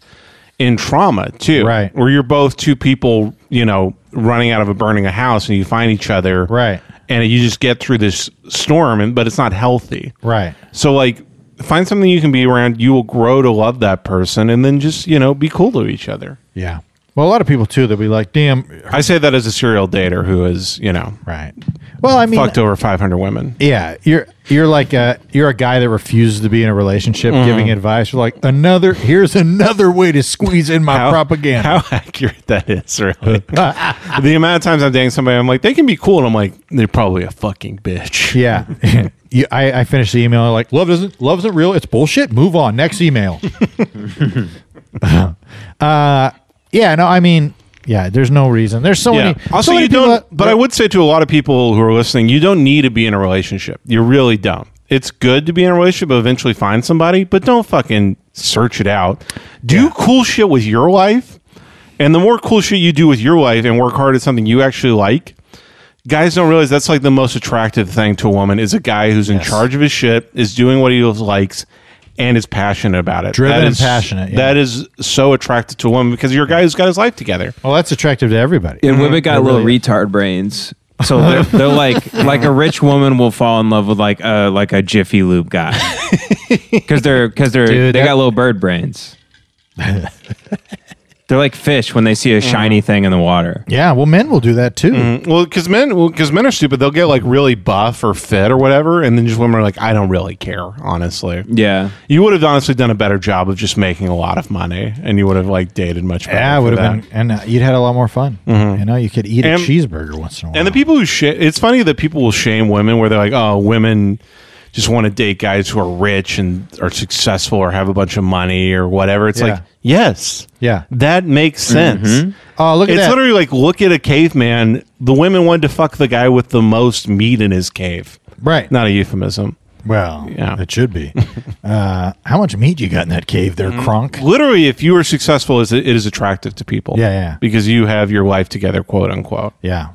S1: in trauma too,
S2: Right.
S1: Where you're both two people, you know, running out of a burning a house, and you find each other,
S2: Right.
S1: And you just get through this storm, and but it's not healthy,
S2: right.
S1: so like find something you can be around, you will grow to love that person and then just, you know, be cool to each other.
S2: Yeah. Well, a lot of people too that be like, damn.
S1: I say that as a serial dater who is, you know,
S2: Right. Well, I mean,
S1: fucked over 500 women.
S2: Yeah, you're you're like a you're a guy that refuses to be in a relationship, giving
S1: Mm-hmm.
S2: advice. You're like another. Here's another way to squeeze in my propaganda.
S1: How accurate that is, really. the amount of times I'm dating somebody, I'm like, they can be cool. And I'm like, they're probably a fucking bitch.
S2: Yeah. you, I, I finished the email like love isn't love isn't real. It's bullshit. Move on. Next email. uh, yeah. No. I mean, yeah. There's no reason. There's so
S1: Yeah.
S2: many.
S1: Also,
S2: so many
S1: you
S2: people
S1: don't,
S2: that-
S1: but I would say to a lot of people who are listening, you don't need to be in a relationship. You really don't. It's good to be in a relationship, but eventually find somebody, but don't fucking search it out. Do cool shit with your life. And the more cool shit you do with your life and work hard at something you actually like, guys don't realize that's like the most attractive thing to a woman is a guy who's in charge of his shit, is doing what he likes, and is passionate about it.
S2: Driven
S1: That
S2: and
S1: is-
S2: passionate, yeah.
S1: That is so attractive to a woman because you're a guy who's got his life together.
S2: Well, that's attractive to everybody.
S3: And women got little retard brains. So they're, they're like like a rich woman will fall in love with like a like a Jiffy Lube guy because they're because they're
S2: Dude,
S3: they
S2: that-
S3: got little bird brains. They're like fish when they see a shiny thing in the water.
S2: Yeah, well, men will do that
S1: Mm-hmm.
S2: too.
S1: Well, because men, well, because men are stupid. They'll get like really buff or fit or whatever, and then just women are like, I don't really care, honestly.
S3: Yeah.
S1: You would have honestly done a better job of just making a lot of money, and you would have like dated much better.
S2: Yeah, it would
S1: for that. Mm-hmm.
S2: have been, and uh, you'd had a lot more fun. You know, you could eat
S1: And-
S2: a cheeseburger once in a while.
S1: And the people who shit, it's funny that people will shame women where they're like, oh, women just want to date guys who are rich and are successful or have a bunch of money or whatever. It's
S2: Yeah.
S1: like, yes,
S2: Yeah.
S1: that makes sense.
S2: oh, look at
S1: It's
S2: that!
S1: literally like look at a caveman. The women wanted to fuck the guy with the most meat in his cave.
S2: right.
S1: Not a euphemism.
S2: Well,
S1: Yeah.
S2: it should be. uh, how much meat you got in that cave there,
S1: Mm.
S2: Kronk?
S1: Literally, if you are successful, is it is attractive to people.
S2: Yeah, yeah.
S1: Because you have your life together, quote unquote.
S2: Yeah.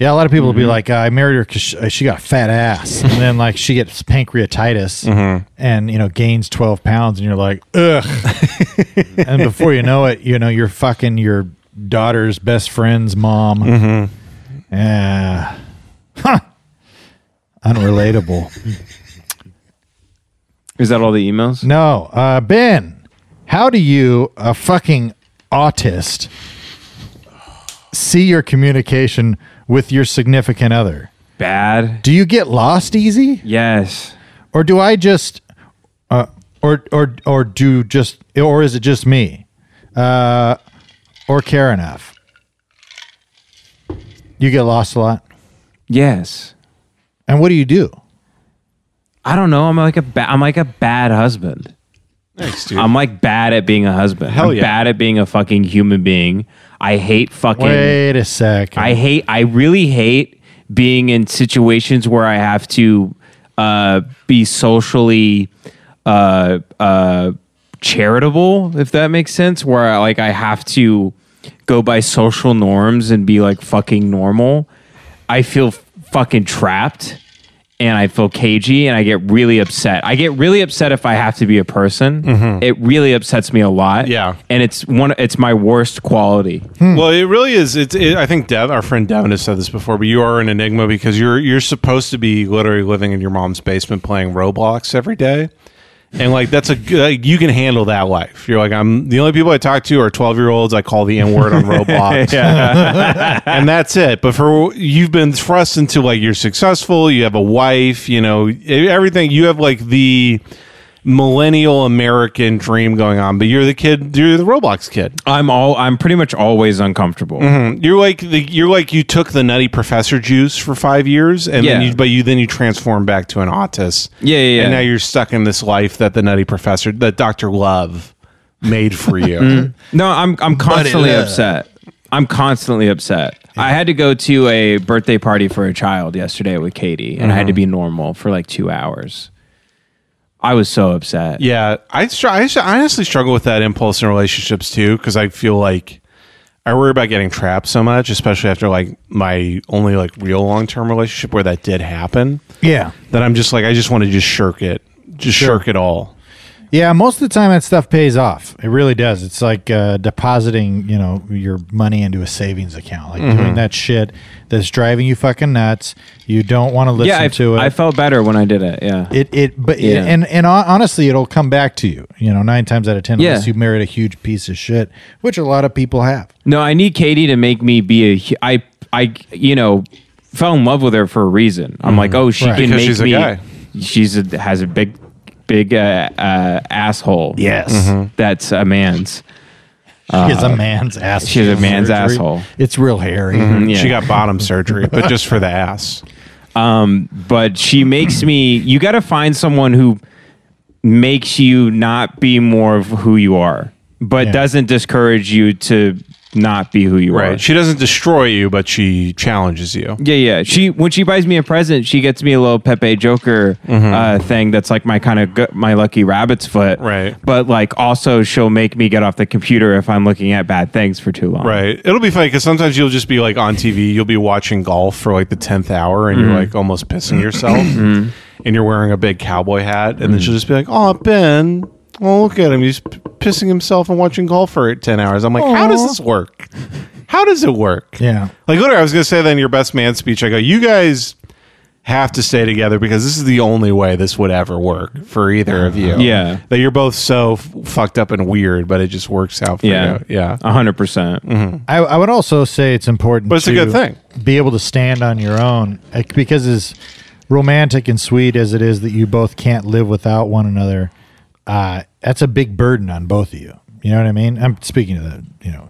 S2: Yeah, a lot of people will be like, uh, I married her because she, uh, she got a fat ass. And then, like, she gets pancreatitis and, you know, gains 12 pounds. And you're like, ugh. and before you know it, you know, you're fucking your daughter's best friend's mom. Yeah. huh. Unrelatable.
S3: Is that all the emails?
S2: No, uh, Ben, how do you, a fucking autist, see your communication with your significant other?
S3: Bad.
S2: Do you get lost easy,
S3: Yes.
S2: or do I just, uh, or or or do just, or is it just me, uh, or care enough? You get lost a lot,
S3: Yes.
S2: and what do you do?
S3: I don't know. I'm like a ba- I'm like a bad husband.
S1: Thanks, dude.
S3: I'm like bad at being a husband.
S1: Hell
S3: I'm
S1: yeah.
S3: bad at being a fucking human being. I hate fucking
S2: Wait a second.
S3: I hate. I really hate being in situations where I have to uh, be socially uh, uh, charitable, if that makes sense. Where I, like I have to go by social norms and be like fucking normal. I feel f- fucking trapped. And I feel cagey, and I get really upset. I get really upset if I have to be a person. It really upsets me a lot.
S1: Yeah.
S3: and it's one. It's my worst quality.
S1: Well, it really is. It's. It, I think Dev, our friend Devin, has said this before, but you are an enigma because you're you're supposed to be literally living in your mom's basement playing Roblox every day, and like that's a good- like, you can handle that life. You're like I'm the only people I talk to are twelve year olds. I call the N word on Roblox, and that's it. But for you've been thrust into like you're successful, you have a wife, you know e, everything. You have like the millennial American dream going on, but you're the kid. You're the Roblox kid.
S3: I'm all I'm pretty much always uncomfortable.
S2: Mm-hmm.
S1: You're like the, you're like you took the nutty professor juice for five years, and then
S3: Yeah.
S1: you, but you then you transform back to an autist.
S3: Yeah, yeah,
S1: And
S3: yeah.
S1: now you're stuck in this life that the nutty professor, that Doctor Love, made for you.
S3: No, I'm I'm constantly
S2: uh,
S3: upset. I'm constantly upset. I had to go to a birthday party for a child yesterday with Katie, and I
S2: Mm-hmm.
S3: had to be normal for like two hours. I was so upset.
S1: yeah, I, str- I s- I honestly struggle with that impulse in relationships too, because I feel like I worry about getting trapped so much, especially after like my only like real long term relationship where that did happen.
S2: yeah,
S1: That I'm just like I just want to just shirk it, just shirk it all.
S2: Yeah, most of the time that stuff pays off. It really does. It's like uh, depositing, you know, your money into a savings account.
S3: Mm-hmm.
S2: Like doing that shit that's driving you fucking nuts. You don't want to listen
S3: yeah. I,
S2: to it.
S3: I felt better when I did it. Yeah,
S2: it it but
S3: Yeah.
S2: and and hon- honestly, it'll come back to you. You know, nine times out of ten,
S3: Yeah.
S2: unless you married a huge piece of shit, which a lot of people have.
S3: No, I need Katie to make me be a. hu- I I you know fell in love with her for a reason. I'm like, oh, she
S2: Mm-hmm. Right.
S3: can
S1: Because
S3: make
S1: she's a
S3: me.
S1: guy.
S3: She's a, has a big big uh, uh, asshole. Yes,
S2: Mm-hmm.
S1: Mm-hmm.
S3: that's a man's.
S2: she's a man's asshole.
S3: she's Uh, a man's asshole. Mm-hmm.
S2: It's real hairy.
S3: Yeah.
S1: She got bottom surgery, but just for the ass.
S3: but she makes me you got to find someone who makes you not be more of who you are but
S2: Yeah.
S3: doesn't discourage you to not be who you are
S1: Right. She doesn't destroy you, but she challenges you.
S3: yeah yeah she when she buys me a present she gets me a little pepe joker
S1: Mm-hmm.
S3: uh, thing that's like my kind of gu- my lucky rabbit's foot
S1: Right.
S3: but like also she'll make me get off the computer if i'm looking at bad things for too long
S1: Right. It'll be funny because sometimes you'll just be like on TV, you'll be watching golf for like the 10th hour and
S3: Mm-hmm.
S1: you're like almost pissing yourself and you're wearing a big cowboy hat. And
S3: Mm.
S1: then she'll just be like, oh, Ben, oh, look at him. He's p- pissing himself and watching golf for 10 hours. I'm like, how does this work? How does it work?
S2: Yeah.
S1: Like, literally, I was going to say that in your best man speech. I go, you guys have to stay together because this is the only way this would ever work for either of you.
S3: Yeah.
S1: That you're both so f- fucked up and weird, but it just works out for
S3: Yeah. Uh,
S1: you. Yeah. Mm-hmm.
S3: hundred percent.
S2: I, I would also say it's important.
S1: But it's a
S2: to
S1: good thing.
S2: Be able to stand on your own like, because as romantic and sweet as it is that you both can't live without one another, uh, that's a big burden on both of you. You know what I mean? I'm speaking to the you know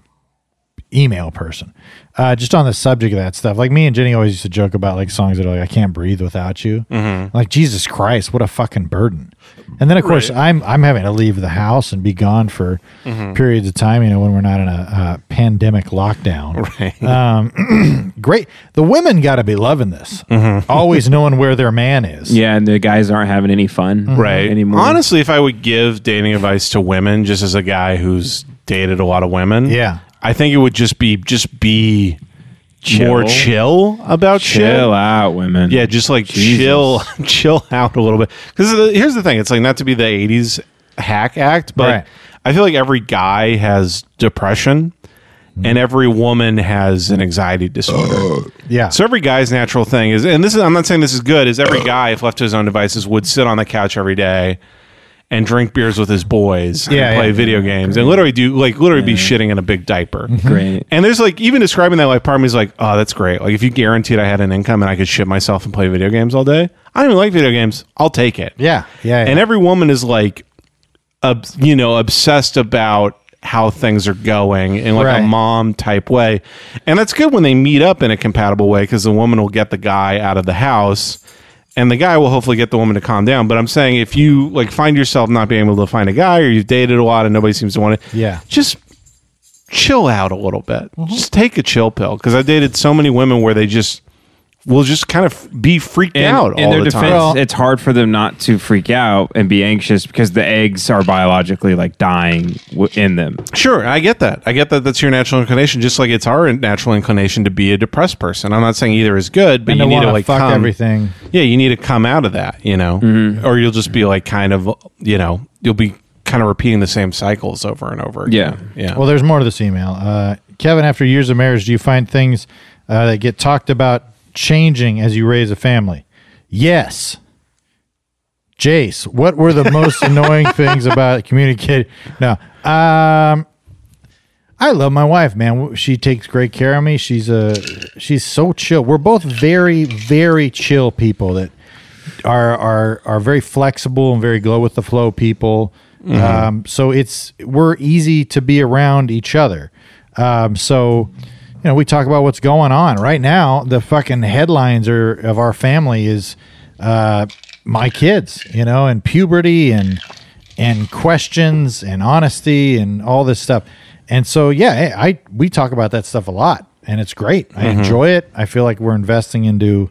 S2: email person. Uh, just on the subject of that stuff, like me and Jenny always used to joke about like songs that are like I can't breathe without you.
S1: Mm-hmm.
S2: Like Jesus Christ, what a fucking burden. And then of course I'm I'm having to leave the house and be gone for
S1: Mm-hmm.
S2: periods of time. You know when we're not in a uh, pandemic lockdown. Um, great. The women got to be loving this.
S1: Mm-hmm.
S2: Always knowing where their man is.
S3: Yeah, and the guys aren't having any fun
S1: Right.
S3: uh, anymore.
S1: Honestly, if I would give dating advice to women, just as a guy who's dated a lot of women,
S2: Yeah.
S1: I think it would just be just be more chill about shit.
S3: chill out, women.
S1: Yeah, just like chill, chill out a little bit. Because here's the thing: it's like not to be the '80s hack act, but
S2: Right.
S1: I feel like every guy has depression, and
S2: Mm.
S1: every woman has an anxiety disorder.
S2: Yeah.
S1: So every guy's natural thing is, and this is I'm not saying this is good. Is every guy, if left to his own devices, would sit on the couch every day and drink beers with his boys
S2: Yeah,
S1: and play
S2: yeah.
S1: video games and literally do like literally be shitting in a big diaper.
S3: Great.
S1: And there's like even describing that like part of me is like, oh, that's great. Like if you guaranteed I had an income and I could shit myself and play video games all day, I don't even like video games. I'll take it.
S2: Yeah. Yeah.
S1: And every woman is like, ob- you know, obsessed about how things are going in like
S2: Right.
S1: a mom type way. And that's good when they meet up in a compatible way because the woman will get the guy out of the house and the guy will hopefully get the woman to calm down. But I'm saying if you like find yourself not being able to find a guy or you've dated a lot and nobody seems to want it,
S2: Yeah. Mm-hmm.
S1: just chill out a little bit. Just take a chill pill because I dated so many women where they just will just kind of be freaked
S3: And
S1: out
S3: in
S1: all
S3: their
S1: the
S3: defense,
S1: time.
S3: it's hard for them not to freak out and be anxious because the eggs are biologically like dying w- in them.
S1: Sure, I get that. I get that that's your natural inclination, just like it's our natural inclination to be a depressed person. I'm not saying either is good, but
S2: And
S1: you
S2: to
S1: need to
S2: wanna
S1: like
S2: fuck
S1: come,
S2: everything.
S1: Yeah, you need to come out of that, you know, or you'll just be like kind of, you know, you'll be kind of repeating the same cycles over and over. Again. Yeah, yeah.
S2: Well, there's more to this email. Uh, Kevin, after years of marriage, do you find things uh, that get talked about changing as you raise a family? Yes. Jace, what were the most annoying things about communicating? No. Um, I love my wife, man. She takes great care of me. She's a she's so chill. We're both very very chill people that are are are very flexible and very glow with the flow people. Um, so it's we're easy to be around each other. Um, so you know we talk about what's going on right now. The fucking headlines are of our family is uh, my kids, you know, and puberty and and questions and honesty and all this stuff. And so yeah, I, I we talk about that stuff a lot, and it's great. I enjoy it. I feel like we're investing into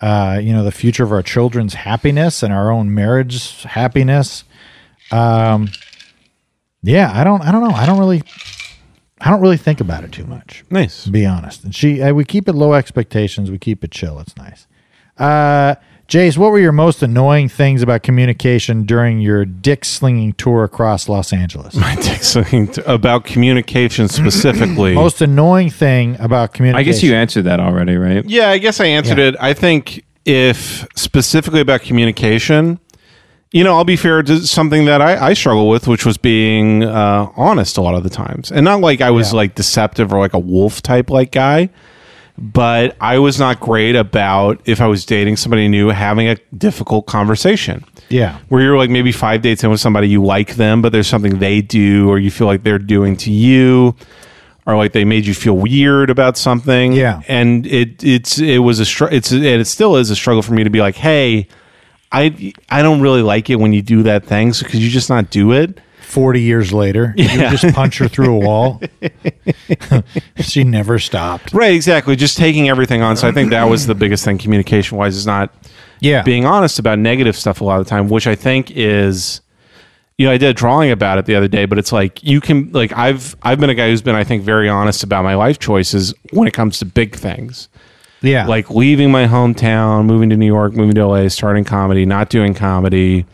S2: uh, you know, the future of our children's happiness and our own marriage happiness. Um, yeah, I don't, I don't know. I don't really, I don't really think about it too much.
S1: Nice.
S2: To be honest, and she, uh, we keep it low expectations. We keep it chill. It's nice. Uh, Jace, what were your most annoying things about communication during your dick slinging tour across Los Angeles?
S1: I think something to- about communication specifically.
S2: most annoying thing about
S3: I
S2: communication.
S3: guess you answered that already, right?
S1: Yeah, I guess I answered it. I think if specifically about communication, you know, I'll be fair to something that I, I struggle with, which was being uh, honest a lot of the times, and not like I was
S2: Yeah.
S1: like deceptive or like a wolf type like guy, but I was not great about if I was dating somebody new having a difficult conversation
S2: Yeah.
S1: where you're like maybe five dates in with somebody you like them, but there's something they do or you feel like they're doing to you, or like they made you feel weird about something.
S2: Yeah.
S1: and it it's it was a str- it's and it still is a struggle for me to be like, hey, I I don't really like it when you do that thing, so could you just not do it?
S2: 40 years later, you just punch her through a wall. she never stopped.
S1: Right, exactly. Just taking everything on. So I think that was the biggest thing communication wise is not
S2: Yeah.
S1: being honest about negative stuff a lot of the time, which I think is you know, I did a drawing about it the other day, but it's like you can like I've I've been a guy who's been, I think, very honest about my life choices when it comes to big things.
S2: yeah.
S1: Like leaving my hometown, moving to New York, moving to LA, starting comedy, not doing comedy,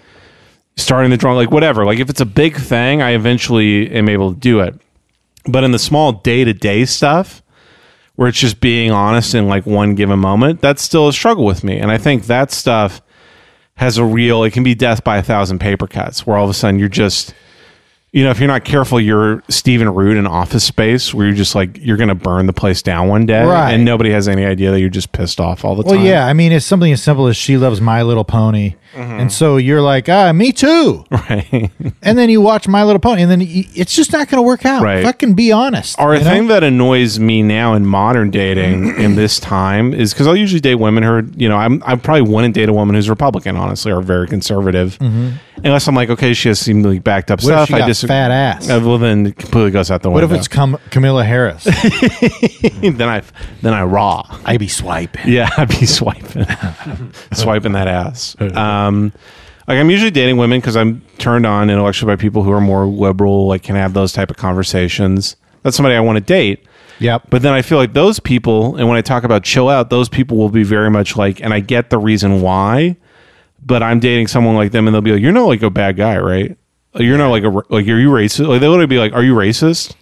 S1: starting the drawing, like whatever. Like if it's a big thing, I eventually am able to do it. But in the small day to day stuff, where it's just being honest in like one given moment, that's still a struggle with me. And I think that stuff has a real, it can be death by a thousand paper cuts where all of a sudden you're just, you know, if you're not careful, you're Stephen Root in office space where you're just like, you're going to burn the place down one day.
S2: Right.
S1: And nobody has any idea that you're just pissed off all the
S2: Well,
S1: time.
S2: yeah. I mean, it's something as simple as she loves My Little Pony, and so you're like, ah, me too.
S1: Right.
S2: And then you watch My Little Pony, and then y it's just not going to work out.
S1: Right.
S2: Fucking be honest.
S1: Or a
S2: you know?
S1: thing that annoys me now in modern dating in this time is because I'll usually date women who are, you know, I'm, I probably wouldn't date a woman who's Republican, honestly, or very conservative. Unless I'm like, okay, she has seemingly backed up
S2: Mm-hmm. What if
S1: stuff.
S2: she
S1: I
S2: got
S1: disagree.
S2: fat ass?
S1: Uh, well, then it completely goes out the
S2: What
S1: window.
S2: if it's Cam- Camilla Harris?
S1: then I then I raw.
S2: I be swiping.
S1: Yeah, I'd be swiping, swiping that ass. Um, like I'm usually dating women because I'm turned on intellectually by people who are more liberal, like can have those type of conversations. That's somebody I want to date.
S2: Yep.
S1: But then I feel like those people, and when I talk about chill out, those people will be very much like, and I get the reason why, but I'm dating someone like them, and they'll be like, "You're not like a bad guy, right? You're not like a like are you racist? Like they would be like, "Are you racist?"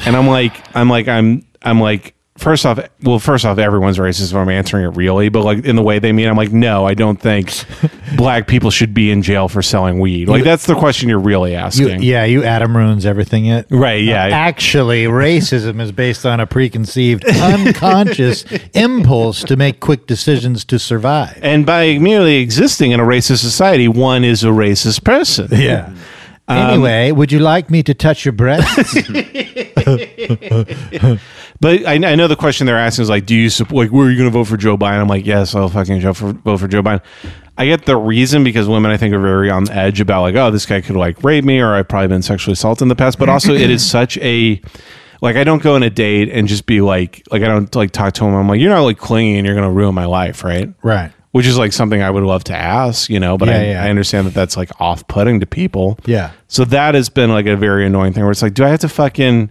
S1: And I'm like, I'm like, I'm I'm like, first off, well, first off, everyone's racist if I'm answering it really, but like in the way they mean, I'm like, no, I don't think black people should be in jail for selling weed. Like that's the question you're really
S2: You,
S1: asking.
S2: yeah, you Adam ruins everything. It uh,
S1: Right, yeah.
S2: Actually, racism is based on a preconceived, unconscious impulse to make quick decisions to survive.
S1: and by merely existing in a racist society, one is a racist person.
S2: Yeah.
S1: Um,
S2: Anyway, would you like me to touch your breasts?
S1: But I, I know the question they're asking is like, do you support? Like, were you going to vote for Joe Biden? I'm like, yes, I'll fucking vote for, vote for Joe Biden. I get the reason because women, I think, are very on the edge about like, oh, this guy could like rape me, or I've probably been sexually assaulted in the past. But also, it is such a like, I don't go on a date and just be like, like I don't like talk to him. I'm like, you're not like clingy and you're going to ruin my life, right?
S2: right.
S1: Which is like something I would love to ask, you know. But I,
S2: Yeah, yeah.
S1: I understand that that's like off-putting to people.
S2: Yeah.
S1: So that has been like a very annoying thing where it's like, do I have to fucking,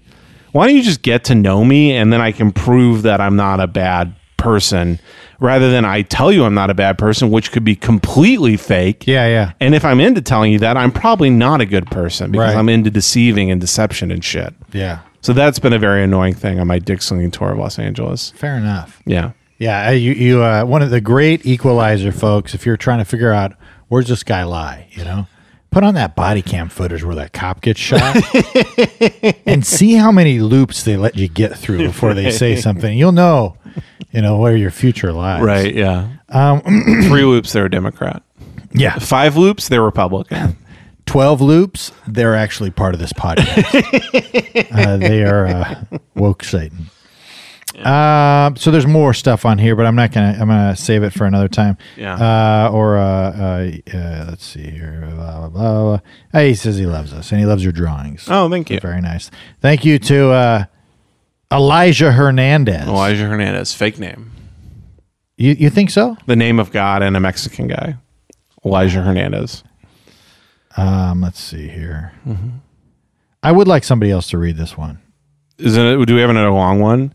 S1: why don't you just get to know me and then I can prove that I'm not a bad person rather than I tell you I'm not a bad person, which could be completely fake.
S2: Yeah, yeah.
S1: And if I'm into telling you that, I'm probably not a good person because
S2: Right.
S1: I'm into deceiving and deception and shit.
S2: Yeah.
S1: So that's been a very annoying thing on my dick slinging tour of Los Angeles.
S2: Fair enough.
S1: Yeah.
S2: Yeah, uh, you you uh, one of the great equalizer folks. If you're trying to figure out where's this guy lie, you know, put on that body cam footage where that cop gets shot, and see how many loops they let you get through before they say something. You'll know, you know, where your future lies.
S1: Yeah. Um, Three loops, they're a Democrat.
S2: Yeah.
S1: Five loops, they're Republican.
S2: Twelve loops. They're actually part of this podcast. uh, they are uh, woke Satan. Um, so there's more stuff on here, but I'm not gonna. I'm gonna save it for another time.
S1: Yeah.
S2: Uh, or uh, uh, uh, let's see here. Blah blah blah. blah. Hey, he says he loves us and he loves your drawings.
S1: Oh, thank you.
S2: very nice. Thank you to uh, Elijah Hernandez.
S1: Elijah Hernandez, fake name.
S2: You you think so?
S1: the name of God and a Mexican guy, Elijah Hernandez.
S2: Um, let's see here.
S1: Mm-hmm.
S2: I would like somebody else to read this one.
S1: Isn't it? Do we have another long one?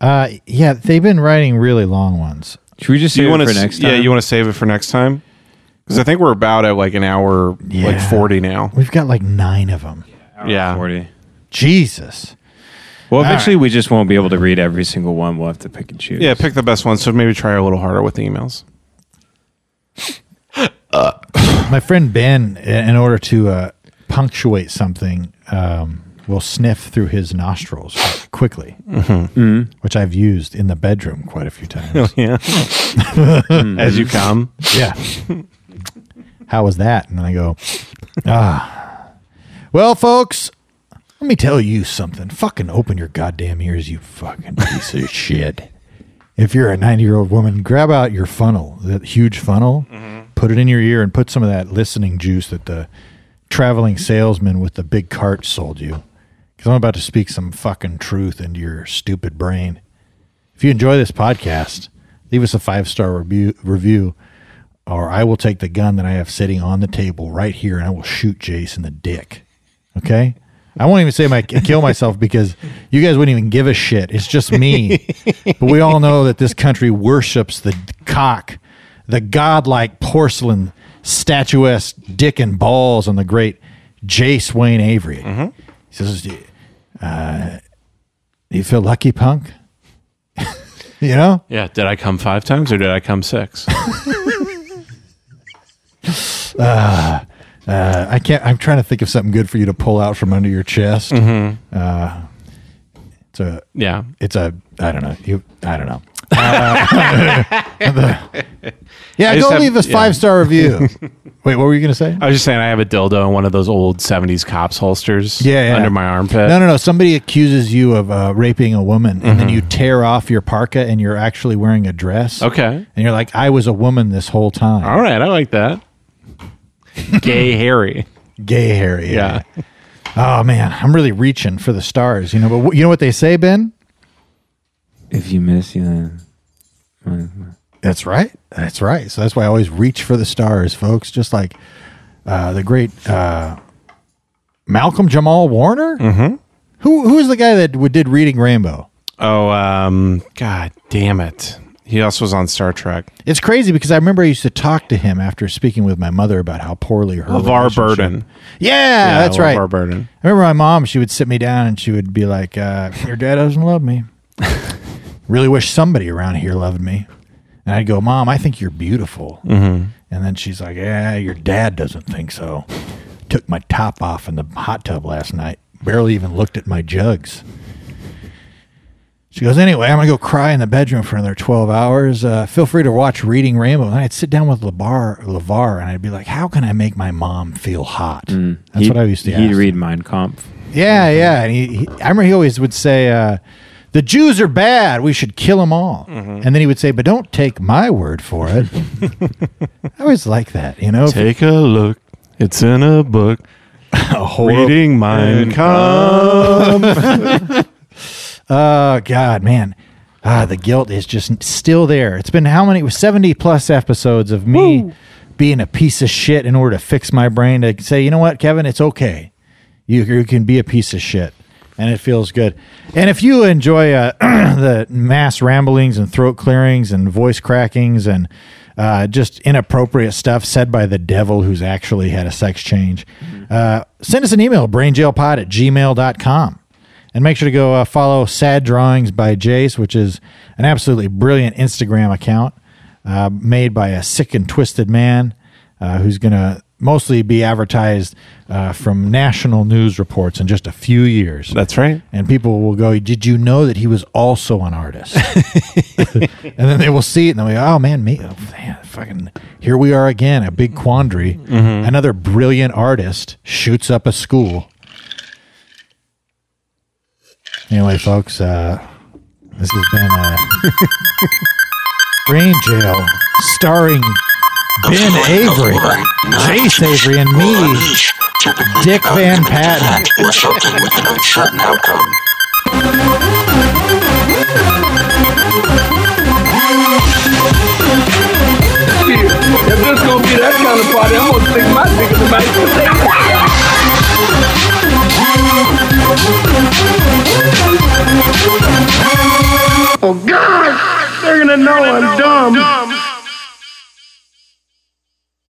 S2: Uh, yeah, they've been writing really long ones.
S3: Should we just
S1: Do
S3: save
S1: you
S3: it
S1: want
S3: for
S1: to?
S3: next time?
S1: Yeah, you want to save it for next time? Because I think we're about at like an hour, like
S2: Yeah.
S1: forty now.
S2: We've got like nine of them.
S1: Yeah,
S3: forty.
S2: Jesus.
S3: Well, eventually we just won't be able to read every single one. We'll have to pick and choose.
S1: yeah. Pick the best one. So maybe try a little harder with the emails.
S2: My friend Ben, i- in order to uh, punctuate something, um, will sniff through his nostrils quickly, which I've used in the bedroom quite a few times.
S1: Yeah, as you come.
S2: yeah. How was that? And I go, ah. Well, folks, let me tell you something. Fucking open your goddamn ears, you fucking piece of shit. If you're a 90 year old woman, grab out your funnel, that huge funnel, put it in your ear, and put some of that listening juice that the traveling salesman with the big cart sold you. Because I'm about to speak some fucking truth into your stupid brain. If you enjoy this podcast, leave us a five star review, review, or I will take the gun that I have sitting on the table right here and I will shoot Jace in the dick. Okay? I won't even say my kill myself because you guys wouldn't even give a shit. It's just me. but we all know that this country worships the cock, the godlike porcelain statuesque dick and balls on the great Jace Wayne Avery. He says, uh, "Do you feel lucky, punk?" You know?
S1: Yeah. Did I come five times or did I come six?
S2: Uh, I can't. I'm trying to think of something good for you to pull out from under your chest. Uh,
S1: Mm-hmm.
S2: it's a.
S1: yeah.
S2: It's a. I don't know. You. I don't know. Uh, the- yeah,
S1: I just
S2: go
S1: have-
S2: leave us
S1: yeah.
S2: five star review. Wait, what were you gonna say?
S1: I was just saying I have a dildo in one of those old '70s cops holsters.
S2: Yeah, yeah.
S1: Under my armpit.
S2: No, no, no. Somebody accuses you of uh, raping a woman, and
S1: Mm-hmm.
S2: then you tear off your parka, and you're actually wearing a dress.
S1: Okay.
S2: And you're like, I was a woman this whole time.
S1: All right. I like that. Gay Harry.
S2: Gay Harry.
S1: Yeah.
S2: Oh man, I'm really reaching for the stars. You know, but wh- you know what they say, Ben?
S3: If you miss, you then
S2: That's right. That's right. So that's why I always reach for the stars, folks. Just like uh, the great uh, Malcolm Jamal Warner. Mm-hmm. Who who is the guy that would- did Reading Rainbow?
S1: Oh, um, God damn it. He also was on Star Trek.
S2: It's crazy because I remember I used to talk to him after speaking with my mother about how poorly her
S1: LeVar
S2: relationship-
S1: Burden.
S2: Yeah, that's
S1: LeVar
S2: right.
S1: Burden.
S2: I remember my mom, she would sit me down and she would be like, uh, Your dad doesn't love me. really wish somebody around here loved me. And I'd go, Mom, I think you're beautiful.
S3: Mm-hmm.
S2: And then she's like, Yeah, your dad doesn't think so. Took my top off in the hot tub last night, barely even looked at my jugs. She goes, Anyway, I'm going to go cry in the bedroom for another 12 hours. Uh, feel free to watch Reading Rainbow. And I'd sit down with LeVar, LeVar and I'd be like, How can I make my mom feel hot? That's what I used to
S3: Mm. He'd
S2: ask.
S3: read Mein Kampf.
S2: Yeah,
S1: Mm-hmm.
S2: yeah. And he, he, I remember he always would say, uh, "The Jews are bad. We should kill them all."
S1: Mm-hmm.
S2: And then he would say, "But don't take my word for it." I always like that, you know.
S1: Take a look. It's in a book.
S2: a
S1: Reading Mein Kampf.
S2: Oh God, man. Ah, the guilt is just still there. It's been how many? It was seventy plus episodes of me being a piece of shit in order to fix my brain to say, you know what, Kevin, it's okay. You, you can be a piece of shit, and it feels good. And if you enjoy uh, the mass ramblings and throat clearings and voice crackings and uh, just inappropriate stuff said by the devil who's actually had a sex change, uh, send us an email, brainjailpod at gmail.com. And make sure to go uh, follow Sad Drawings by Jace, which is an absolutely brilliant Instagram account uh, made by a sick and twisted man uh, who's going to mostly be advertised uh, from national news reports in just a few years.
S1: That's right.
S2: and people will go, Did you know that he was also an artist? and then they will see it and they'll be, Oh man, me, oh, man, fucking, here we are again, a big quandary. Another brilliant artist shoots up a school. Anyway, folks, uh, this has been uh, Brain Jail starring Ben Avery, Jace Avery, and me, Dick Van Patten.
S4: Or something with an uncertain outcome.
S5: Shit, if this gonna be that kind of party, I'm gonna stick my dick in the back of the table. Oh God, they're gonna know I'm dumb.